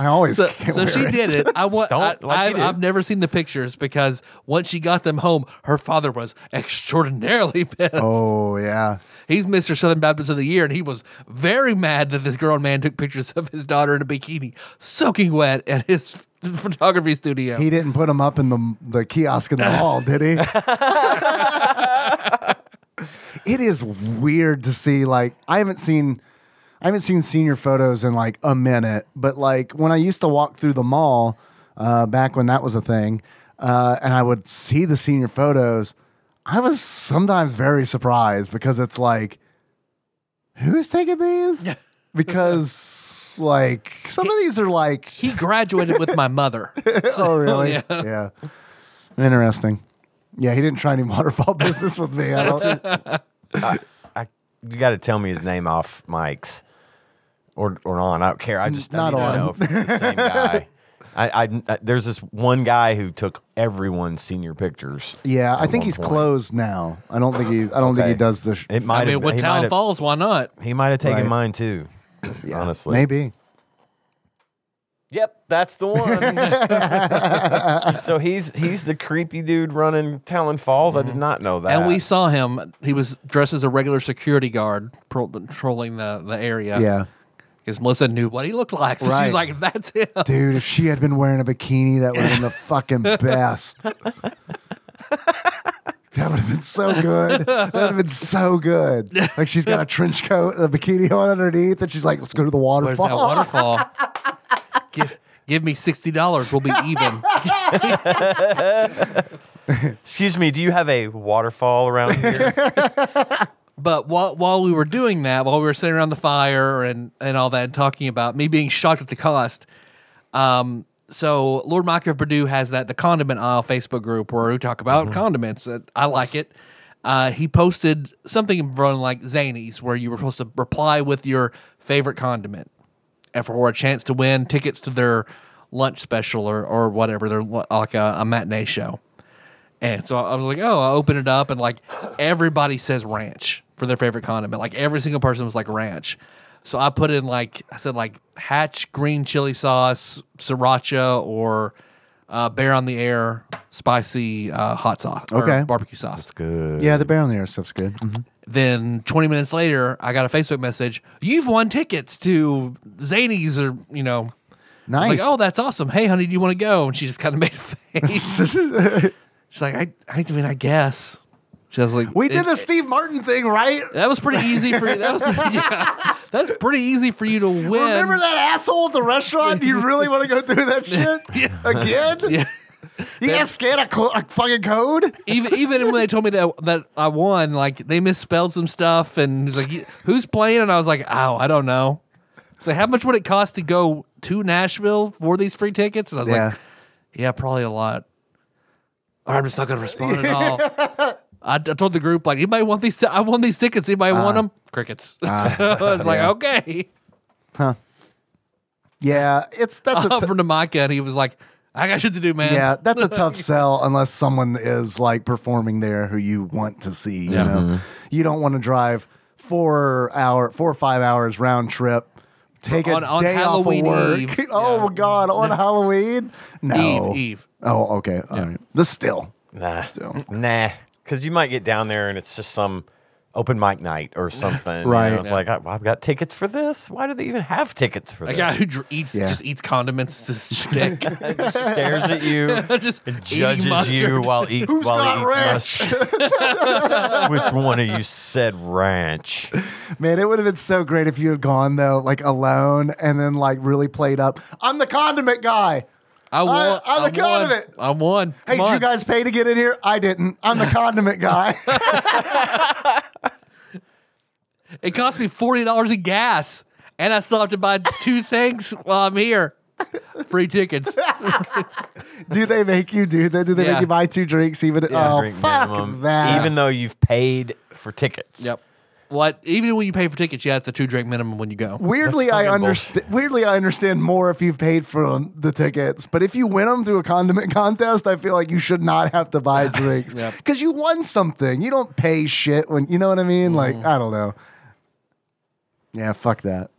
S2: always
S1: so,
S2: can't
S1: so
S2: wear
S1: she
S2: it.
S1: did it. I want.
S3: Don't,
S1: I,
S3: like you
S1: I've,
S3: did.
S1: I've never seen the pictures because once she got them home, her father was extraordinarily pissed.
S2: Oh yeah.
S1: He's Mr. Southern Baptist of the Year, and he was very mad that this grown man took pictures of his daughter in a bikini, soaking wet at his photography studio.
S2: He didn't put him up in the the kiosk in the hall, did he? it is weird to see. Like, I haven't seen, I haven't seen senior photos in like a minute. But like when I used to walk through the mall, uh, back when that was a thing, uh, and I would see the senior photos, I was sometimes very surprised because it's like, who's taking these? Because like some of these are like
S1: he graduated with my mother.
S2: oh really?
S1: yeah.
S2: yeah. Interesting. Yeah, he didn't try any waterfall business with me. I don't.
S3: I, you got to tell me his name off mics, or or on. I don't care. I just
S2: Not
S3: I need to
S2: on.
S3: know if it's the same guy. I, I- I- there's this one guy who took everyone's senior pictures.
S2: Yeah, I
S3: at
S2: think
S3: one
S2: he's
S3: point.
S2: closed now. I don't think he's. I don't think he
S3: Okay.
S2: does the. Sh-
S3: It might
S1: I mean,
S3: have.
S1: with
S3: he, might
S1: Town
S3: have
S1: Falls, why not?
S3: he might have taken
S2: Right.
S3: mine too. Honestly,
S2: Maybe.
S3: Yep, that's the one. so he's he's the creepy dude running Talon Falls. I did
S2: Mm-hmm.
S3: not know that.
S1: And we saw him. He was dressed as a regular security guard, pro- patrolling the, the area.
S2: Yeah.
S1: Because Melissa knew what he looked like. So
S2: Right.
S1: she's like, that's him.
S2: Dude, if she had been wearing a bikini, that would have been the fucking best. that would have been so good. That would have been so good. Like she's got a trench coat and a bikini on underneath, and she's like, "Let's go to the
S1: Where's
S2: waterfall."
S1: that waterfall? give, give me $60. We'll be even.
S3: Excuse me, do you have a waterfall around here?
S1: But while while we were doing that, while we were sitting around the fire and and all that, and talking about me being shocked at the cost. Um, so Lord Micah of Purdue has that the condiment aisle Facebook group where we talk about condiments. Uh, I like it. Uh, he posted something from like Zanies where you were supposed to reply with your favorite condiment, and for a chance to win tickets to their lunch special or or whatever, their lu- like uh, a, a matinee show. And so I was like, oh, I open it up, and like everybody says ranch for their favorite condiment. Like every single person was like ranch. So I put in like I said like Hatch green chili sauce, sriracha, or uh, Bear on the Air spicy uh, hot sauce
S2: Okay.
S1: or barbecue sauce.
S3: Good.
S2: Yeah, the bear on the air stuff's good. Mhm.
S1: Then 20 minutes later, I got a Facebook message. You've won tickets to Zanies or you know. I was
S2: Nice.
S1: like, oh, that's awesome. Hey, honey, do you want to go? And she just kind of made a face. She's like, I, I mean, I guess. She was like,
S2: we did
S1: it-
S2: the Steve Martin thing, right?
S1: That was pretty easy for you. That was yeah, that's pretty easy for you to win.
S2: Remember that asshole at the restaurant? You really want to go through that shit again?
S1: Yeah.
S2: You gotta scan a, co- a fucking code?
S1: Even even when they told me that that I won, like they misspelled some stuff, and he's like, "Who's playing?" And I was like, "Oh, I don't know." So how much would it cost to go to Nashville for these free tickets? And I was
S2: Yeah.
S1: like, yeah, probably a lot. Or I'm just not going to respond at all. I, I told the group like, anybody want these? I won these tickets. Anybody
S2: Uh-huh.
S1: want them? Crickets. so I was like, okay.
S2: Yeah, it's that's a
S1: Up
S2: t-
S1: from to Micah, and he was like, I got shit to do, Oh, man.
S2: yeah, that's a tough sell unless someone is like performing there who you want to see. You
S1: Yeah. Mm-hmm.
S2: know, you don't want to drive four hour, four or five hours round trip. Take
S1: On-
S2: a
S1: on
S2: day
S1: Halloween
S2: off of work.
S1: Eve.
S2: Oh my God, on Halloween? No.
S1: Eve, Eve.
S2: Oh, okay. All right. This still.
S3: Nah.
S2: Still.
S3: Nah. Because you might get down there and it's just some open mic night or something. you
S2: Right.
S3: know? It's like, I, I've got tickets for this. Why do they even have tickets for
S1: A
S3: this?
S1: guy who dr- eats
S2: Yeah.
S1: just eats condiments is his shtick.
S3: just stares at you,
S1: just eating
S3: judges you
S1: mustard.
S3: while, eat,
S2: Who's
S3: while
S2: got
S3: he eats mustard. Which one of you said ranch?
S2: Man, it would have been so great if you had gone though, like alone, and then like really played up. I'm the condiment guy.
S1: I won.
S2: I'm the god of
S1: won.
S2: it.
S1: I won.
S2: Hey,
S1: Come
S2: did you
S1: on.
S2: guys pay to get in here? I didn't. I'm the condiment guy.
S1: It cost me forty dollars in gas, and I still have to buy two things while I'm here. Free tickets.
S2: do they make you do that? Do they
S1: Yeah.
S2: make you buy two drinks even? oh,
S3: Drink
S2: fuck
S3: minimum,
S2: that.
S3: Even though you've paid for tickets.
S1: What? Even when you pay for tickets, yeah, it's a two drink minimum when you go.
S2: Weirdly,
S3: That's
S2: I
S3: fucking
S2: understand. Weirdly, I understand more if you've paid for 'em, the tickets. But if you win them through a condiment contest, I feel like you should not have to buy drinks
S1: Yep.
S2: because you won something. You don't pay shit when you know what I mean. Like
S3: Mm-hmm.
S2: I don't know. Yeah, fuck that.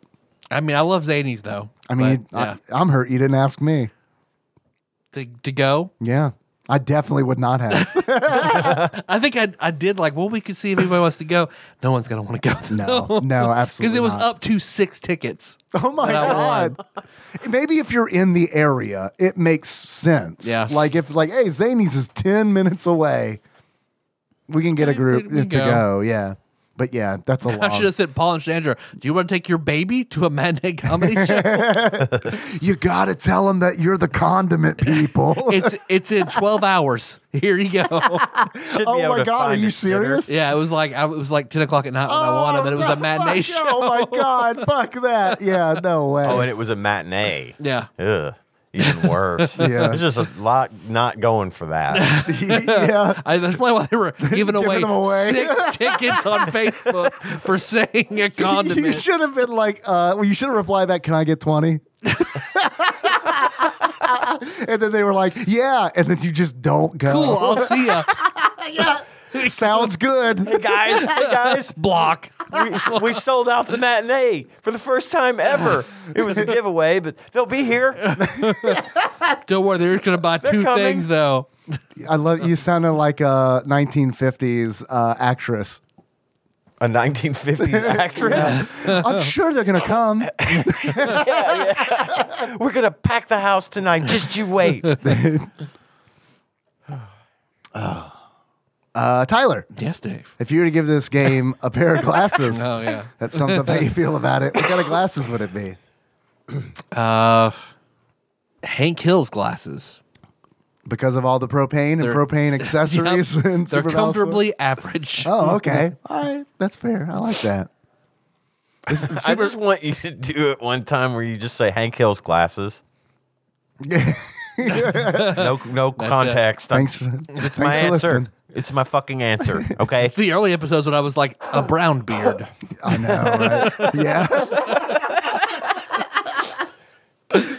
S1: I mean, I love Zanies though.
S2: I mean,
S1: But, yeah.
S2: I, I'm hurt. You didn't ask me.
S1: to to go,
S2: Yeah, I definitely would not have.
S1: I think I I did like. Well, we could see if anybody wants to go. No one's gonna want to go.
S2: No, no, absolutely.
S1: Because it was
S2: not.
S1: up to six tickets.
S2: Oh my
S1: that I
S2: god! Maybe if you're in the area, it makes sense.
S1: Yeah.
S2: Like if like, hey, Zanies is ten minutes away, we can get a
S1: Okay,
S2: group
S1: we- we
S2: to
S1: go.
S2: go. Yeah. But yeah, that's a
S1: I should
S2: lot.
S1: have said, Paul and Sandra, do you want to take your baby to a matinee comedy show?
S2: You gotta tell them that you're the condiment people.
S1: it's it's in twelve hours. Here you go.
S3: Should be
S2: oh
S3: able
S2: my
S3: to
S2: god, are
S3: find
S2: you
S3: a sitter.
S2: serious?
S1: Yeah, it was like I, it was like ten o'clock at night when I won them, and it was
S2: no,
S1: a matinee
S2: fuck,
S1: show.
S2: Oh my god, fuck that. Yeah, no way.
S3: Oh, and it was a matinee.
S1: Yeah.
S3: Ugh. Even worse.
S2: Yeah.
S3: There's just a lot not going for that.
S2: yeah.
S1: I, that's probably why they were giving away,
S2: them away.
S1: six tickets on Facebook for saying a
S2: You
S1: condiment.
S2: should have been like, uh, well, you should have replied back, can I get 20? and then they were like, yeah. And then you just don't go.
S1: Cool, I'll see ya.
S2: Sounds good.
S3: guys, hey guys,
S1: Block.
S3: we, we sold out the matinee for the first time ever. It was a giveaway, but they'll be here.
S1: Don't worry, they're just gonna buy two
S3: coming.
S1: things though.
S2: I love you sounded like a 1950s uh, actress.
S3: A 1950s actress.
S2: I'm sure they're going to come.
S3: We're gonna pack the house tonight. Just you wait.
S2: Uh, Tyler,
S1: Yes, Dave.
S2: if you were to give this game a pair of glasses,
S1: Oh yeah.
S2: that's something how you feel about it. What kind of glasses would it be?
S1: Uh, Hank Hill's glasses.
S2: Because of all the propane and
S1: They're-
S2: propane accessories
S1: Yep.
S2: and
S1: They're
S2: Super Valve Swirl?
S1: comfortably average.
S2: Oh, okay. All right. That's fair. I like that.
S3: I just want you to do it one time where you just say Hank Hill's glasses. no, no context. I'm-
S2: Thanks. For,
S3: It's
S2: thanks
S3: my
S2: for
S3: answer.
S2: listening.
S3: It's my fucking answer. Okay.
S1: It's the early episodes when I was like a brown beard.
S2: I know, right? yeah.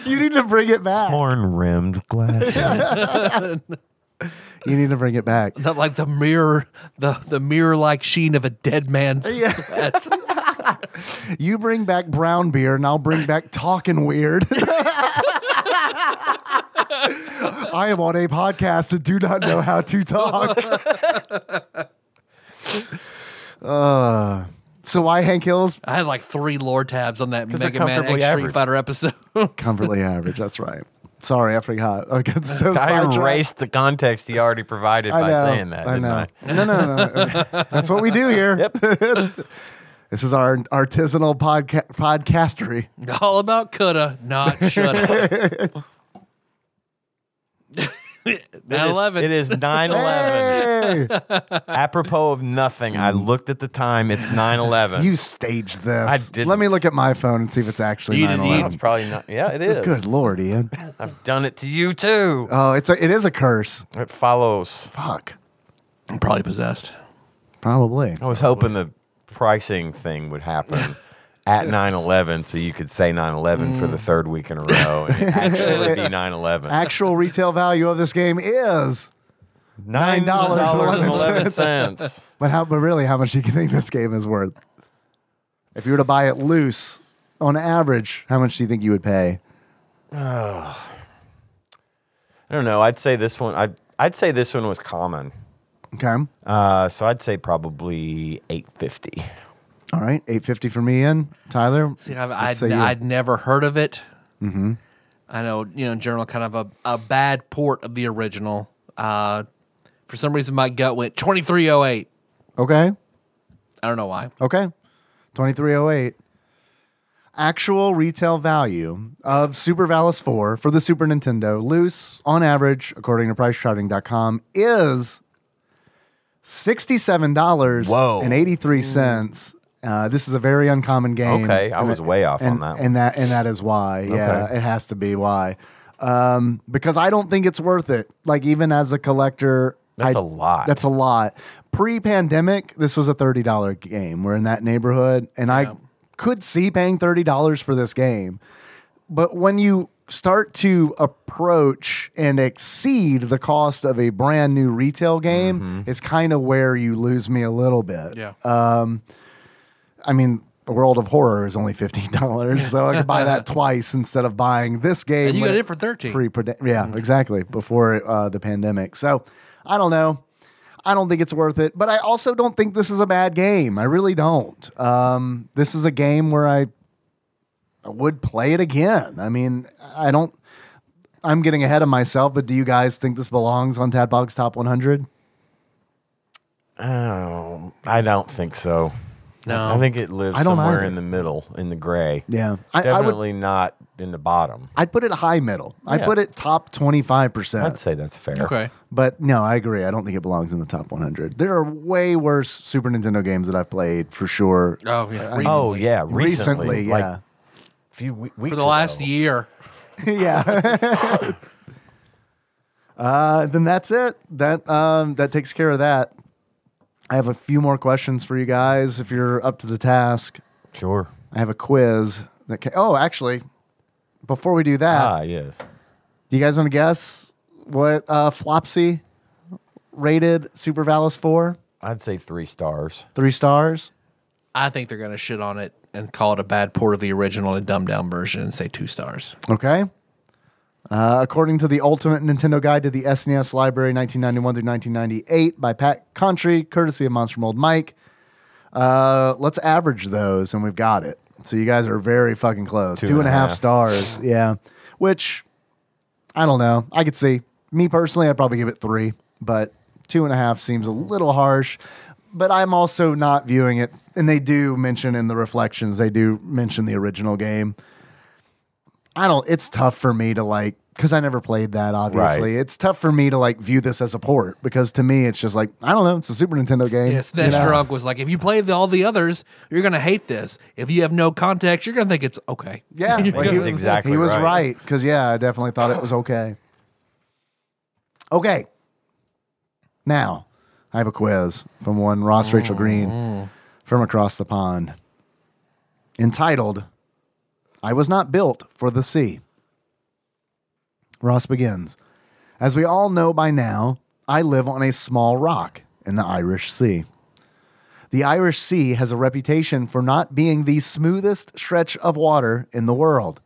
S2: you need to bring it back.
S3: Horn rimmed glasses.
S2: You need to bring it back.
S1: Not like the mirror, the the mirror like sheen of a dead man's
S2: Yeah.
S1: sweat.
S2: You bring back brown beer, and I'll bring back talking weird. I am on a podcast and do not know how to talk. uh, so why Hank Hill's
S1: I had like three lore tabs on that
S3: 'Cause they're
S1: Mega Man X
S3: comfortably
S1: Street
S3: average.
S1: Fighter episode.
S2: comfortably average? That's right. Sorry, I forgot. I got so
S3: I
S2: sidetracked.
S3: erased the context he already provided by saying that,
S2: I
S3: didn't
S2: know.
S3: I?
S2: No, no, no. That's what we do here. this is our artisanal podca- podcastery.
S1: All about coulda, not shoulda.
S3: It is-
S1: 9/11.
S3: It is 9 11.
S2: Hey, Mm.
S3: Apropos of nothing, I looked at the time. It's 9 11.
S2: you staged this.
S3: I didn't.
S2: Let me look at my phone and see if it's actually
S1: You didn't
S2: 9/11.
S3: It's probably not. Yeah, it is.
S2: Good lord, Ian.
S3: I've done it to you too.
S2: Oh, it's a, it is a curse.
S3: It follows.
S2: Fuck.
S1: I'm probably possessed.
S2: Probably.
S3: I was hoping the pricing thing would happen at 9 11 so you could say 9 11 for the
S2: Mm.
S3: third week in a row and it actually be 9 11.
S2: Actual retail value of this game is.
S3: $9.11.
S2: But how? But really, how much do you think this game is worth? If you were to buy it loose, on average, how much do you think you would pay?
S3: I don't know. I'd say this one. I'd, I'd say this one was common.
S2: Okay.
S3: Uh, so I'd say probably 850.
S2: All right, eight fifty for me in Tyler.
S1: See, I've,
S2: let's
S1: I'd, Mm-hmm.
S2: say you.
S1: I'd never heard of it. I know, you know, in general, kind of a, a bad port of the original. Uh, for some reason, my gut went 2308.
S2: okay.
S1: I don't know why.
S2: Okay. 2308. Actual retail value of Super Valis 4 for the Super Nintendo, loose on average, according to pricecharting.com, is $67.83.
S3: Whoa.
S2: Uh, this is a very uncommon game.
S3: Okay, I was
S2: it-
S3: way off on
S2: and-
S3: that one.
S2: And that and that is why. Yeah,
S3: Okay.
S2: it has to be why. Um, because I don't think it's worth it. Like even as a collector,
S3: That's
S2: a
S3: a lot.
S2: That's a lot. Pre-pandemic, this was a thirty dollar game. We're in that neighborhood, and I could see paying thirty dollars for this game. But when you start to approach and exceed the cost of a brand new retail game, it's kind of where you lose me a little bit.
S1: Yeah.
S2: I mean, World of Horror is only fifteen dollars, so I could buy that twice instead of buying this game.
S1: and you got
S2: when
S1: it for Mm-hmm. 13.
S2: pre yeah exactly before uh, the pandemic so i don't know i don't think it's worth it but i also don't think this is a bad game i really don't um, this is a game where i I would play it again i mean i don't i'm getting ahead of myself but do you guys think this belongs on tadbog's top 100
S3: Oh, I don't think so.
S1: No.
S3: I think it lives
S2: I don't
S3: somewhere
S2: either.
S3: in the middle, in the gray.
S2: yeah I, I would
S3: Definitely not in the bottom.
S2: i'd put it high middle i'd
S3: Yeah.
S2: put it top 25%
S3: I'd say that's fair.
S1: okay.
S2: But no, I agree. I don't think it belongs in the top 100. There are way worse Super Nintendo games that I've played for sure.
S1: Oh, yeah.
S3: Oh
S1: recently.
S3: yeah,
S2: recently,
S3: recently, like
S2: yeah.
S3: few we- weeks
S1: For the last
S3: ago.
S1: year.
S2: yeah. uh, then that's it. That um, that takes care of that. I have a few more questions for you guys if you're up to the task.
S3: Sure.
S2: I have a quiz that ca- Oh, actually, before we do that,
S3: Ah, yes.
S2: do you guys want to guess what uh, Flopsy rated Super Valis for?
S3: I'd say three stars.
S2: 3 stars?
S1: I think they're going to shit on it and call it a bad port of the original and a dumbed down version and say two stars.
S2: Okay. Uh, according to the Ultimate Nintendo Guide to the SNES Library, 1991 through 1998, by Pat Contry, courtesy of Monster Mold Mike. Uh, let's average those, and we've got it. So you guys are very fucking close. Two and a half stars. Yeah. Which, I don't know. I could see. Me personally, I'd probably give it three, but two and a half seems a little harsh. But I'm also not viewing it. And they do mention in the reflections, they do mention the original game. I don't. It's tough for me to like because I never played that. Obviously, it's tough for me to like view this as a port because to me, it's just like I don't know. It's a Super Nintendo game.
S1: Yes, that
S2: you know?
S1: drunk was like, if you play the, all the others, you're going to hate this. If you have no context, you're going to think it's okay.
S2: Yeah,
S3: Well, he was exactly
S2: he was
S3: right.
S2: right because yeah, I definitely thought it was okay. Okay, now I have a quiz from one Ross Rachel
S3: Mm.
S2: Green from across the pond, entitled "I Was Not Built for the Sea." Ross begins. As we all know by now, I live on a small rock in the Irish Sea. The Irish Sea has a reputation for not being the smoothest stretch of water in the world.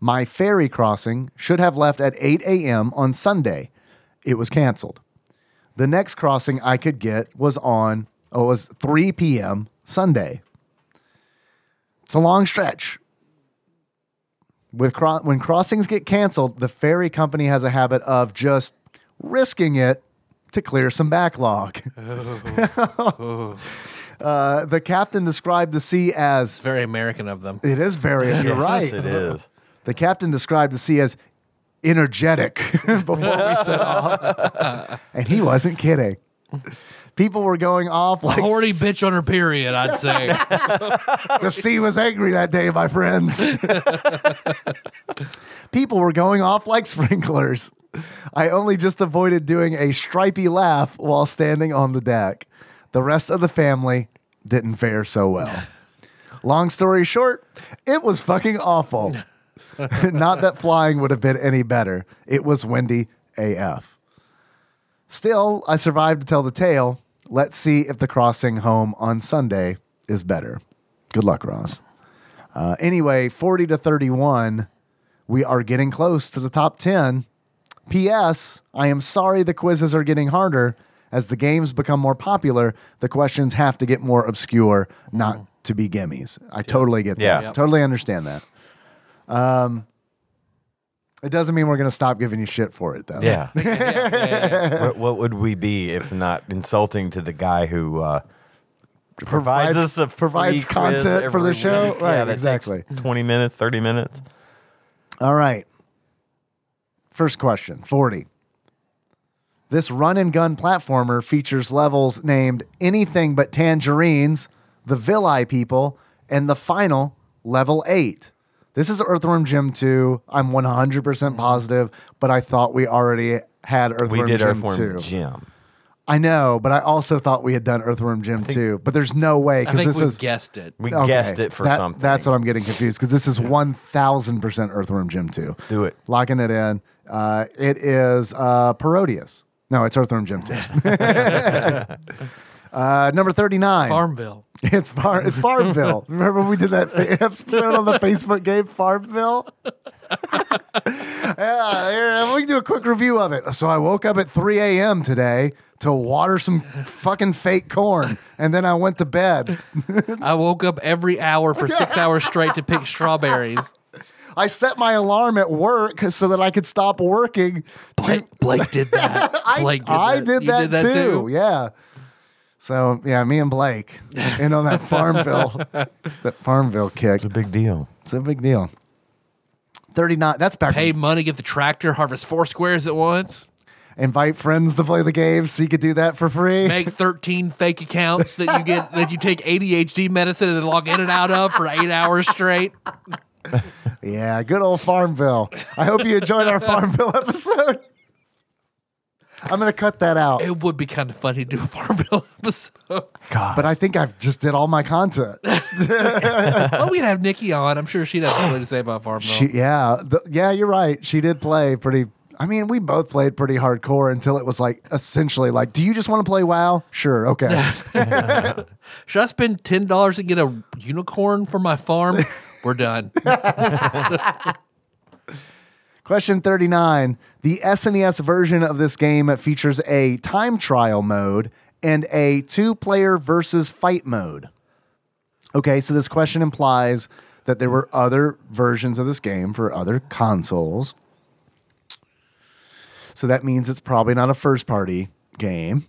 S2: My ferry crossing should have left at 8 a.m. on Sunday. It was canceled. The next crossing I could get was on oh, it was 3 p.m. Sunday. It's a long stretch. With cro- when crossings get canceled, the ferry company has a habit of just risking it to clear some backlog. Uh, the captain described the sea as
S1: Very American of them.
S2: it is very. You're right.
S3: Yes, It is.
S2: The captain described the sea as energetic before we set off. and he wasn't kidding. People were going off like
S1: Already bitch on her period, I'd say.
S2: the sea was angry that day, my friends. People were going off like sprinklers. I only just avoided doing a stripy laugh while standing on the deck. The rest of the family didn't fare so well. Long story short, it was fucking awful. Not that flying would have been any better. It was windy AF. Still, I survived to tell the tale. Let's see if the crossing home on Sunday is better. Good luck, Ross. Uh, anyway, 40 to 31, we are getting close to the top 10. P.S. I am sorry the quizzes are getting harder. As the games become more popular, the questions have to get more obscure, not to be gimmies. I totally get that.
S3: Yeah.
S1: Yep.
S2: Totally understand that. Um, it doesn't mean we're going to stop giving you shit for it, though.
S3: Yeah.
S1: Yeah, yeah, yeah.
S3: what, what would we be if not insulting to the guy who uh, provides, us a free
S2: provides
S3: quiz
S2: content for the
S3: every
S2: show?
S3: week?
S2: Right,
S3: yeah, that takes
S2: exactly.
S3: Twenty minutes, thirty minutes.
S2: All right. First question 40. This run and gun platformer features levels named Anything But Tangerines, The Villi People, and the final, Level 8. This is Earthworm Jim 2. I'm 100% positive, but I thought we already had Earthworm
S3: We did
S2: Jim
S3: Earthworm
S2: 2.
S3: Jim.
S2: I know, but I also thought we had done Earthworm Jim 2, but there's no way
S1: I
S2: because
S1: think
S2: this
S1: we
S2: is.
S1: guessed it.
S3: We
S2: Okay,
S3: guessed it for
S2: that-
S3: something.
S2: That's what I'm getting confused because this is 1000% Earthworm Jim 2.
S3: Do it.
S2: Locking it in. Uh, it is uh, Parodius. No, it's Earthworm Jim 2. uh, number 39.
S1: Farmville.
S2: It's Far- it's Farmville. Remember we did that fa- episode on the Facebook game Farmville? yeah, yeah, we can do a quick review of it. So I woke up at 3 a.m. today to water some fucking fake corn, and then I went to bed.
S1: I woke up every hour for six hours straight to pick strawberries.
S2: I set my alarm at work so that I could stop working.
S1: Blake, Blake did that.
S2: I,
S1: Blake did
S2: I
S1: that.
S2: did
S1: You
S2: that, too. Yeah. So yeah, me and Blake, and on that Farmville, that Farmville kick.
S3: It's a big deal.
S2: It's a big deal. Thirty-nine. That's back.
S1: Pay money, get the tractor, harvest four squares at once,
S2: Invite friends to play the game, so you could do that for free.
S1: make 13 fake accounts that you get that you take ADHD medicine and then log in and out of for eight hours straight.
S2: Yeah, good old Farmville. I hope you enjoyed our Farmville episode. I'm gonna cut that out,
S1: It would be kind of funny to do a Farmville episode.
S3: God.
S2: but I think I've just did all my content.
S1: Well, we'd have Nikki on. I'm sure she'd have something to say about Farmville.
S2: She, yeah, the, yeah, you're right. She did play pretty. I mean, we both played pretty hardcore until it was like essentially like, do you just want to play WoW? Sure, okay.
S1: Should I spend ten dollars and get a unicorn for my farm? We're done.
S2: Question 39. The SNES version of this game features a time trial mode and a two player versus fight mode. Okay, so this question implies that there were other versions of this game for other consoles. So that means it's probably not a first party game.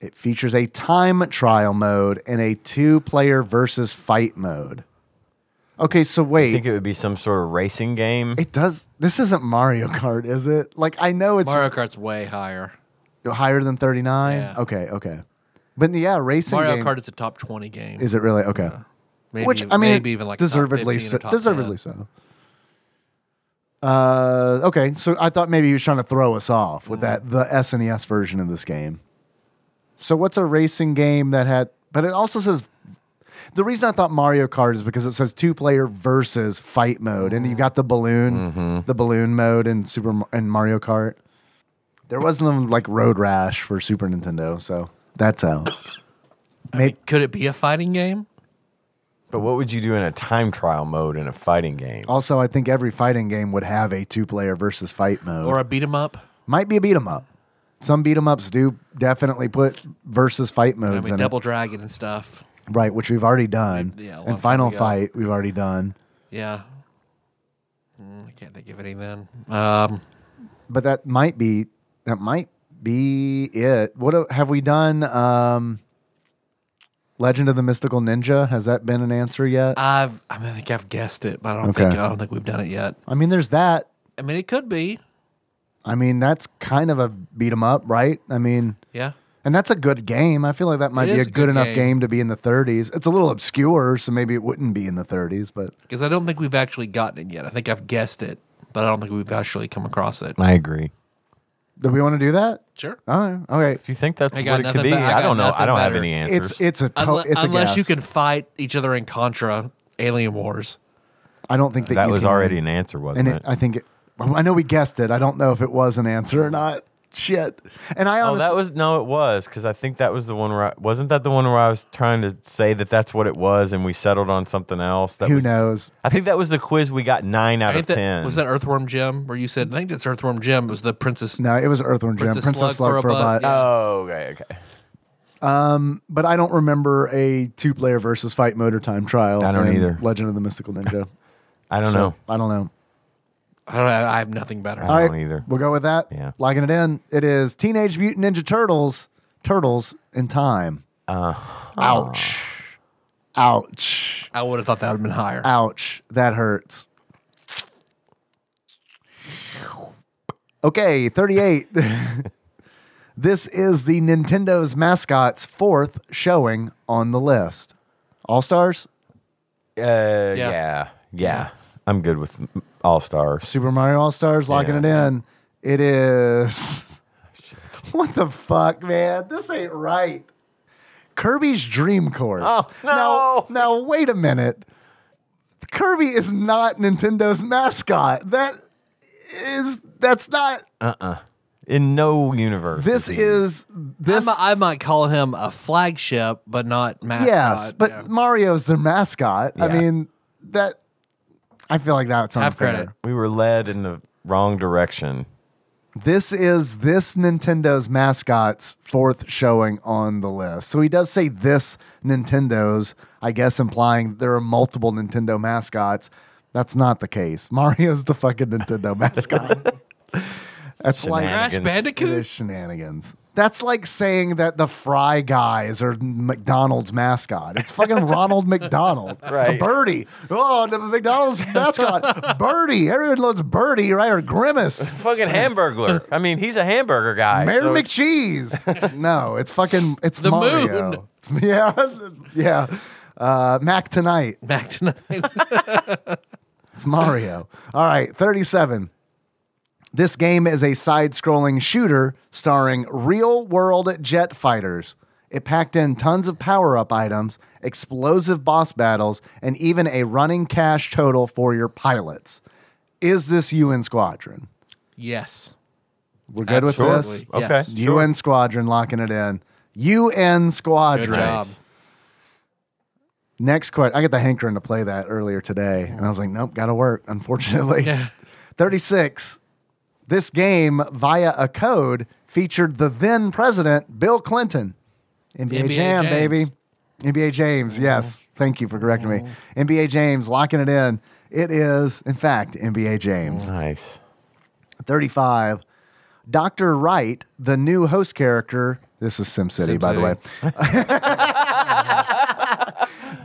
S2: It features a time trial mode and a two player versus fight mode. Okay, so wait.
S3: I think it would be some sort of racing game.
S2: It does. This isn't Mario Kart, is it? Like I know it's
S1: Mario Kart's way higher.
S2: higher than thirty nine.
S1: Yeah.
S2: Okay, okay. But yeah, racing
S1: Mario
S2: game-
S1: Kart is a top twenty game.
S2: Is it really okay?
S1: Maybe,
S2: Which I mean,
S1: maybe even like
S2: deservedly,
S1: top 15 or
S2: so,
S1: top
S2: deservedly so. Uh, okay, so I thought maybe he was trying to throw us off with
S1: Mm-hmm.
S2: that the SNES version of this game. So what's a racing game that had? But it also says the reason I thought Mario Kart is because it says two player versus fight mode, and you
S1: Mm-hmm.
S2: got the balloon, the balloon mode in Super Mar- in Mario Kart. There wasn't like Road Rash for Super Nintendo, so that's out. Maybe
S1: ten. Could it be a fighting game?
S3: But what would you do in a time trial mode in a fighting game?
S2: Also, I think every fighting game would have a two player versus fight mode.
S1: Or a beat 'em up?
S2: Might be a beat 'em up. Some beat 'em ups do definitely put versus fight
S1: I
S2: modes
S1: mean,
S2: in
S1: double dragon and stuff.
S2: it. Right, which we've already done.
S1: Yeah, a long
S2: and Final
S1: time ago.
S2: Fight, we've already done.
S1: Yeah. Mm, I can't think of any then. Um,
S2: But that might be that might be it. What a- have we done um Legend of the Mystical Ninja? Has that been an answer yet?
S1: I've I, mean, I think I've guessed it, but I don't
S2: Okay.
S1: think I don't think we've done it yet.
S2: I mean, there's that.
S1: I mean, it could be.
S2: I mean, that's kind of a beat 'em up, right? I mean,
S1: Yeah.
S2: and that's a good game. I feel like that might
S1: It
S2: be a
S1: is
S2: good, enough game. to be in the 30s. It's a little obscure, so maybe it wouldn't be in the 30s, but
S1: Because I don't think we've actually gotten it yet. I think I've guessed it, but I don't think we've actually come across it.
S3: I agree.
S2: do we want to do that?
S1: Sure.
S2: All right. Okay.
S3: If you think that's
S1: I
S3: what
S1: got
S3: it could
S1: nothing be-
S3: be,
S1: I
S3: I,
S1: got
S3: don't know. I
S1: nothing
S3: don't have
S1: better.
S3: any answers.
S2: It's it's a to-
S1: Unle-
S2: it's a
S1: unless
S2: guess.
S1: you can fight each other in Contra Alien Wars.
S2: I don't think that
S3: that
S2: you
S3: was
S2: can-
S3: already an answer, wasn't
S2: And
S3: it?
S2: it, I think it, I know we guessed it. I don't know if it was an answer or not. Shit. And I
S3: oh,
S2: honestly,
S3: that was no, it was because I think that was the one where I, wasn't that the one where I was trying to say that that's what it was, and we settled on something else. That
S2: who
S3: was,
S2: knows?
S3: I think that was the quiz we got nine out
S1: I think
S3: of
S1: that-
S3: ten.
S1: was that Earthworm Jim where you said, I think that's Earthworm Jim was the Princess.
S2: No, it was Earthworm Jim,
S1: Princess
S2: Princess Slug for a butt.
S1: yeah.
S3: Oh, okay, okay.
S2: But I don't remember a two-player versus fight motor time trial.
S3: I don't
S2: in
S3: either.
S2: Legend of the Mystical Ninja.
S3: I don't
S2: So,
S3: know.
S2: I don't know.
S1: I, don't, I I have nothing better.
S3: I
S2: All
S3: don't either.
S2: We'll go with that.
S3: Yeah.
S2: Logging it in. It is Teenage Mutant Ninja Turtles, Turtles in Time.
S3: Uh-huh.
S2: Ouch. Ouch.
S1: I would have thought that would have been higher.
S2: uh, Ouch. That hurts. Okay, 38. this is the Nintendo's mascot's fourth showing on the list. All stars?
S3: Uh, yeah. yeah, I'm good with All Stars.
S2: Super Mario All Stars, locking
S3: Yeah.
S2: it in. It is. What the fuck, man? This ain't right. Kirby's Dream Course.
S3: Oh, no.
S2: Now, now wait a minute. Kirby is not Nintendo's mascot. That is. That's not.
S3: In no universe.
S2: This
S3: he.
S2: is.
S1: I
S2: This.
S1: mi- I might call him a flagship, but not mascot.
S2: yes, but
S1: Yeah.
S2: Mario's their mascot. I
S3: Yeah.
S2: mean, that. I feel like that's
S1: Half
S2: unfair.
S1: credit.
S3: we were led in the wrong direction.
S2: This is this Nintendo's mascot's fourth showing on the list. So he does say this Nintendo's, I guess implying there are multiple Nintendo mascots. That's not the case. Mario's the fucking Nintendo mascot. That's like
S1: Crash
S3: Shenanigans.
S2: it is
S1: Bandicoot.
S2: shenanigans. That's like saying that the Fry guys are McDonald's mascot. It's fucking Ronald McDonald.
S3: Right.
S2: Birdie. Oh, the McDonald's mascot. Birdie. Everyone loves Birdie, right? Or Grimace.
S3: Fucking hamburglar. I mean, he's a hamburger guy.
S2: Mayor
S3: so it's-
S2: McCheese. no, it's fucking it's
S1: The
S2: Mario.
S1: moon.
S2: It's- yeah, yeah. Uh, Mac tonight.
S1: Back tonight.
S2: It's Mario. All right, thirty-seven. This game is a side-scrolling shooter starring real-world jet fighters. It packed in tons of power-up items, explosive boss battles, and even a running cash total for your pilots. Is this UN Squadron?
S1: yes.
S2: We're good with this.
S1: Absolutely.
S3: Okay.
S1: Yes.
S3: Sure.
S2: UN Squadron locking it in. UN Squadron.
S1: Good job.
S3: Nice.
S2: Next question. I got the hankering to play that earlier today, and I was like, nope, got to work, unfortunately.
S1: Yeah.
S2: 36. This game, via a code, featured the then president, Bill Clinton. NBA,
S1: NBA
S2: Jam,
S1: James.
S2: baby. NBA James, yes. Thank you for correcting me. NBA James, locking it in. It is, in fact, NBA James.
S3: Nice.
S2: 35. Dr. Wright, the new host character. This is SimCity, by the way.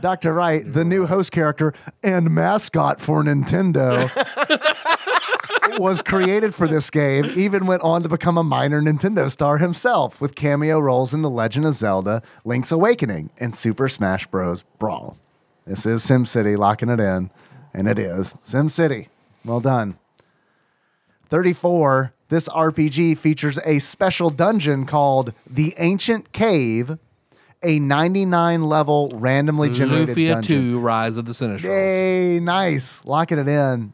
S2: Dr. Wright, the new host character and mascot for Nintendo, was created for this game, even went on to become a minor Nintendo star himself with cameo roles in The Legend of Zelda, Link's Awakening, and Super Smash Bros. Brawl. This is SimCity locking it in, and it is SimCity. Well done. 34, this RPG features a special dungeon called The Ancient Cave, a 99 level randomly generated
S1: Lufia
S2: dungeon.
S1: 2, Rise of the Sinistrals.
S2: Yay, nice. Locking it in.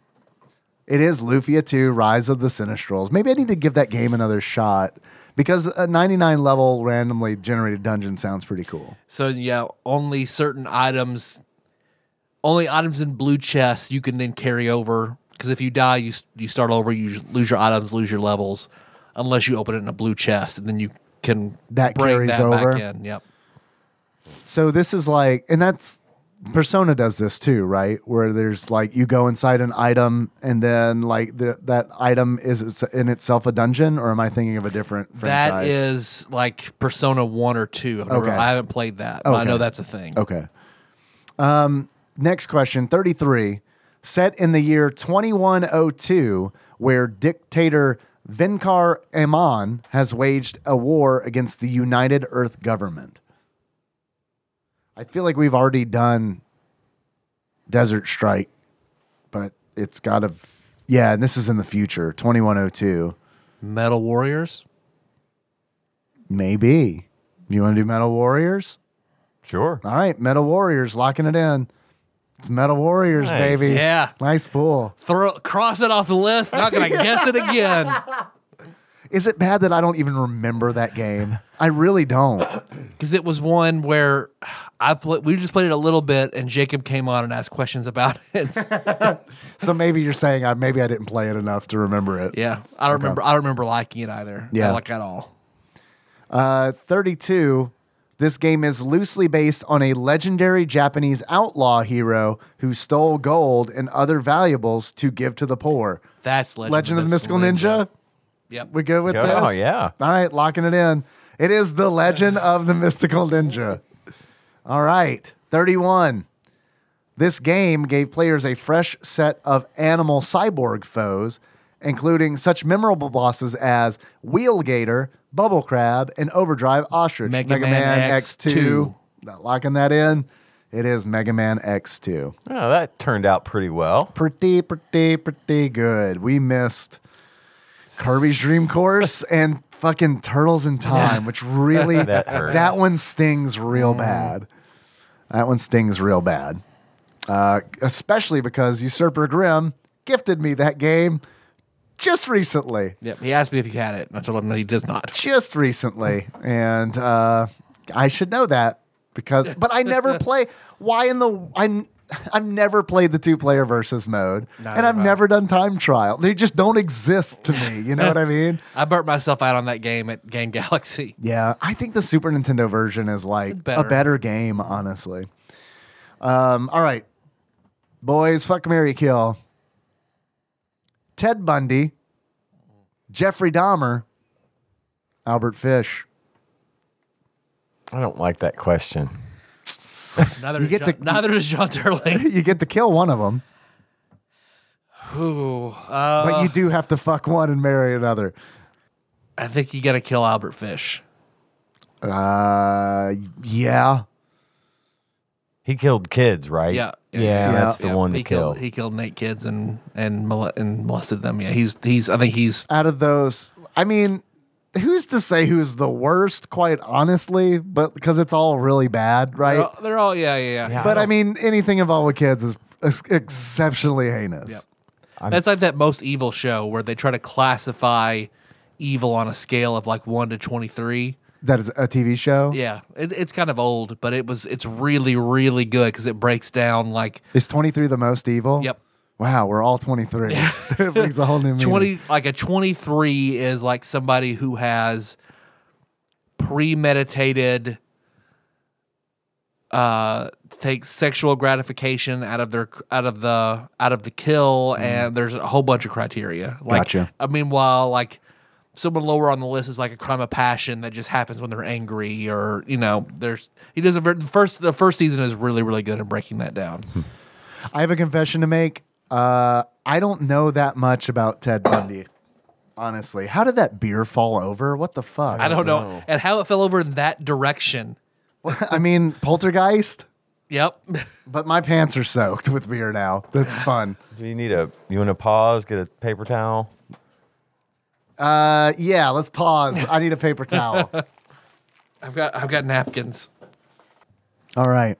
S2: It is Lufia 2, Rise of the Sinistrals. Maybe I need to give that game another shot because a 99 level randomly generated dungeon sounds pretty cool.
S1: So, yeah, only certain items, only items in blue chests you can then carry over. Because if you die, you, s- you start over, you lose your items, lose your levels, unless you open it in a blue chest, and then you can
S2: That
S1: bring
S2: carries
S1: that
S2: over.
S1: back in. Yep.
S2: So this is like, and that's Persona does this too, right? Where there's like you go inside an item, and then like the, that item is its- in itself a dungeon, or am I thinking of a different
S1: That
S2: franchise?
S1: is like Persona 1 or 2. I've never-
S2: Okay.
S1: I haven't played that, but I
S2: Okay. Oh.
S1: know that's a thing.
S2: okay. Um, next question, thirty-three. set in the year 2102, where dictator Vinkar Aman has waged a war against the United Earth government. I feel like we've already done Desert Strike, but it's got to. Yeah, and this is in the future, 2102.
S1: Metal Warriors.
S2: Maybe. You want to do Metal Warriors?
S3: Sure.
S2: All right, Metal Warriors, locking it in. It's Metal Warriors,
S3: Nice.
S2: baby.
S1: Yeah.
S2: Nice pool.
S1: Throw cross it off the list. Not gonna guess it again.
S2: Is it bad that I don't even remember that game? I really don't.
S1: because it was one where I pl- we just played it a little bit, and Jacob came on and asked questions about it.
S2: So maybe you're saying I maybe I didn't play it enough to remember it.
S1: yeah, I don't remember. I don't remember liking it either.
S2: Yeah.
S1: not like at all.
S2: Uh, 32. This game is loosely based on a legendary Japanese outlaw hero who stole gold and other valuables to give to the poor.
S1: That's Legend,
S2: Legend of the Mystical Ninja.
S1: Yep.
S2: We good with
S3: Go-
S2: this?
S3: oh, yeah.
S2: All right, locking it in. It is the legend of the mystical ninja. All right, 31. This game gave players a fresh set of animal cyborg foes, including such memorable bosses as Wheel Gator, Bubble Crab, and Overdrive Ostrich.
S1: Mega Man X2.
S2: Not locking that in. It is Mega Man X2.
S3: Oh, that turned out pretty well.
S2: Pretty, pretty, pretty good. We missed Kirby's Dream Course and fucking Turtles in Time, which really
S3: That hurts. Mm.
S2: that one stings real bad. That one stings real bad. Uh, especially because Usurper Grimm gifted me that game just recently.
S1: Yep. He asked me if you had it. and I told him that he does not.
S2: Just recently. And uh, I should know that because but I never play why in the I n- I've never played the two player versus mode. and
S1: neither
S2: I've
S1: have I.
S2: never done time trial. They just don't exist to me. You know what I mean?
S1: I burnt myself out on that game at Game Galaxy.
S2: Yeah, I think the Super Nintendo version is like
S1: better.
S2: a better game, honestly. Um, all right, boys, fuck Mary Kill. Ted Bundy, Jeffrey Dahmer, Albert Fish.
S3: I don't like that question.
S1: Neither
S2: You
S1: does
S2: get
S1: John,
S2: to-
S1: neither does John Turling.
S2: You get to kill one of them,
S1: Ooh,
S2: but
S1: uh,
S2: you do have to fuck one and marry another.
S1: I think you gotta kill Albert Fish.
S2: Uh, yeah.
S3: He killed kids, right?
S1: Yeah.
S3: Yeah, that's the
S1: Yeah.
S3: one to
S1: he
S3: kill.
S1: He killed Nate kids and and, mole- and molested them. Yeah, he's he's. I think he's
S2: Out of those, I mean, who's to say who's the worst? Quite honestly, but because it's all really bad, right?
S1: They're all, they're all- yeah, yeah, yeah.
S3: Yeah.
S2: But
S3: I
S2: I,
S3: don't-
S2: mean, anything involved with kids is ex- exceptionally heinous.
S1: Yep. That's like that most evil show where they try to classify evil on a scale of like one to twenty three.
S2: That is a TV show.
S1: Yeah, it, it's kind of old, but it was it's really really good because it breaks down like
S2: Is 23 the most evil?
S1: Yep.
S2: Wow, we're all 23. it brings a whole new meaning.
S1: twenty like a twenty three is like somebody who has premeditated uh takes sexual gratification out of their out of the out of the kill and there's a whole bunch of criteria like
S2: Gotcha.
S1: i mean while like someone lower on the list is like a crime of passion that just happens when they're angry or you know there's he does a ver- the first the first season is really really good at breaking that down
S2: I have a confession to make. Uh, I don't know that much about Ted Bundy, honestly. How did that beer fall over? What the fuck?
S1: i don't know. and how it fell over in that direction
S2: I mean, poltergeist,
S1: yep
S2: but my pants are soaked with beer now. That's fun.
S3: Do you need a? You want to pause? Get a paper towel.
S2: Uh, yeah, let's pause. I need a paper towel.
S1: i've got i've got napkins
S2: All right.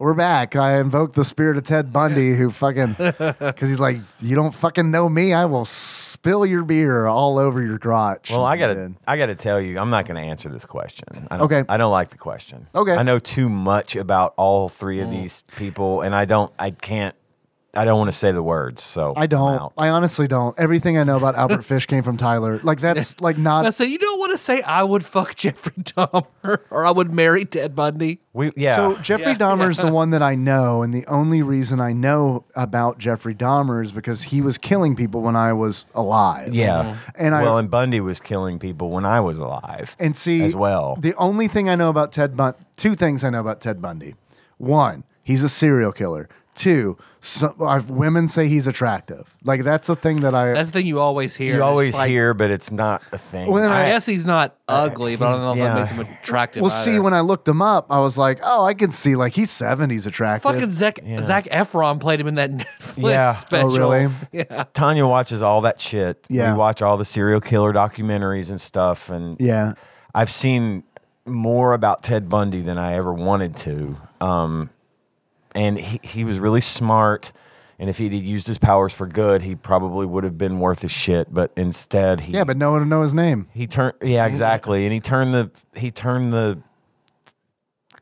S2: We're back. I invoked the spirit of Ted Bundy, who fucking, because he's like, you don't fucking know me. I will spill your beer all over your crotch.
S3: Well, I
S2: And
S3: gotta,
S2: then-
S3: I gotta tell you, I'm not gonna answer this question. I don't,
S2: Okay.
S3: I don't like the question.
S2: Okay.
S3: I know too much about all three
S1: Mm.
S3: of these people, and I don't, I can't, I don't want to say the words. So
S2: I
S3: I'm
S2: don't.
S3: out.
S2: I honestly don't. Everything I know about Albert Fish came from Tyler. Like that's like
S1: I
S2: not.
S1: said, you don't want to say I would fuck Jeffrey Dahmer or I would marry Ted Bundy.
S3: We, yeah.
S2: So Jeffrey
S1: Yeah.
S2: Dahmer is the one that I know, and the only reason I know about Jeffrey Dahmer is because he was killing people when I was alive.
S3: yeah.
S2: And I-
S3: well, and Bundy was killing people when I was alive,
S2: and see
S3: as well.
S2: The only thing I know about Ted Bundy, two things I know about Ted Bundy. One, he's a serial killer. Two, some, i women say he's attractive. Like that's the thing that I.
S1: That's the thing you always hear.
S3: You
S1: It's
S3: always
S1: like,
S3: hear, but it's not a thing.
S2: Well, then
S1: I
S2: I-
S1: guess he's not ugly, but I don't know if that
S3: yeah.
S1: makes him attractive.
S2: well, see,
S1: either.
S2: when I looked him up, I was like, oh, I can see like he's seventies attractive.
S1: fucking Zach Zach Efron played him in that Netflix
S3: Yeah. Oh,
S1: special.
S2: really?
S1: Yeah.
S3: Tanya watches all that shit.
S2: Yeah.
S3: We watch all the serial killer documentaries and stuff. And
S2: yeah,
S3: I've seen more about Ted Bundy than I ever wanted to. Um, and he, he was really smart. And if he'd used his powers for good, he probably would have been worth his shit. But instead, he
S2: yeah, but no one would know his name.
S3: he turned yeah exactly, and he turned the he turned the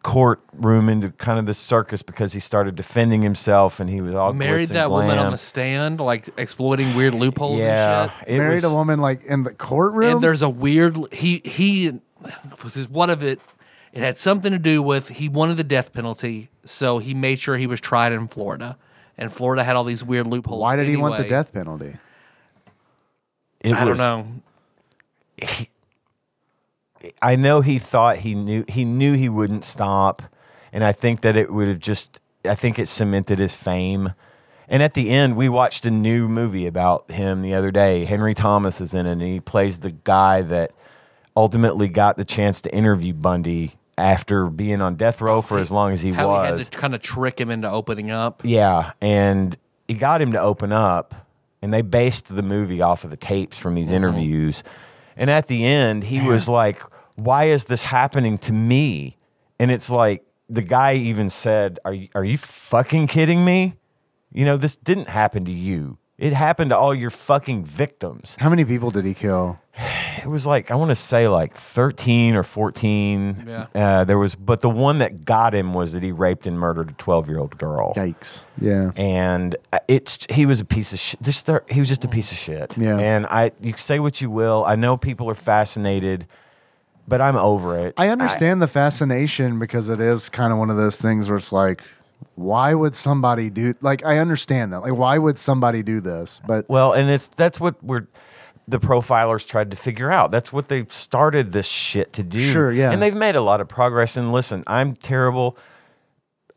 S3: courtroom into kind of this circus because he started defending himself, and he was all glitz
S1: Married
S3: and
S1: that woman on
S3: glam.
S1: the stand, like exploiting weird loopholes
S3: yeah.
S1: and shit.
S3: it
S2: Married
S3: was-
S2: a woman like in the courtroom.
S1: And there's a weird he he this is one of it. It had something to do with he wanted the death penalty, so he made sure he was tried in Florida. And Florida had all these weird loopholes.
S2: Why did he want the
S1: anyway.
S2: death penalty?
S3: It
S1: I don't
S3: was-
S1: know.
S3: I know he thought he knew he knew he wouldn't stop, and I think that it would have just I think it cemented his fame. And at the end, we watched a new movie about him the other day. Henry Thomas is in it, and he plays the guy that ultimately got the chance to interview Bundy after being on death row for as long as he
S1: How
S3: was.
S1: he had to kind of trick him into opening up.
S3: Yeah, and he got him to open up, and they based the movie off of the tapes from these interviews. And at the end, he was like, "Why is this happening to me?" And it's like the guy even said, "Are you, are you fucking kidding me? You know this didn't happen to you. It happened to all your fucking victims."
S2: How many people did he kill?
S3: It was like I want to say like thirteen or fourteen.
S1: Yeah.
S3: Uh, there was, but the one that got him was that he raped and murdered a twelve-year-old girl
S2: Yikes. Yeah.
S3: and uh, it's he was a piece of shit. This thir- he was just a piece of shit.
S2: Yeah.
S3: And I, you can say what you will. I know people are fascinated, but I'm over it.
S2: I understand the fascination because it is kind of one of those things where it's like, why would somebody do like I understand that. Like why would somebody do this? But
S3: well, and it's that's what we're the profilers tried to figure out. That's what they started this shit to do.
S2: Sure, yeah.
S3: And they've made a lot of progress. And listen, I'm terrible.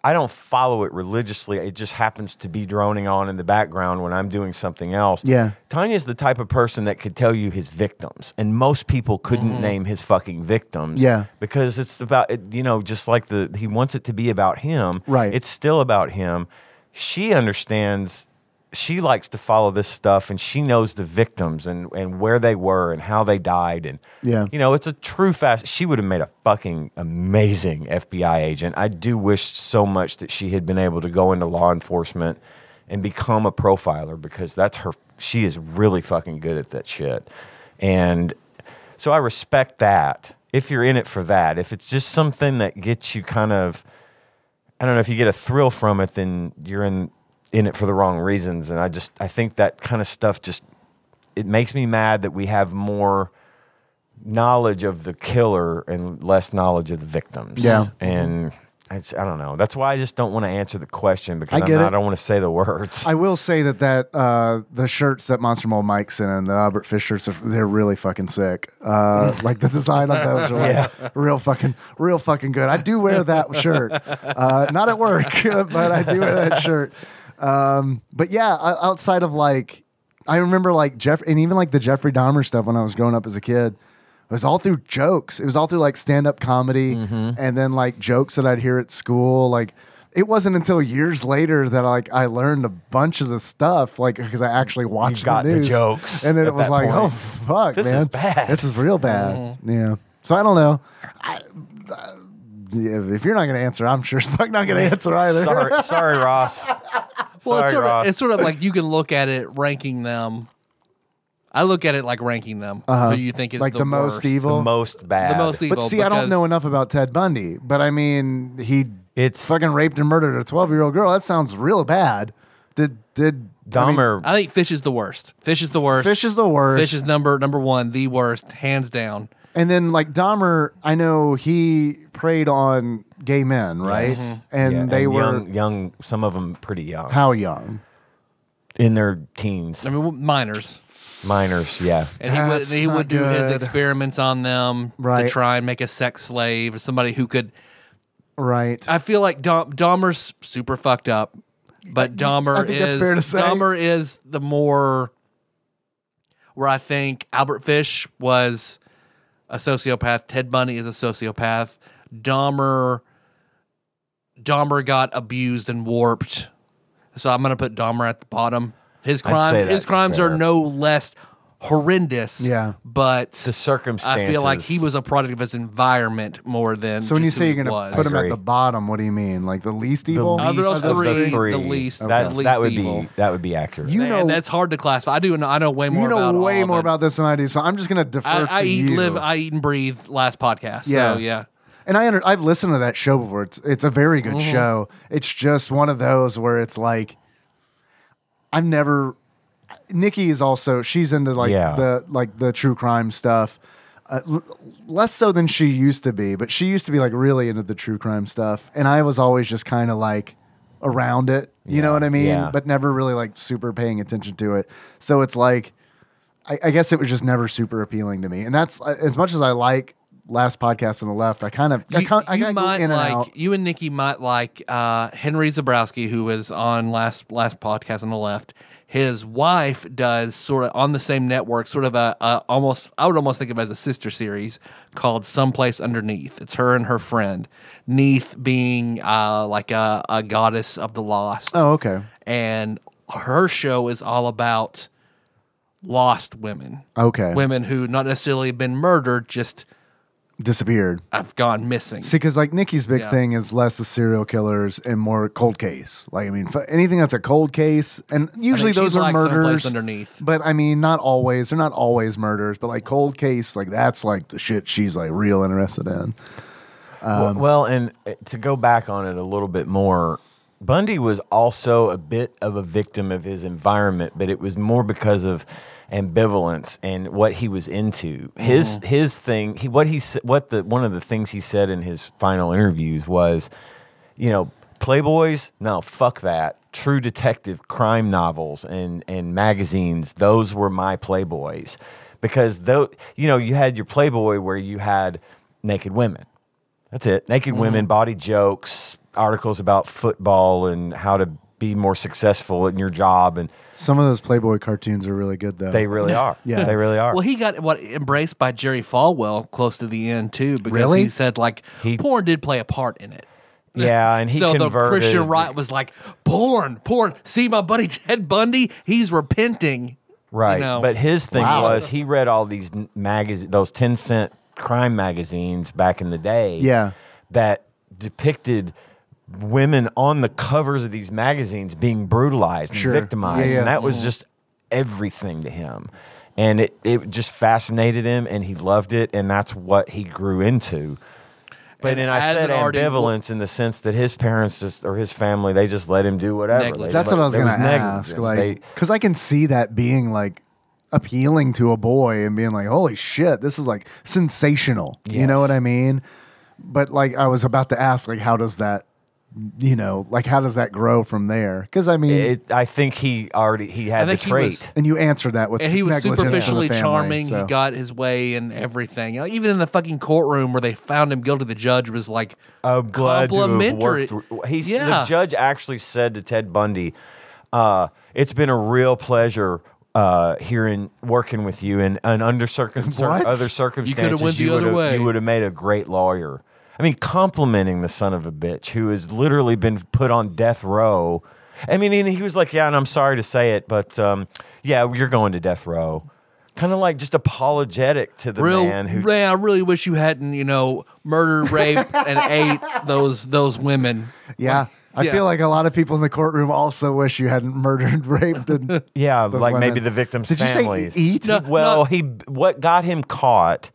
S3: I don't follow it religiously. It just happens to be droning on in the background when I'm doing something else.
S2: Yeah.
S3: Tanya's the type of person that could tell you his victims, and most people couldn't name his fucking victims.
S2: Mm-hmm. Yeah.
S3: Because it's about it, you know, just like the he wants it to be about him.
S2: Right.
S3: It's still about him. She understands she likes to follow this stuff and she knows the victims and, and where they were and how they died and
S2: Yeah.
S3: you know it's a true fast she would have made a fucking amazing FBI agent. I do wish so much that she had been able to go into law enforcement and become a profiler because that's her she is really fucking good at that shit. And so I respect that. If you're in it for that, if it's just something that gets you kind of I don't know if you get a thrill from it, then you're in in it for the wrong reasons. And I just I think that kind of stuff just it makes me mad that we have more knowledge of the killer and less knowledge of the victims.
S2: Yeah.
S3: and it's, I don't know. That's why I just don't want to answer the question because
S2: I
S3: I,
S2: get
S3: am not,
S2: it.
S3: I don't want to say the words.
S2: I will say that that uh, the shirts that Monster Mole Mike's in and the Albert Fish shirts, are, they're really fucking sick. Uh, like the design on those are like real fucking, real fucking good. I do wear that shirt, uh, not at work, but I do wear that shirt. Um, but yeah, o- outside of like, I remember like Jeff and even like the Jeffrey Dahmer stuff when I was growing up as a kid. It was all through jokes. It was all through like stand up comedy
S3: Mm-hmm.
S2: and then like jokes that I'd hear at school. Like it wasn't until years later that like I learned a bunch of the stuff, like because I actually watched
S3: got the
S2: the news
S3: jokes
S2: and then
S3: at
S2: it was
S3: that
S2: like,
S3: point.
S2: oh fuck,
S3: This is
S2: man.
S3: bad. Mm-hmm.
S2: This is real bad. Yeah. So I don't know. I, uh, if you're not gonna answer, I'm sure as fuck not gonna answer either.
S3: sorry, sorry, Ross.
S1: Well, it's
S3: Sorry,
S1: sort, of,
S3: Ross.
S1: it's sort of like you can look at it ranking them. I look at it like ranking them. Who you think is
S2: Uh-huh. like the, most
S1: worst.
S2: evil. e-
S3: the most bad.
S1: The most evil.
S2: But see, I don't
S1: because-
S2: know enough about Ted Bundy, but I mean, he
S3: It's-
S2: fucking raped and murdered a 12 year old girl. That sounds real bad. Did did I mean,
S3: Dahmer.
S1: I think Fish is the worst. Fish is the worst.
S2: Fish is the worst.
S1: Fish is number number one, the worst, hands down.
S2: and then like Dahmer, I know he preyed on gay men, right?
S3: Yes.
S1: Mm-hmm.
S2: Mm-hmm. And
S3: Yeah,
S2: they were
S3: young, young. Some of them pretty young,
S2: how young?
S3: in their teens,
S1: I mean, minors.
S3: minors. Yeah,
S1: And he would
S2: That's
S1: he
S2: not
S1: would do his
S2: good.
S1: experiments on them
S2: Right.
S1: to try and make a sex slave or somebody who could.
S2: Right.
S1: I feel like Dom, Dahmer's super fucked up. but Dahmer
S2: think
S1: is
S2: that's fair to say.
S1: Dahmer is the more where I think Albert Fish was a sociopath, Ted Bundy is a sociopath, Dahmer Dahmer got abused and warped. So I'm gonna put Dahmer at the bottom. His
S3: say
S1: crimes his
S3: that's
S1: crimes
S3: fair.
S1: are no less horrendous.
S2: Yeah.
S1: But
S3: The circumstances.
S1: I feel like he was a product of his environment more than
S2: So when you
S1: just who
S2: say you're
S1: he
S2: gonna
S1: was.
S2: put him at
S3: Agree.
S2: the bottom, what do you mean? Like the least evil?
S3: least
S1: Of those
S3: of
S1: three, the
S3: three.
S1: least-
S3: That's,
S1: the least
S3: that would
S1: evil.
S3: be that would be accurate.
S2: You
S1: And
S2: know-
S1: that's hard to classify. I do. know- I know way more.
S2: you know
S1: about all
S2: way
S1: of
S2: more
S1: it.
S2: about this than I do, so I'm just gonna defer
S1: I,
S2: to
S1: I eat,
S2: you.
S1: live, I eat and breathe. Last podcast.
S2: Yeah.
S1: So yeah.
S2: and I under, I've listened to that show before. It's it's a very good
S3: Mm-hmm.
S2: show. It's just one of those where it's like I've never. Nikki is also she's into like
S3: Yeah.
S2: the like the true crime stuff. Uh, l- less so than she used to be, but she used to be like really into the true crime stuff, and I was always just kind of like around it, you know
S3: Yeah,
S2: what I mean?
S3: yeah.
S2: But never really like super paying attention to it. So it's like I, I guess it was just never super appealing to me. And that's uh, as much as I like last podcast on the left. I kind of I,
S1: You,
S2: can't, I
S1: you
S2: gotta go
S1: might
S2: in and
S1: like
S2: out.
S1: you and Nikki might like uh, Henry Zabrowski, who was on last last podcast on the left. His wife does sort of on the same network, sort of a, a almost I would almost think of it as a sister series called Someplace Underneath. It's her and her friend Neath being uh, like a, a goddess of the lost.
S2: Oh, okay,
S1: and her show is all about lost women.
S2: Okay.
S1: Women who not necessarily been murdered, just
S2: disappeared.
S1: have gone missing.
S2: See, because like Nikki's big
S1: Yeah.
S2: thing is less the serial killers and more cold case. Like I mean, f- anything that's a cold case, and usually
S1: she
S2: those are
S1: likes someplace
S2: murders
S1: underneath.
S2: But I mean, not always. They're not always murders, but like cold case, like that's like the shit she's like real interested in.
S3: Well- well, and uh, to go back on it a little bit more, Bundy was also a bit of a victim of his environment, but it was more because of ambivalence and what he was into. His his thing, he what he s- what the one of the things he said in his final interviews was, you know, Playboys, no, fuck that. True detective crime novels and and magazines, those were my Playboys. Because though you know, you had your Playboy where you had naked women. That's it. Naked women, body jokes, articles about football and how to be more successful in your job, and
S2: Some of those Playboy cartoons are really good though.
S3: they really are.
S2: Yeah.
S3: they really are.
S1: well, he got what embraced by Jerry Falwell close to the end too, because
S2: Really?
S1: he said like
S3: He-
S1: porn did play a part in it.
S3: yeah, and he
S1: so the
S3: converted.
S1: Christian right was like porn, porn. See my buddy Ted Bundy, he's repenting.
S3: Right.
S1: You know?
S3: But his thing
S1: Wow.
S3: was he read all these n- magazine, those 10 cent crime magazines back in the day.
S2: Yeah.
S3: That depicted women on the covers of these magazines being brutalized and
S2: Sure.
S3: victimized.
S2: Yeah, yeah.
S3: And that
S1: Mm-hmm.
S3: was just everything to him. And it, it just fascinated him and he loved it. And that's what he grew into. But
S1: And
S3: then I
S1: as
S3: said
S1: an already-
S3: ambivalence in the sense that his parents just, or his family, they just let him do whatever. They
S1: Negligent.
S3: just
S2: That's
S3: let-
S2: what I was
S3: there
S2: going to ask.
S3: negligence.
S2: Like,
S3: They-
S2: because I can see that being like appealing to a boy and being like, holy shit, this is like sensational. You know
S3: Yes.
S2: what I mean? But like, I was about to ask, like, how does that, you know, like, how does that grow from there? Because I mean,
S3: It, I think he already he had
S1: I
S3: the
S1: think he was-
S3: trait.
S2: and you answered that with
S1: And he was
S2: negligence in the
S1: superficially
S2: family,
S1: charming.
S2: so-
S1: He got his way and everything. Like, even in the fucking courtroom where they found him guilty, the judge was like,
S3: I'm glad
S1: complimentary.
S3: to have worked. He's,
S1: Yeah.
S3: The judge actually said to Ted Bundy, uh, "It's been a real pleasure." Uh, hearing working with you and, and under circum- cir-
S2: What?
S3: other
S1: went
S3: circumstances,
S1: the other
S3: would've-
S1: way.
S3: you would have made a great lawyer. I mean, complimenting the son of a bitch who has literally been put on death row. I mean, and he was like, "Yeah, and I'm sorry to say it, but um, yeah, you're going to death row." Kind of like just apologetic to the
S1: real
S3: man who
S1: man, I really wish you hadn't, you know, murdered, raped, and ate those those women.
S2: yeah. I
S1: Yeah.
S2: feel like a lot of people in the courtroom also wish you hadn't murdered, raped, and
S3: Yeah,
S2: those
S3: like
S2: women.
S3: maybe the victim's
S2: Did you say
S3: families.
S2: eat?
S1: No,
S3: well,
S1: no.
S3: he what got him caught?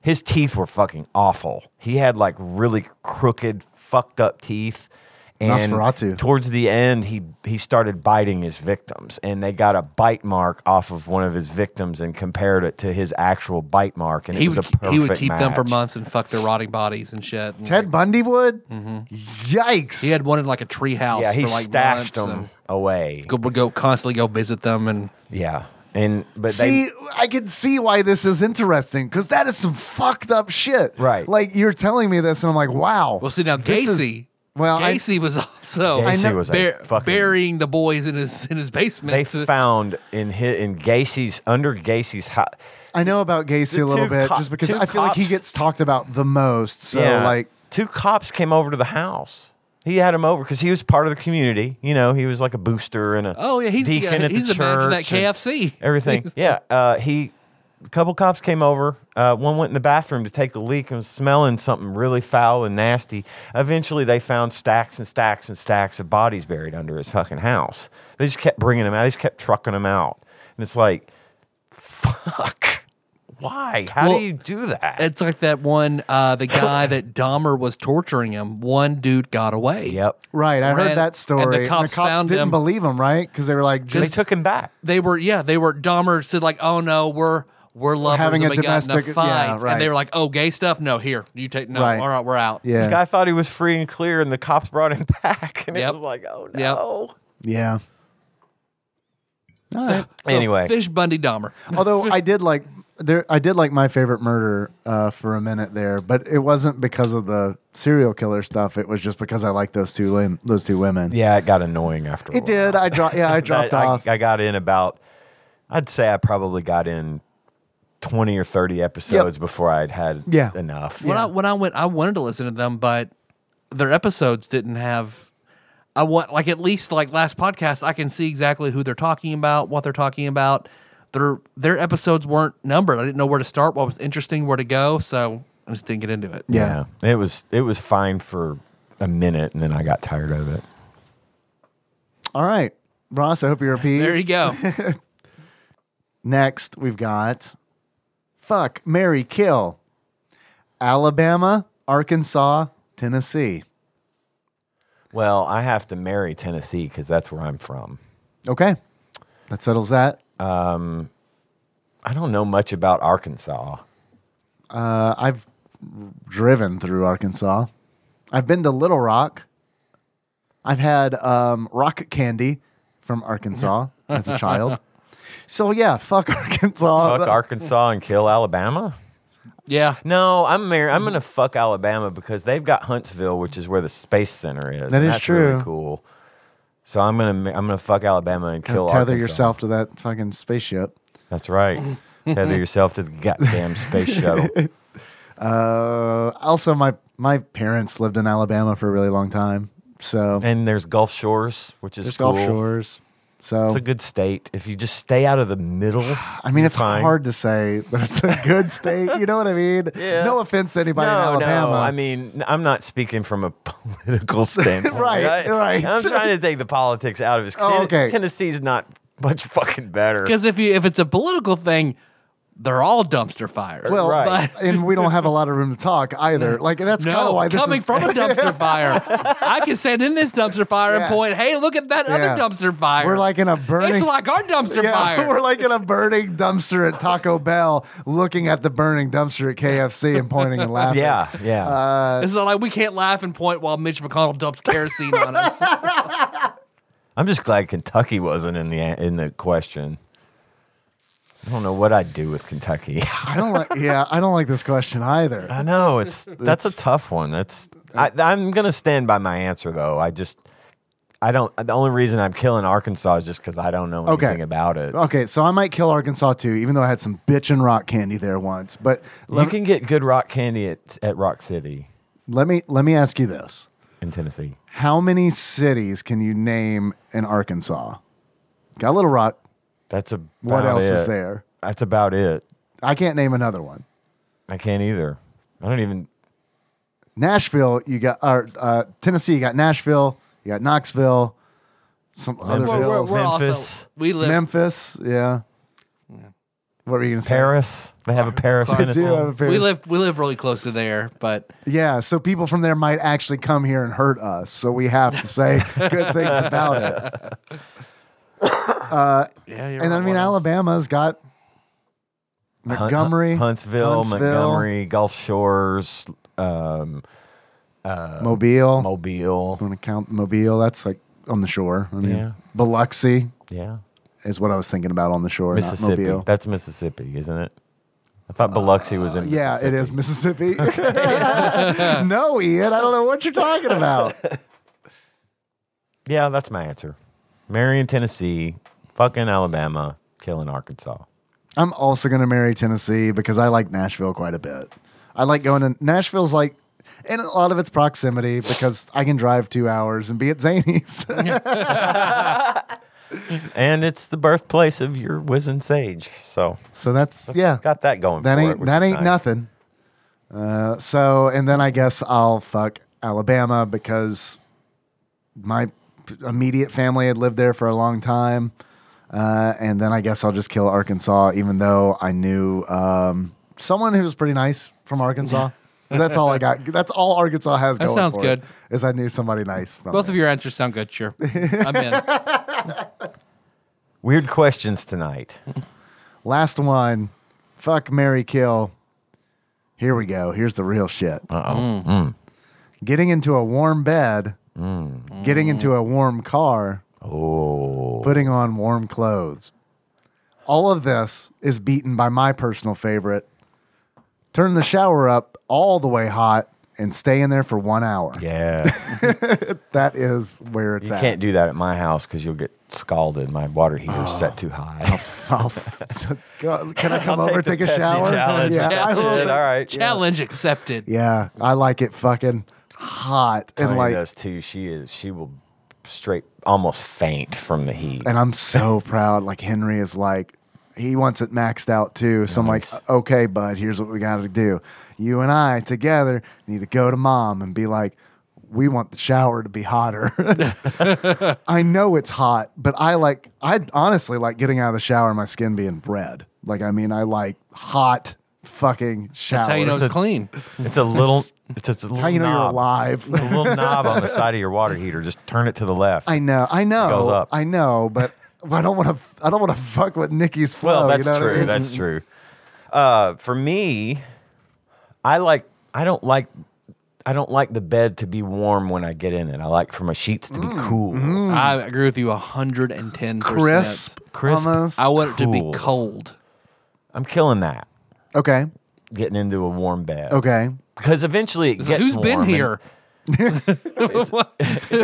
S3: His teeth were fucking awful. He had like really crooked, fucked up teeth. And
S2: Nosferatu.
S3: towards the end, he he started biting his victims, and they got a bite mark off of one of his victims and compared it to his actual bite mark, and
S1: He
S3: it was
S1: would
S3: a perfect
S1: he would keep them for
S3: match.
S1: months and fuck their rotting bodies and shit. And,
S2: Ted
S1: like,
S2: Bundy would?
S3: Mm-hmm.
S2: Yikes.
S1: he had one in like a tree house.
S3: Yeah, he
S1: for, like,
S3: stashed
S1: months
S3: them
S1: and
S3: away.
S1: Go, go constantly go visit them and
S3: Yeah, and but
S2: see,
S3: they
S2: I can see why this is interesting because that is some fucked up shit.
S3: Right.
S2: Like you're telling me this, and I'm like, wow.
S1: well see now
S2: this is-
S1: Gacy
S2: Well, I,
S1: Gacy was also
S2: I
S3: Gacy
S2: know-
S3: was a
S1: bur-
S3: fucking.
S1: burying the boys in his in his basement.
S3: they
S1: to-
S3: found in his, in Gacy's under Gacy's house.
S2: I know about Gacy
S3: The
S2: a little
S3: two
S2: bit
S3: co-
S2: just because
S3: two
S2: I feel like he
S3: cops-
S2: gets talked about the most. So like
S3: two cops came over to the house. He had him over because he was part of the community. You know, he was like a booster and a
S1: oh yeah, he's the,
S3: deacon
S1: guy-
S3: at
S1: he's
S3: the
S1: the manager of that
S3: church and-
S1: KFC.
S3: everything. yeah, uh, he. A couple cops came over. Uh, one went in the bathroom to take a leak and was smelling something really foul and nasty. Eventually, they found stacks and stacks and stacks of bodies buried under his fucking house. They just kept bringing them out. They just kept trucking them out. And it's like, fuck. Why? How
S1: Well,
S3: do you do that?
S1: It's like that one uh, the guy that Dahmer was torturing him. One dude got away.
S3: yep.
S2: right, I
S1: Ran-
S2: heard
S1: and
S2: that
S1: the
S2: story. And the cops,
S1: cops found
S2: didn't
S1: him.
S2: believe him, right? Because they were like,
S3: They
S2: just
S3: took him back.
S1: They were yeah, they were Dahmer said like, "Oh no, we're we're lovers
S2: having
S1: and
S2: a
S1: we got in a
S2: domestic-
S1: fight."
S2: yeah, right.
S1: And they were like, "Oh, gay stuff? No, here. You take no.
S2: Right.
S1: All right, we're out."
S2: yeah,
S3: This guy thought he was free and clear, and the cops brought him back. And
S1: Yep.
S3: it was like, oh
S1: Yep.
S3: no.
S2: yeah. All right.
S1: So
S3: Anyway.
S1: Fish Bundy Dahmer.
S2: Although I did like there, I did like my favorite murder uh, for a minute there, but it wasn't because of the serial killer stuff. It was just because I liked those two lim- those two women.
S3: Yeah, it got annoying after
S2: It did. I dropped. Yeah, I dropped
S3: I,
S2: off.
S3: I got in about, I'd say I probably got in 20 or 30 episodes before I'd had
S2: Yeah.
S3: enough.
S1: When I when I went, I wanted to listen to them, but their episodes didn't have. I want like at least like last podcast, I can see exactly who they're talking about, what they're talking about. Their their episodes weren't numbered. I didn't know where to start, what was interesting, where to go, so I just didn't get into it.
S2: yeah.
S3: It was, it was fine for a minute, and then I got tired of it.
S2: All right, Ross. I hope you're appeased.
S1: There you go.
S2: Next, we've got fuck, Mary, kill, Alabama, Arkansas, Tennessee.
S3: Well, I have to marry Tennessee because that's where I'm from.
S2: Okay, that settles that.
S3: I don't know much about Arkansas.
S2: Uh, I've driven through Arkansas. I've been to Little Rock. I've had um, rock candy from Arkansas as a child. So yeah, fuck Arkansas.
S3: Fuck Arkansas and kill Alabama?
S1: Yeah.
S3: No, I'm married. I'm gonna fuck Alabama because they've got Huntsville, which is where the space center is.
S2: That
S3: and
S2: is
S3: that's Really
S2: true.
S3: cool. So I'm gonna ma- I'm gonna fuck Alabama and kill
S2: tether
S3: Arkansas.
S2: yourself to that fucking spaceship.
S3: That's right. tether yourself to the goddamn space shuttle.
S2: Uh, also, my my parents lived in Alabama for a really long time, so
S3: And there's Gulf Shores, which is
S2: there's
S3: cool.
S2: Gulf Shores.
S3: It's
S2: So
S3: a good state if you just stay out of the middle.
S2: I mean, it's
S3: fine.
S2: hard to say that it's a good state. You know what I mean?
S3: Yeah.
S2: No offense to anybody in
S3: no,
S2: Alabama.
S3: no. I mean, n- I'm not speaking from a political standpoint.
S2: Right,
S3: I,
S2: right.
S3: I'm trying to take the politics out of it.
S2: Oh, okay.
S3: Tennessee's not much fucking better.
S1: Because if you if it's a political thing, they're all dumpster fires.
S2: Well,
S3: Right.
S1: But-
S2: and we don't have a lot of room to talk either. Like that's kind of
S1: no,
S2: why this
S1: coming
S2: is,
S1: from a dumpster fire, I can stand in this dumpster fire
S2: Yeah.
S1: and point, hey, look at that
S2: Yeah.
S1: other dumpster fire.
S2: We're like in a burning.
S1: it's like our dumpster
S2: yeah,
S1: fire.
S2: we're like in a burning dumpster at Taco Bell, looking at the burning dumpster at KFC and pointing and laughing.
S3: yeah, yeah.
S2: Uh,
S1: It's not like we can't laugh and point while Mitch McConnell dumps kerosene on us.
S3: I'm just glad Kentucky wasn't in the in the question. I don't know what I'd do with Kentucky.
S2: I don't like. Yeah, I don't like this question either.
S3: I know it's that's a tough one. That's I, I'm gonna stand by my answer though. I just I don't. The only reason I'm killing Arkansas is just because I don't know
S2: Okay. Uh,
S3: anything about it.
S2: Okay, so I might kill Arkansas too, even though I had some bitchin' rock candy there once. But
S3: You
S2: let,
S3: can get good rock candy at at Rock City
S2: let me let me ask you this:
S3: in Tennessee.
S2: How many cities can you name in Arkansas? Got Little Rock.
S3: That's a
S2: What else
S3: is
S2: is there?
S3: That's about it.
S2: I can't name another one.
S3: I can't either. I don't even.
S2: Nashville, you got or uh, Tennessee, you got Nashville, you got Knoxville, some other
S3: Memphis.
S1: We're- we're-
S2: Memphis.
S1: we're also-
S3: Memphis.
S1: we live.
S2: Memphis, yeah. What were you gonna say?
S3: Paris. They have a Paris.
S2: They do
S3: Tennessee.
S2: have a Paris.
S1: we live. We live really close to there, but
S2: Yeah, so people from there might actually come here and hurt us. So we have to say good things about it. Uh,
S1: yeah. You're
S2: And
S1: right,
S2: I mean,
S1: what else?
S2: Alabama's got
S3: Hun-
S2: Montgomery,
S3: Huntsville,
S2: Huntsville.
S3: Montgomery, Gulf Shores, um,
S2: Mobile.
S3: Mobile.
S2: want to count Mobile? That's like on the shore. I mean,
S3: Yeah.
S2: Biloxi
S3: Yeah.
S2: is what I was thinking about on the shore,
S3: Mississippi.
S2: not Mobile.
S3: That's Mississippi, isn't it? I thought Biloxi was in.
S2: Uh, Yeah, it is Mississippi. no, Ian, I don't know what you're talking about.
S3: Yeah, that's my answer. Marion, Tennessee, fucking Alabama, killing Arkansas.
S2: I'm also going to marry Tennessee because I like Nashville quite a bit. I like going to Nashville's like, and a lot of its proximity because I can drive two hours and be at Zany's.
S3: And it's the birthplace of your wizened sage. So,
S2: so that's,
S3: that's
S2: yeah.
S3: got that going
S2: that
S3: for it,
S2: ain't
S3: which
S2: that
S3: is
S2: ain't
S3: nice.
S2: nothing. Uh, so and then I guess I'll fuck Alabama because my p- immediate family had lived there for a long time, uh, and then I guess I'll just kill Arkansas, even though I knew um, someone who was pretty nice from Arkansas. That's all I got. That's all Arkansas has.
S1: That
S2: going
S1: sounds
S2: for
S1: good.
S2: It, is I knew somebody nice. From
S1: Both
S2: there.
S1: of your answers sound good. Sure, I'm in.
S3: Weird questions tonight.
S2: Last one. Fuck Mary Kill. Here we go. Here's the real shit. Uh oh.
S3: Mm.
S2: Getting into a warm bed, getting into a warm car,
S3: Mm. Oh,
S2: putting on warm clothes. All of this is beaten by my personal favorite. Turn the shower up all the way hot and stay in there for one hour.
S3: yeah.
S2: That is where it's
S3: You
S2: at.
S3: can't do that at my house because you'll get scalded. My water heater's
S2: Oh.
S3: set too high.
S2: I'll- Go- Can I come
S3: I'll
S2: over,
S3: take
S2: take,
S3: the
S2: a
S3: Pepsi
S2: shower?
S3: challenge.
S2: Yeah, I
S3: Challenge
S2: will
S3: it.
S2: take-
S3: All right, yeah.
S1: Challenge accepted.
S2: Yeah, I like it fucking hot and
S1: Oh,
S3: Tony
S2: like,
S3: does too. She is. She will straight almost faint from the heat.
S2: and I'm so proud. Like Henry is like, he wants it maxed out too. So I'm
S3: Nice.
S2: like, okay, bud, here's what we got to do. You and I together need to go to mom and be like, we want the shower to be hotter. I know it's hot, but I like, I honestly like getting out of the shower and my skin being red. Like, I mean, I like hot fucking showers.
S1: That's how you know it's
S3: It's a-
S1: clean.
S3: It's a little. It's, it's a little
S2: That's how you know you're
S3: knob.
S2: alive.
S3: A little knob on the side of your water heater. Just turn it to the left.
S2: I know, I know,
S3: goes up.
S2: I know, but I don't want to. I don't want to fuck with Nikki's flow.
S3: Well, that's
S2: you know what I
S3: true.
S2: mean?
S3: That's true. Uh, for me, I like. I don't like. I don't like the bed to be warm when I get in it. I like for my sheets to be
S2: Mm,
S3: cool,
S2: mm-hmm.
S1: I agree with you 110.
S2: crisp,
S3: Hmm. Crisp.
S2: almost.
S1: I want it to
S3: Cool.
S1: be cold.
S3: I'm killing that.
S2: okay,
S3: Getting into a warm bed.
S2: okay.
S3: Because eventually it
S1: It's like,
S3: gets.
S1: Who's been
S3: warm and-
S1: here? What?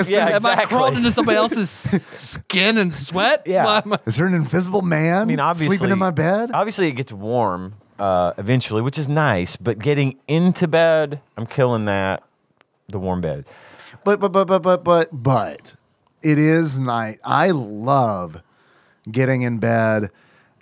S3: yeah,
S1: Am I crawled
S3: exactly.
S1: into somebody else's s- skin and sweat?
S3: Yeah.
S1: Why am I-
S2: Is there an invisible man
S3: I mean, obviously,
S2: sleeping in my bed?
S3: Obviously, it gets warm uh, eventually, which is nice. But getting into bed, I'm killing that. The warm bed.
S2: But but but but but but but it is night. I love getting in bed.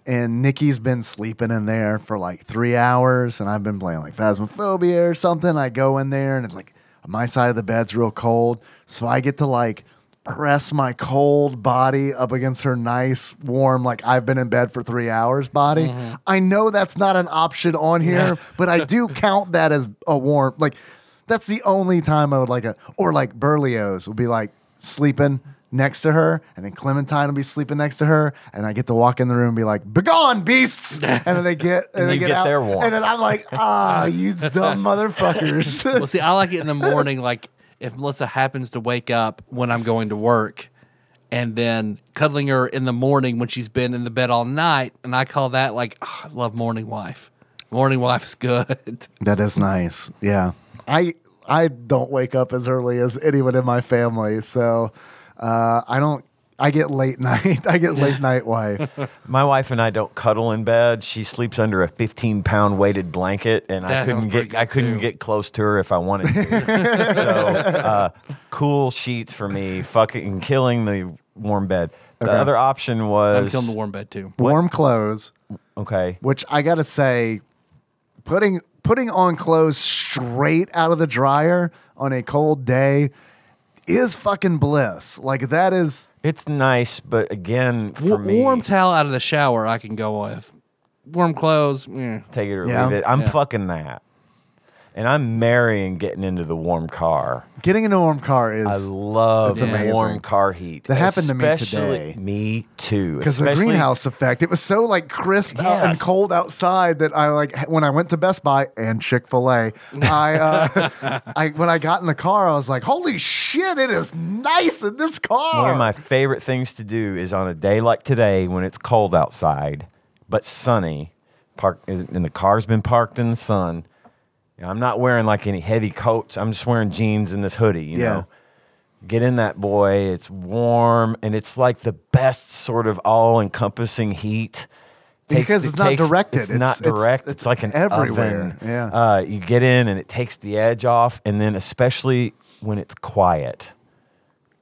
S2: And Nikki's been sleeping in there for like three hours, and I've been playing like Phasmophobia or something. I go in there, and it's like my side of the bed's real cold, so I get to like press my cold body up against her nice, warm, like I've been in bed for three hours body. I know that's not an option on here, but I do count that as a warm. Like that's the only time I would like a or like Berlioz will be like sleeping next to her, and then Clementine will be sleeping next to her, and I get to walk in the room and be like, "Begone, beasts!" And then they get and,
S3: And
S2: they
S3: you
S2: get,
S3: get
S2: out,
S3: their warmth.
S2: and then I'm like, "Ah, you dumb motherfuckers!"
S1: Well, see, I like it in the morning. Like if Melissa happens to wake up when I'm going to work, and then cuddling her in the morning when she's been in the bed all night, and I call that like "Ah, I love morning wife. Morning wife is good.
S2: that is nice. Yeah, I I don't wake up as early as anyone in my family, so uh, I don't. I get late night. I get late night wife.
S3: My wife and I don't cuddle in bed. She sleeps under a 15 pound weighted blanket, and I
S1: That
S3: couldn't
S1: sounds pretty
S3: get I
S1: good,
S3: couldn't
S1: too.
S3: get close to her if I wanted to. so uh, cool sheets for me. Fucking killing the warm bed. The other option
S1: I'm
S3: was
S1: killing the warm bed too.
S2: Warm clothes.
S3: okay.
S2: which I gotta say, putting putting on clothes straight out of the dryer on a cold day is fucking bliss. Like that is
S3: It's nice, but again, for
S1: Wa-
S3: me,
S1: warm towel out of the shower I can go with. Warm clothes. eh.
S3: take it or
S2: Yeah.
S3: leave it. I'm
S1: Yeah.
S3: fucking that, and I'm marrying getting into the warm car.
S2: getting in a warm car
S3: I
S2: is
S3: love
S2: That's
S3: the warm
S2: amazing.
S3: car heat.
S2: That happened to me
S3: Especially-
S2: today.
S3: Me too.
S2: because the
S3: Especially-
S2: greenhouse effect. It was so like crisp out and
S3: Yes.
S2: cold outside that I like when I went to Best Buy and Chick Fil A. I uh, I when I got in the car, I was like, holy shit, it is nice in this car.
S3: One of my favorite things to do is on a day like today when it's cold outside but sunny, park, is- and the car's been parked in the sun. You know, I'm not wearing like any heavy coats. I'm just wearing jeans and this hoodie. You
S2: Yeah.
S3: know, get in that boy. It's warm and it's like the best sort of all-encompassing heat.
S2: Because
S3: it
S2: it's not directed.
S3: It's,
S2: It's-
S3: not
S2: it's-
S3: direct. It's,
S2: it's
S3: like an
S2: everywhere.
S3: oven.
S2: Yeah.
S3: Uh, you get in and it takes the edge off, and then especially when it's quiet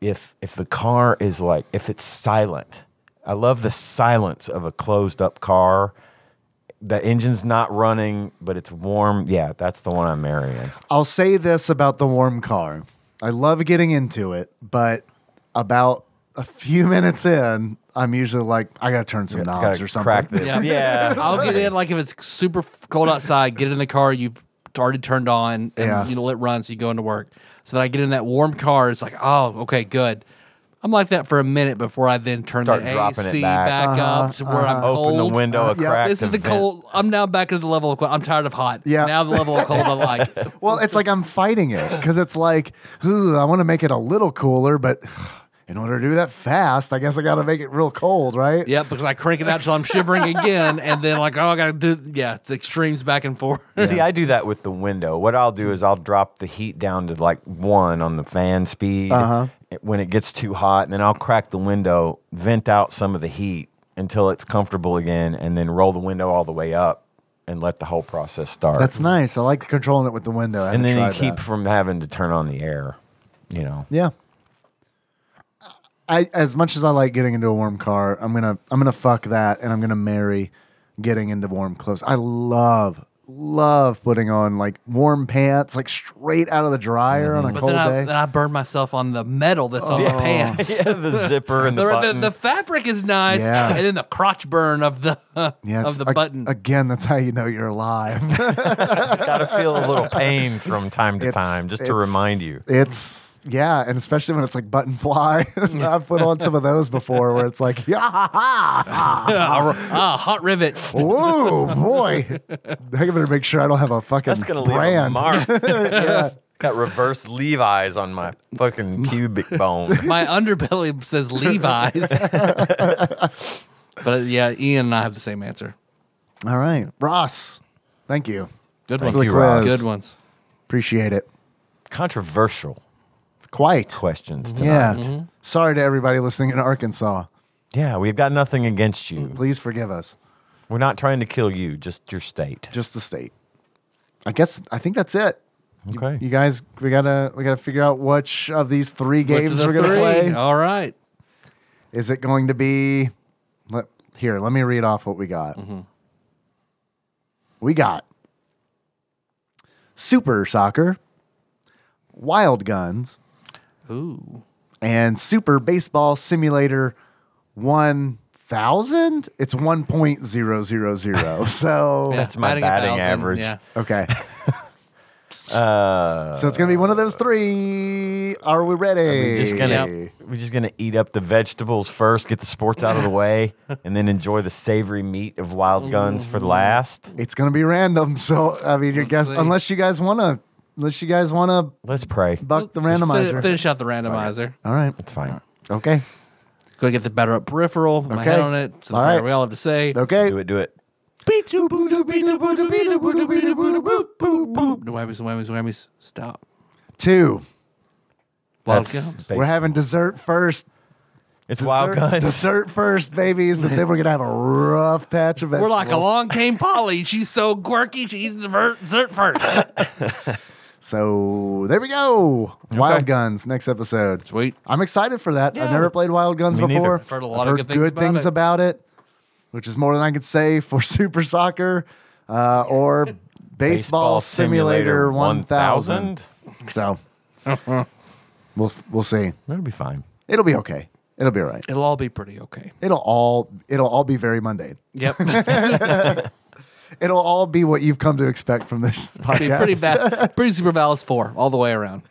S3: if if the car is like if it's silent i love the silence of a closed up car the engine's not running but it's warm yeah that's the one i'm marrying
S2: I'll say this about the warm car. I love getting into it, but about a few minutes in, I'm usually like, I gotta turn some knobs
S3: Gotta
S2: or something.
S3: crack this.
S1: Yeah.
S3: yeah,
S1: I'll get in like if it's super cold outside. Get in the car. You've already turned on, and
S2: Yeah.
S1: you know let run. So you go into work. So then I get in that warm car. It's like, oh, okay, good. I'm like that for a minute before I then turn
S3: Start
S1: the
S3: dropping it
S1: AC
S3: back. Uh-huh,
S1: up to where I'm cold.
S3: open the window a
S2: Uh, Yeah.
S3: crack
S1: This
S3: to
S1: is the
S3: vent.
S1: cold. I'm now back at the level of cold. I'm tired of hot.
S2: Yeah.
S1: Now the level of cold I like.
S2: Well, it's like I'm fighting it because it's like, "Ooh, I want to make it a little cooler, but in order to do that fast, I guess I gotta make it real cold, right?
S1: Yep, because I crank it out till I'm shivering again, and then like, oh, I gotta do. Yeah, it's extremes back and forth.
S3: See, I do that with the window. What I'll do is I'll drop the heat down to like one on the fan speed
S2: Uh-huh.
S3: when it gets too hot, and then I'll crack the window, vent out some of the heat until it's comfortable again, and then roll the window all the way up and let the whole process start.
S2: That's nice. I like controlling it with the window. I haven't
S3: and then you
S2: tried
S3: keep
S2: that.
S3: from having to turn on the air. You know,
S2: Yeah. I as much as I like getting into a warm car, I'm gonna I'm gonna fuck that and I'm gonna marry getting into warm clothes. I love love putting on like warm pants like straight out of the dryer on a
S1: But
S2: cold
S1: then I,
S2: day.
S3: uh,
S2: Oh.
S1: then I burn myself on the metal that's on the pants.
S3: yeah, the zipper and the,
S1: The, the,
S3: button.
S1: the fabric is nice,
S2: Yeah.
S1: and then the crotch burn of the
S2: yeah,
S1: of
S2: it's
S1: the
S2: a-
S1: button.
S2: again. That's how you know you're alive.
S3: Gotta feel a little pain from time to
S2: It's-
S3: time, just to
S2: it's-
S3: remind you.
S2: It's yeah, and especially when it's like button fly. I've put on some of those before, where it's like, yeah, ha, ha, ha.
S1: ah, hot rivet.
S2: whoa, boy! I better make sure I don't have a fucking
S3: That's gonna leave a
S2: brand.
S3: mark. Got reverse Levi's on my fucking pubic bone.
S1: My underbelly says Levi's. but uh, yeah, Ian and I have the same answer.
S2: All right, Ross. Thank you.
S1: Good
S3: Thank
S1: ones.
S3: you, Roz.
S1: Good ones.
S2: Appreciate it.
S3: Controversial
S2: Quite.
S3: questions tonight.
S2: Yeah. Sorry to everybody listening in Arkansas.
S3: Yeah, we've got nothing against you.
S2: Please forgive us.
S3: We're not trying to kill you, just your state.
S2: Just the state. I guess I think that's it.
S3: Okay.
S2: You guys, we gotta we gotta figure out which of these three
S1: Went
S2: games
S1: to the
S2: we're gonna
S1: three.
S2: play.
S1: All right.
S2: Is it going to be? Let, here, let me read off what we got. We got Super Soccer, Wild Guns,
S1: Ooh.
S2: and Super Baseball Simulator 1000. It's 1.000. So,
S3: That's my
S1: a
S3: batting
S1: thousand,
S3: average.
S1: Yeah.
S2: okay. so it's going to be one of those three. Are we ready?
S3: We're just gonna
S1: Yep.
S3: we're just gonna eat up the vegetables first, get the sports out of the way, and then enjoy the savory meat of wild guns for
S2: Mm-hmm.
S3: last.
S2: It's going to be random. So, I mean, your guess,
S1: see.
S2: unless you guys want to, unless you guys want to
S3: Let's pray.
S2: buck the
S1: Just fin-
S2: randomizer.
S1: Finish out the randomizer.
S2: All right.
S3: It's fine.
S2: Okay.
S1: Go get the batter up peripheral. put My
S2: Okay.
S1: head on it. So
S2: All
S1: all right.
S2: right.
S1: we all have to say.
S2: Okay.
S3: Do it, do it.
S1: No whammies, no whammies, no whammies. Stop.
S2: Two.
S1: Wild
S3: That's
S1: guns.
S3: basic.
S2: We're having dessert first.
S3: It's wild
S2: Dessert-
S3: guns.
S2: Dessert first, babies, and then we're gonna have a rough patch of
S1: We're
S2: vegetables.
S1: like along came Polly. She's so quirky. She eats the ver- dessert first.
S2: So there we go. Wild
S3: Okay.
S2: Guns next episode.
S1: Sweet.
S2: I'm excited for that. I've
S3: Yeah.
S2: never played Wild Guns
S3: Me neither.
S2: before.
S3: I've
S1: heard a lot of good things about it.
S2: about it, which is more than I could say for Super Soccer uh, or Baseball, Simulator 1000. So we'll we'll see.
S3: That'll be fine.
S2: It'll be okay. It'll be all right.
S1: It'll all be pretty okay.
S2: It'll all it'll all be very mundane.
S1: Yep. It'll
S2: It'll all be what you've come to expect from this
S1: be
S2: podcast.
S1: pretty bad. Pretty super Valis 4 all the way around.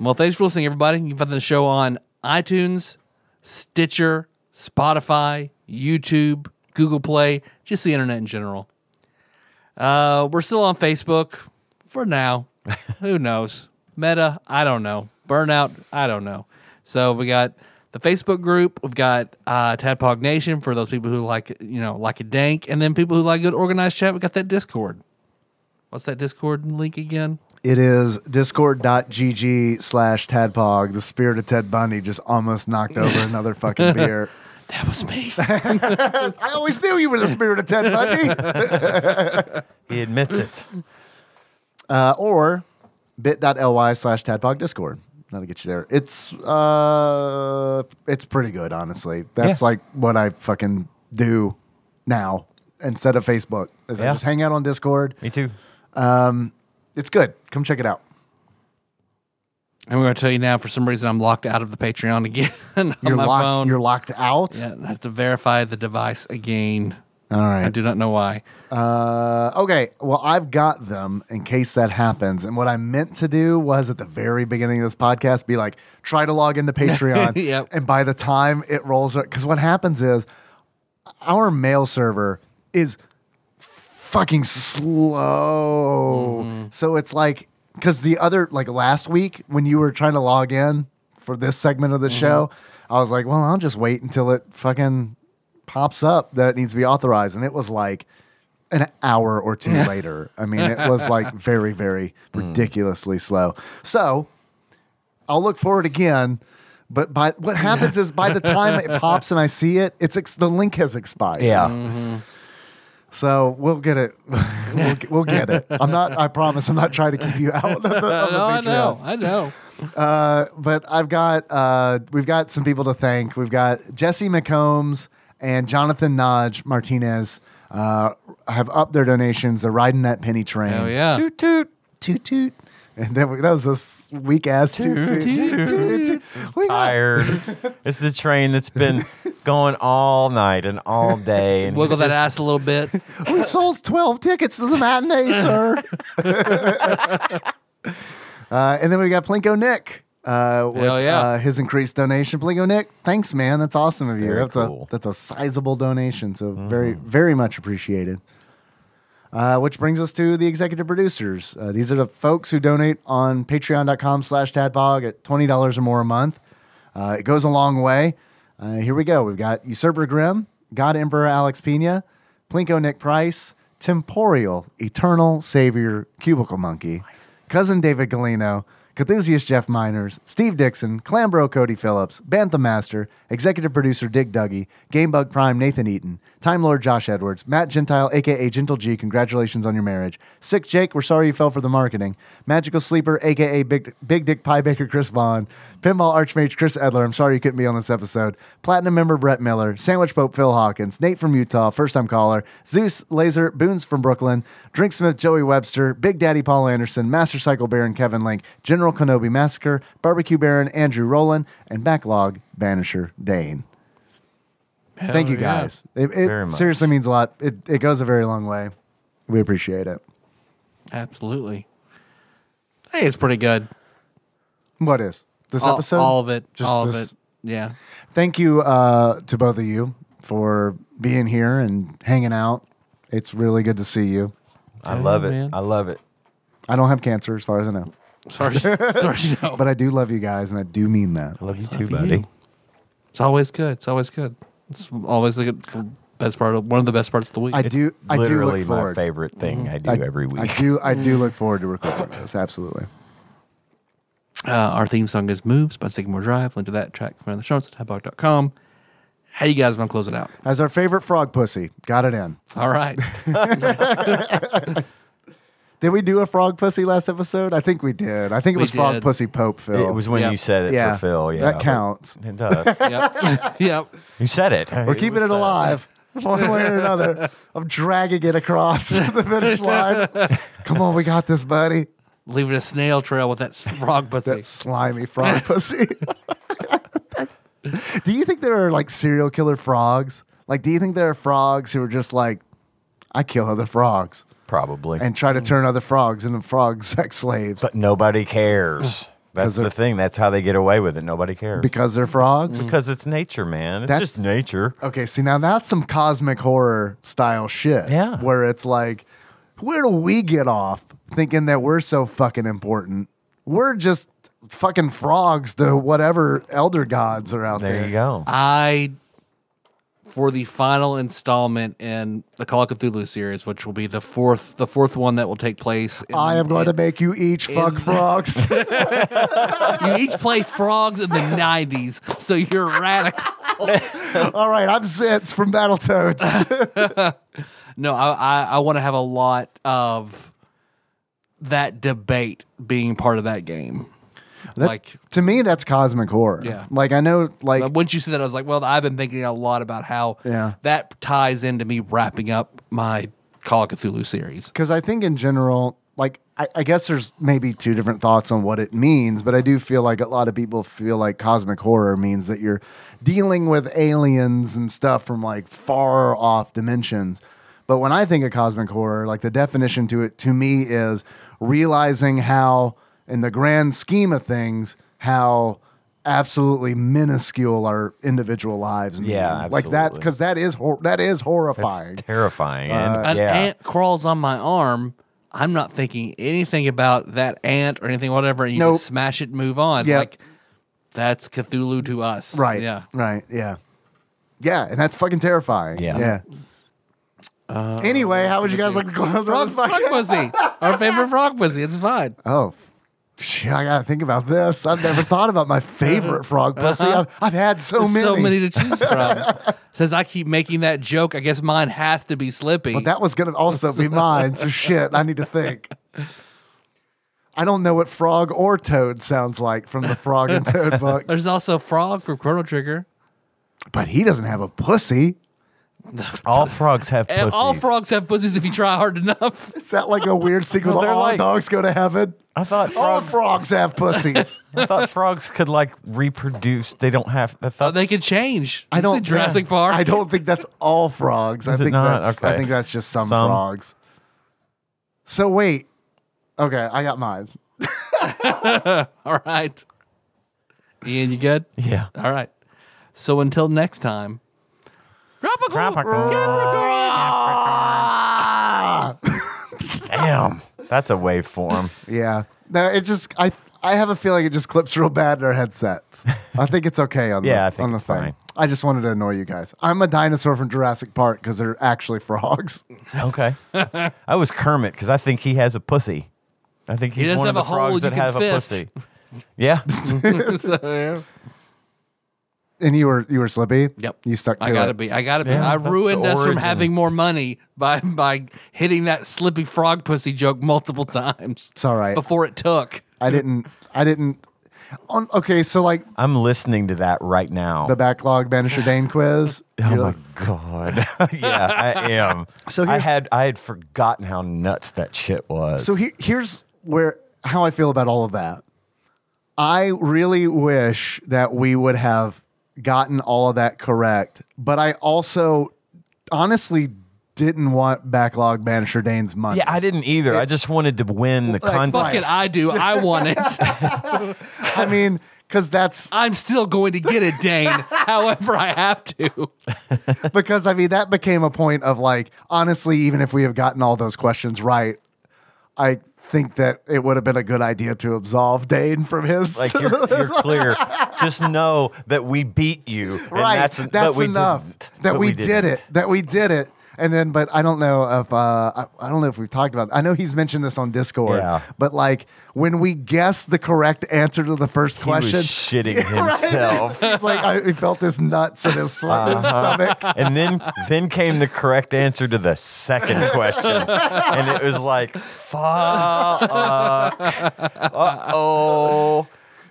S1: well, thanks for listening, everybody. You can find the show on iTunes, Stitcher, Spotify, YouTube, Google Play, just the internet in general. Uh, we're still on Facebook for now. Who knows? Meta, I don't know. Burnout, I don't know. So we got the Facebook group. We've got uh, Tadpog Nation for those people who like you know like a dank, and then people who like good organized chat. We got that Discord. What's that Discord link again?
S2: It is discord.gg slash tadpog. The spirit of Ted Bundy just almost knocked over another fucking beer.
S1: That was me.
S2: I always knew you were the spirit of Ted Bundy.
S3: He admits it.
S2: Uh, or bit.ly slash tadpog discord. That'll get you there. It's uh, it's pretty good, honestly. That's
S3: Yeah.
S2: like what I fucking do now instead of Facebook. Is I
S3: Yeah.
S2: just hang out on Discord.
S3: Me too.
S2: It's good. Come check it out.
S1: and we're going to tell you now. For some reason, I'm locked out of the Patreon again on
S2: You're
S1: my
S2: locked.
S1: phone.
S2: You're locked out.
S1: yeah, I have to verify the device again.
S2: All right.
S1: I do not know why.
S2: Uh, okay. Well, I've got them in case that happens. And what I meant to do was at the very beginning of this podcast, be like, try to log into Patreon.
S1: Yep.
S2: And by the time it rolls, because what happens is our mail server is fucking slow. So it's like, because the other, like last week when you were trying to log in for this segment of the show, I was like, well, I'll just wait until it fucking pops up that it needs to be authorized. And it was like an hour or two later. I mean, it was like very, very ridiculously slow. So I'll look for it again. But by what happens is by the time it pops and I see it, it's ex- the link has expired.
S3: Yeah.
S2: So we'll get it. we'll, we'll get it. I'm not. I promise. I'm not trying to keep you out of the, of the
S1: Oh, No, I
S2: Patreon.
S1: know. I know.
S2: Uh, but I've got. Uh, we've got some people to thank. We've got Jesse McCombs and Jonathan Nodge Martinez. Uh, have upped their donations. They're riding that penny train.
S1: Oh yeah.
S3: Toot toot.
S2: Toot toot. And then we, that was this weak ass toot toot. toot, toot, toot. We got-
S3: Tired. it's the train that's been going all night and all day. And
S1: Wiggle
S3: it
S1: that
S3: just-
S1: ass a little bit.
S2: We sold 12 tickets to the matinee, sir. uh, and then we got Plinko Nick. Uh, with,
S1: Hell yeah.
S2: uh, his increased donation, Plinko Nick. Thanks, man. That's awesome of you.
S3: Very
S2: that's
S3: cool. Mm-hmm.
S2: a that's a sizable donation, so very very much appreciated. Uh, which brings us to the executive producers. Uh, these are the folks who donate on patreon.com slash tadpog at $20 or more a month. Uh, it goes a long way. Uh, here we go. We've got Usurper Grimm, God Emperor Alex Pena, Plinko Nick Price, Temporial, Eternal Savior, Cubicle Monkey, Cousin David Galino, Cathusius Jeff Miners, Steve Dixon, Clambro Cody Phillips, Bantha Master, Executive Producer Dig Dougie, Gamebug Prime Nathan Eaton, Time Lord Josh Edwards, Matt Gentile, aka Gentle G, congratulations on your marriage. Sick Jake, we're sorry you fell for the marketing. Magical Sleeper, aka Big, Big Dick Pie Baker Chris Vaughn, Pinball Archmage Chris Edler, I'm sorry you couldn't be on this episode. Platinum member Brett Miller, Sandwich Pope Phil Hawkins, Nate from Utah, first time caller, Zeus Laser, Boons from Brooklyn, Drinksmith Joey Webster, Big Daddy Paul Anderson, Master Cycle Baron Kevin Link, General Kenobi Massacre, Barbecue Baron Andrew Rowland, and Backlog Banisher Dane. Thank you
S1: yeah.
S2: guys. It,
S3: Very
S2: it
S3: much.
S2: seriously means a lot. It, it goes a very long way. We appreciate it.
S1: Absolutely. Hey, it's pretty good.
S2: What is this
S1: all,
S2: episode?
S1: all of it.
S2: Just
S1: all
S2: this-
S1: of it. Yeah.
S2: Thank you uh, to both of you for being here and hanging out. It's really good to see you.
S3: I love it.
S1: man.
S3: I love it.
S2: I don't have cancer, as far as I know,
S1: Sorry. sorry. No.
S2: but I do love you guys, and I do mean that.
S3: I love you too,
S1: you.
S3: buddy.
S1: It's always good. It's always good. It's always the good- the best part. Of, one of the best parts of the week.
S2: I do. I do
S3: Literally
S2: look
S3: my
S2: forward. Mm-hmm.
S3: favorite thing I do
S2: I,
S3: every week.
S2: I do. I do look forward to recording this. Absolutely.
S1: Uh, our theme song is "Moves" by Sycamore Drive. Link to that track from the show notes at tadpog.com. How you guys want to close it out?
S2: As our favorite frog pussy, got it in.
S1: All right.
S2: Did we do a frog pussy last episode? I think we did. I think it
S1: We
S2: was frog
S1: did.
S2: pussy Pope Phil.
S3: It was when
S1: Yeah.
S3: you said it
S2: yeah,
S3: for Phil. Yeah,
S2: that counts.
S3: It does.
S1: yep. yep.
S3: you said it.
S2: We're keeping it alive. One way or another, I'm dragging it across the finish line. Come on, we got this, buddy.
S1: Leaving a snail trail with that frog pussy.
S2: That slimy frog pussy. do you think there are like serial killer frogs? Like, do you think there are frogs who are just like, I kill other frogs
S3: Probably.
S2: and try to turn other frogs into frog sex slaves
S3: Mm. but nobody cares. That's
S2: they're-
S3: the thing. That's how they get away with it. Nobody cares. Mm.
S2: because they're frogs?
S3: Because it's nature, man. It's
S2: That's-
S3: just nature.
S2: Okay, see, now that's some cosmic horror style shit.
S3: Yeah.
S2: Where it's like, where do we get off thinking that we're so fucking important? We're just fucking frogs to whatever elder gods are out there.
S3: There you go.
S1: I for the final installment in the Call of Cthulhu series, which will be the fourth the fourth one that will take place. In,
S2: I am going to make you each fuck frogs.
S1: You each play frogs in the nineties, so you're radical.
S2: All right, I'm Zitz from Battletoads.
S1: No, I I, I want to have a lot of that debate being part of that game. like
S2: to me, that's cosmic horror.
S1: Yeah.
S2: Like I know, like
S1: But once you said that, I was like, well, I've been thinking a lot about how
S2: Yeah.
S1: that ties into me wrapping up my Call of Cthulhu series.
S2: because I think in general, like I, I guess there's maybe two different thoughts on what it means, but I do feel like a lot of people feel like cosmic horror means that you're dealing with aliens and stuff from like far off dimensions. But when I think of cosmic horror, like the definition to it to me is realizing how, in the grand scheme of things, how absolutely minuscule our individual lives. Mean.
S3: Yeah,
S2: like that's
S3: absolutely.
S2: because that is hor- that is horrifying.
S3: Terrifying.
S2: Uh,
S3: and,
S1: An
S3: yeah.
S1: ant crawls on my arm. I'm not thinking anything about that ant or anything, whatever. And you
S2: Nope.
S1: can smash it, and move on.
S2: Yep.
S1: Like that's Cthulhu to us.
S2: Right.
S1: Yeah.
S2: Right. Yeah. Yeah, and that's fucking terrifying.
S3: Yeah.
S2: Yeah.
S1: Uh,
S2: anyway, how would you guys like to close
S1: Frog,
S2: on this podcast?
S1: frog pussy. Our favorite frog pussy. It's fine.
S2: Oh, shit! I gotta think about this. I've never thought about my favorite frog pussy. I've, I've had so
S1: Uh-huh. There's
S2: many.
S1: so many to choose from. Says I keep making that joke. I guess mine has to be Slippy.
S2: But that was gonna also be mine. So shit, I need to think. I don't know what frog or toad sounds like from the Frog and Toad books,
S1: There's also Frog from Chrono Trigger.
S2: but he doesn't have a pussy.
S3: all frogs have
S1: And
S3: pussies.
S1: all frogs have pussies if you try hard enough.
S2: Is that like a weird sequel?
S3: Well,
S2: to
S3: they're
S2: all
S3: like-
S2: dogs go to heaven.
S3: I thought
S2: All
S3: frogs.
S2: frogs have pussies.
S3: I thought frogs could like reproduce. They don't have. I
S1: Oh,
S3: thought
S1: they could change.
S2: I
S1: You've
S2: don't
S1: seen Jurassic Park.
S2: I don't think that's all frogs. I
S3: Is it
S2: think
S3: not?
S2: that's I
S3: Okay.
S2: think that's just some,
S3: Some.
S2: frogs. So wait. Okay, I got mine.
S1: All right. Ian, you good?
S3: yeah.
S1: All right. So until next time. Tropical.
S3: Damn, that's a waveform.
S2: Yeah. No, it just I I have a feeling it just clips real bad in our headsets. I think it's okay on the
S3: Yeah, I think
S2: on the
S3: it's
S2: thing.
S3: fine.
S2: I just wanted to annoy you guys. I'm a dinosaur from Jurassic Park because they're actually frogs.
S3: Okay. I was Kermit because I think he has a pussy. I think he's
S1: does
S3: one
S1: have a
S3: of the
S1: hole
S3: frogs
S1: you
S3: that
S1: can
S3: have
S1: fist.
S3: a pussy. Yeah.
S2: And you were you were slippy.
S1: Yep.
S2: You stuck to
S1: I gotta
S2: it.
S1: be. I gotta be.
S3: Yeah,
S1: I
S3: that's
S1: ruined us
S3: the
S1: from
S3: origin.
S1: having more money by by hitting that slippy frog pussy joke multiple times.
S2: It's all right.
S1: Before it took.
S2: I didn't I didn't on okay, so like
S3: I'm listening to that right now.
S2: the backlog banisher Dane quiz.
S3: oh
S2: You're
S3: my
S2: like,
S3: god. yeah, I am.
S2: So
S3: So I
S2: here's-
S3: had I had forgotten how nuts that shit was.
S2: So here, here's where how I feel about all of that. I really wish that we would have gotten all of that correct, but I also honestly didn't want backlog banisher Dane's money.
S3: yeah, I didn't either. I just wanted to win the
S1: Fuck it,
S3: contest.
S1: I do. I want it.
S2: I mean, because that's
S1: I'm still going to get it, Dane. However, I have to.
S2: because I mean that became a point of like honestly, even if we have gotten all those questions right, I think that it would have been a good idea to absolve Dane from his
S3: like you're, you're clear. Just know that we beat you. and
S2: right.
S3: That's,
S2: That's,
S3: but we
S2: enough.
S3: didn't.
S2: That
S3: But
S2: we, did
S3: didn't.
S2: it. That we did it. And then, but I don't know if uh, I, I don't know if we've talked about. I know he's mentioned this on Discord,
S3: Yeah.
S2: but like when we guessed the correct answer to the first
S3: He was
S2: question,
S3: shitting
S2: right?
S3: himself.
S2: He's like, I, he felt his nuts in his
S3: Uh-huh.
S2: fucking stomach.
S3: and then then came the correct answer to the second question, and it was like, "Fuck, uh oh."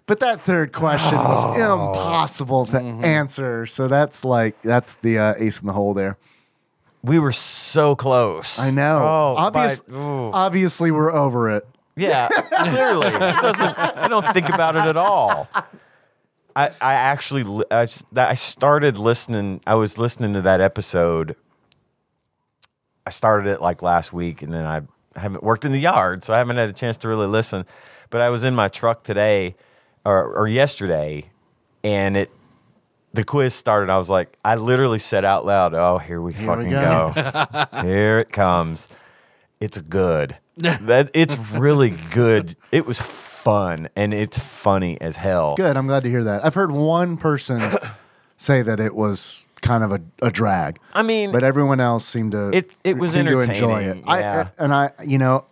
S2: But that third question was impossible to
S3: Mm-hmm.
S2: answer. So that's like that's the uh, ace in the hole there.
S3: We were so close.
S2: I know.
S3: Oh,
S2: Obvious-
S3: but- ooh.
S2: obviously, we're over it.
S3: yeah, clearly. It doesn't, I don't think about it at all. I, I actually li- I, s- I started listening. I was listening to that episode. I started it like last week, and then I haven't worked in the yard, so I haven't had a chance to really listen. But I was in my truck today, or, or yesterday, and it the quiz started. I was like, I literally said out loud, "Oh, here we fucking
S2: go."
S3: go. here it comes." It's good. that it's really good. It was fun and it's funny as hell.
S2: Good. I'm glad to hear that. I've heard one person say that it was kind of a, a drag.
S3: I mean-
S2: but everyone else seemed to
S3: It- it was
S2: seemed to enjoy it.
S3: entertaining, yeah.
S2: I, uh, and I, you know,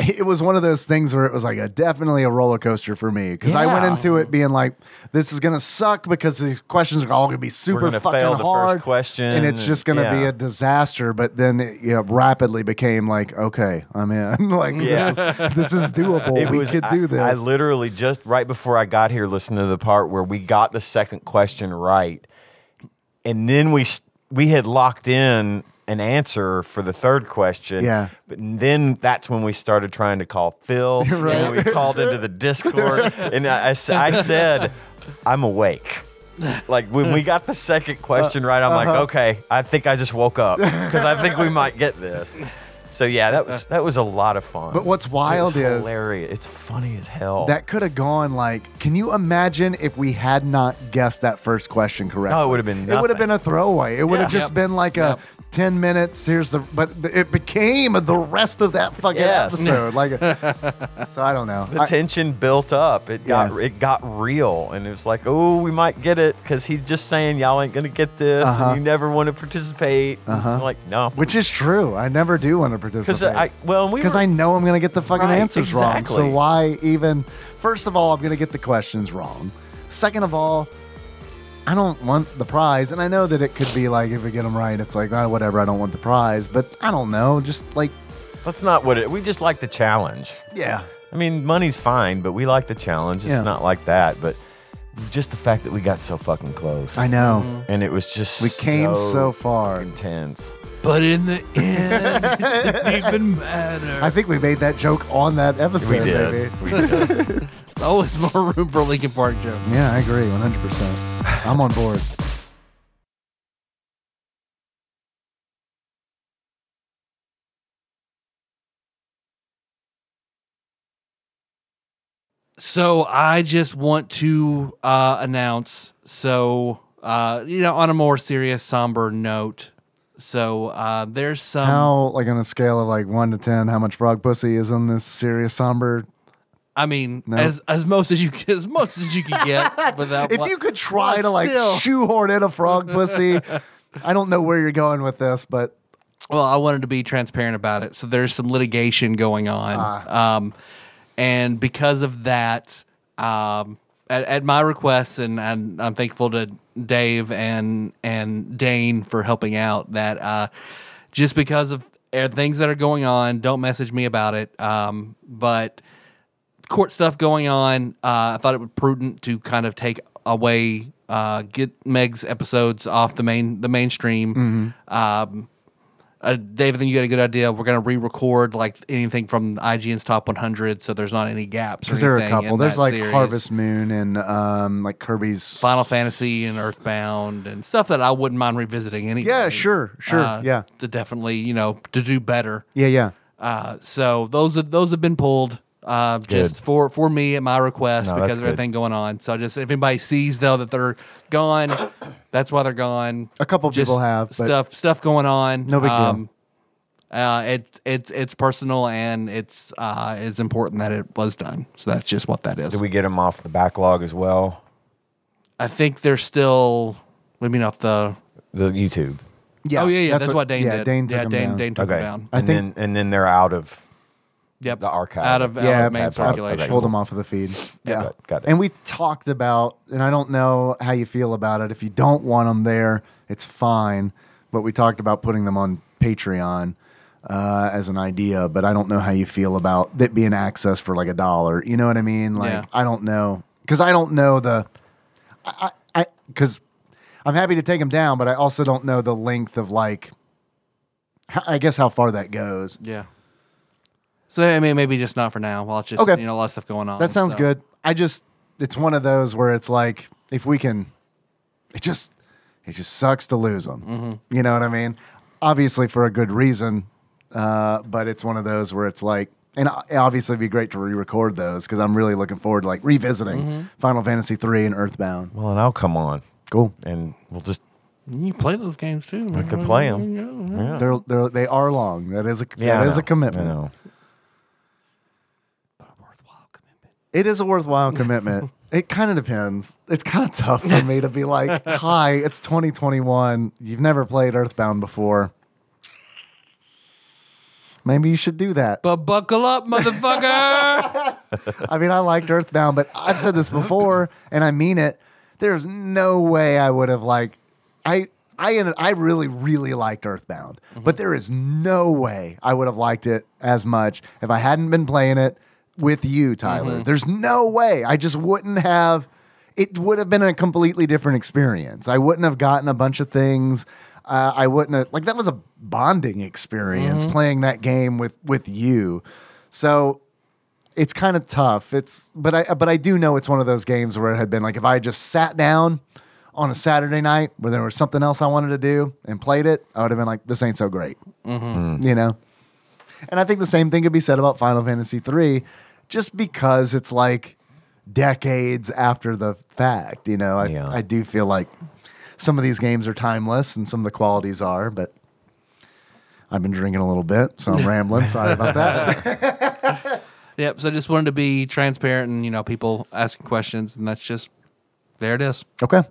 S2: it was one of those things where it was like a definitely a roller coaster for me because I went
S3: Yeah.
S2: into it being like, this is gonna suck because the questions are all gonna be super
S3: gonna
S2: fucking
S3: fail the first
S2: hard,
S3: question,
S2: and it's just gonna be
S3: yeah.
S2: a disaster. But then it you know, rapidly became like, okay, I'm in. like
S3: Yeah.
S2: this, is, this is doable.
S3: It
S2: we
S3: was-
S2: could
S3: I-
S2: do this.
S3: I literally just right before I got here listened to the part where we got the second question right, and then we s- we had locked in an answer for the third question.
S2: Yeah.
S3: But then that's when we started trying to call Phil. And we called into the Discord, and I, I s- I said, "I'm awake." Like when we got the second question right, I'm
S2: Uh-huh.
S3: like, okay, I think I just woke up because I think we might get this. So yeah, that was that was a lot of fun.
S2: But what's
S3: It was
S2: wild is-
S3: hilarious. It's funny as hell.
S2: That could have gone like, can you imagine if we had not guessed that first question correctly?
S3: No, it would've been
S2: It would have
S3: nothing.
S2: been a throwaway. It would have
S1: Yeah.
S2: just
S1: Yep.
S2: been like a 10 minutes. Here's the, but th- it became the rest of that fucking
S3: Yes.
S2: episode. Like, so I don't know.
S3: the
S2: I-
S3: tension built up. It got
S2: Yeah.
S3: it got real, and it was like, oh, we might get it because he's just saying y'all ain't gonna get this,
S2: Uh-huh.
S3: and you never want to participate. Uh-huh. like, no,
S2: which is true. I never do want to
S3: because
S2: participate.
S3: uh, I well, and we
S2: because
S3: were-
S2: I know I'm going to get the fucking
S3: Right,
S2: answers wrong.
S3: exactly.
S2: So why even? First of all, I'm going to get the questions wrong. Second of all, I don't want the prize, and I know that it could be like if we get them right, it's like oh, whatever. I don't want the prize, but I don't know. Just like
S3: that's not what it. We just like the challenge.
S2: yeah,
S3: I mean, money's fine, but we like the challenge. It's
S2: Yeah.
S3: not like that, but just the fact that we got so fucking close.
S2: I know.
S3: and it was just
S2: We came so far.
S3: intense.
S1: But in the end, it didn't even matter.
S2: I think we made that joke on that episode.
S3: We did.
S2: Maybe.
S3: We did.
S1: There's always more room for Lincoln Park jokes.
S2: Yeah, I agree, 100. percent I'm on board.
S1: So I just want to uh, announce. So uh, you know, on a more serious, somber note. So uh, there's some.
S2: How like on a scale of like one to ten, how much frog pussy is on this serious somber?
S1: I mean, as as most as you as most as you can get without.
S2: If
S1: what-
S2: you could try
S1: but
S2: to like
S1: still-
S2: shoehorn in a frog pussy, I don't know where you're going with this, but
S1: Well, I wanted to be transparent about it. So there's some litigation going on. Um, and because of that, um, at, at my request, and, and I'm thankful to Dave and and Dane for helping out, that uh, just because of uh, things that are going on, don't message me about it. Um, but court stuff going on. Uh, I thought it would prudent to kind of take away, uh, get Meg's episodes off the main the mainstream.
S2: Mm-hmm.
S1: Um, uh, Dave, I think you got a good idea. We're going to re-record like anything from IGN's top 100, so there's not any gaps. Or
S2: is there a
S1: anything in
S2: couple? There's
S1: that
S2: like
S1: series.
S2: Harvest Moon and um like Kirby's
S1: Final Fantasy, and Earthbound, and stuff that I wouldn't mind revisiting. Anyway,
S2: Yeah, sure, sure,
S1: Uh,
S2: yeah,
S1: to definitely, you know, to do better.
S2: yeah, yeah.
S1: Uh, so those are, those have been pulled uh, just for for me at my request
S3: No,
S1: because
S3: that's
S1: of
S3: good.
S1: everything going on. So just if anybody sees though that they're gone, that's why they're gone.
S2: A couple
S1: Just
S2: people have, but-
S1: stuff stuff going on.
S2: No big deal.
S1: deal. Uh, it it's it's personal and it's uh, it's important that it was done. So that's just what that is.
S3: Did we get him off the backlog as well?
S1: I think they're still. Let me know if the.
S3: The YouTube.
S2: Yeah,
S1: oh yeah, yeah. That's, what, Dane
S2: yeah,
S1: did.
S2: Dane took
S1: yeah,
S2: him
S1: Dane,
S2: down.
S1: Dane took
S3: Okay.
S1: him down.
S2: I
S3: and
S2: think-
S3: then and then they're out of
S1: Yep.
S3: the archive.
S1: Out of out
S2: yeah,
S1: of main
S2: I- I
S1: circulation.
S2: pulled them off of the feed. Yeah,
S3: got it, got it.
S2: And we talked about, and I don't know how you feel about it. If you don't want them there, it's fine. But we talked about putting them on Patreon uh, as an idea. But I don't know how you feel about that being accessed for like a dollar. You know what I mean? Like
S1: Yeah.
S2: I don't know because I don't know the, I I because I'm happy to take them down, but I also don't know the length of like. h- I guess how far that goes.
S1: Yeah. So I mean, maybe just not for now. Well, it's just
S2: Okay.
S1: you know a lot of stuff going on.
S2: That sounds
S1: so.
S2: good. I just it's one of those where it's like if we can, it just it just sucks to lose them.
S3: Mm-hmm.
S2: You know what I mean? Obviously for a good reason, uh, but it's one of those where it's like, and o- obviously it'd be great to re-record those because I'm really looking forward to like revisiting
S3: Mm-hmm.
S2: Final Fantasy three and Earthbound.
S3: Well, and I'll come on,
S2: Cool.
S3: and we'll just
S1: You play those games too. I
S3: could play them. Yeah,
S2: They're, they're they are long. That is a
S3: yeah I
S2: that is
S3: know.
S2: a commitment.
S3: I know.
S2: It is a worthwhile commitment. it kind of depends. It's kind of tough for me to be like, "Hi, it's 2021. You've never played Earthbound before. Maybe you should do that."
S1: But buckle up, motherfucker.
S2: I mean, I liked Earthbound, but I've said this before, and I mean it. There's no way I would have like, I I ended, I really really liked Earthbound, but there is no way I would have liked it as much if I hadn't been playing it with you, Tyler. There's no way. I just wouldn't have. It would have been a completely different experience. I wouldn't have gotten a bunch of things. Uh, I wouldn't have like that was a bonding experience playing that game with with you. So it's kind of tough. It's but I but I do know it's one of those games where it had been like if I just sat down on a Saturday night where there was something else I wanted to do and played it, I would have been like, this ain't so great, you know. And I think the same thing could be said about Final Fantasy III, just because it's like decades after the fact, you know. I
S3: Yeah.
S2: I do feel like some of these games are timeless and some of the qualities are, but. I've been drinking a little bit, so I'm rambling. Sorry about that.
S1: yep. So I just wanted to be transparent and you know people asking questions, and that's just there it is.
S2: okay.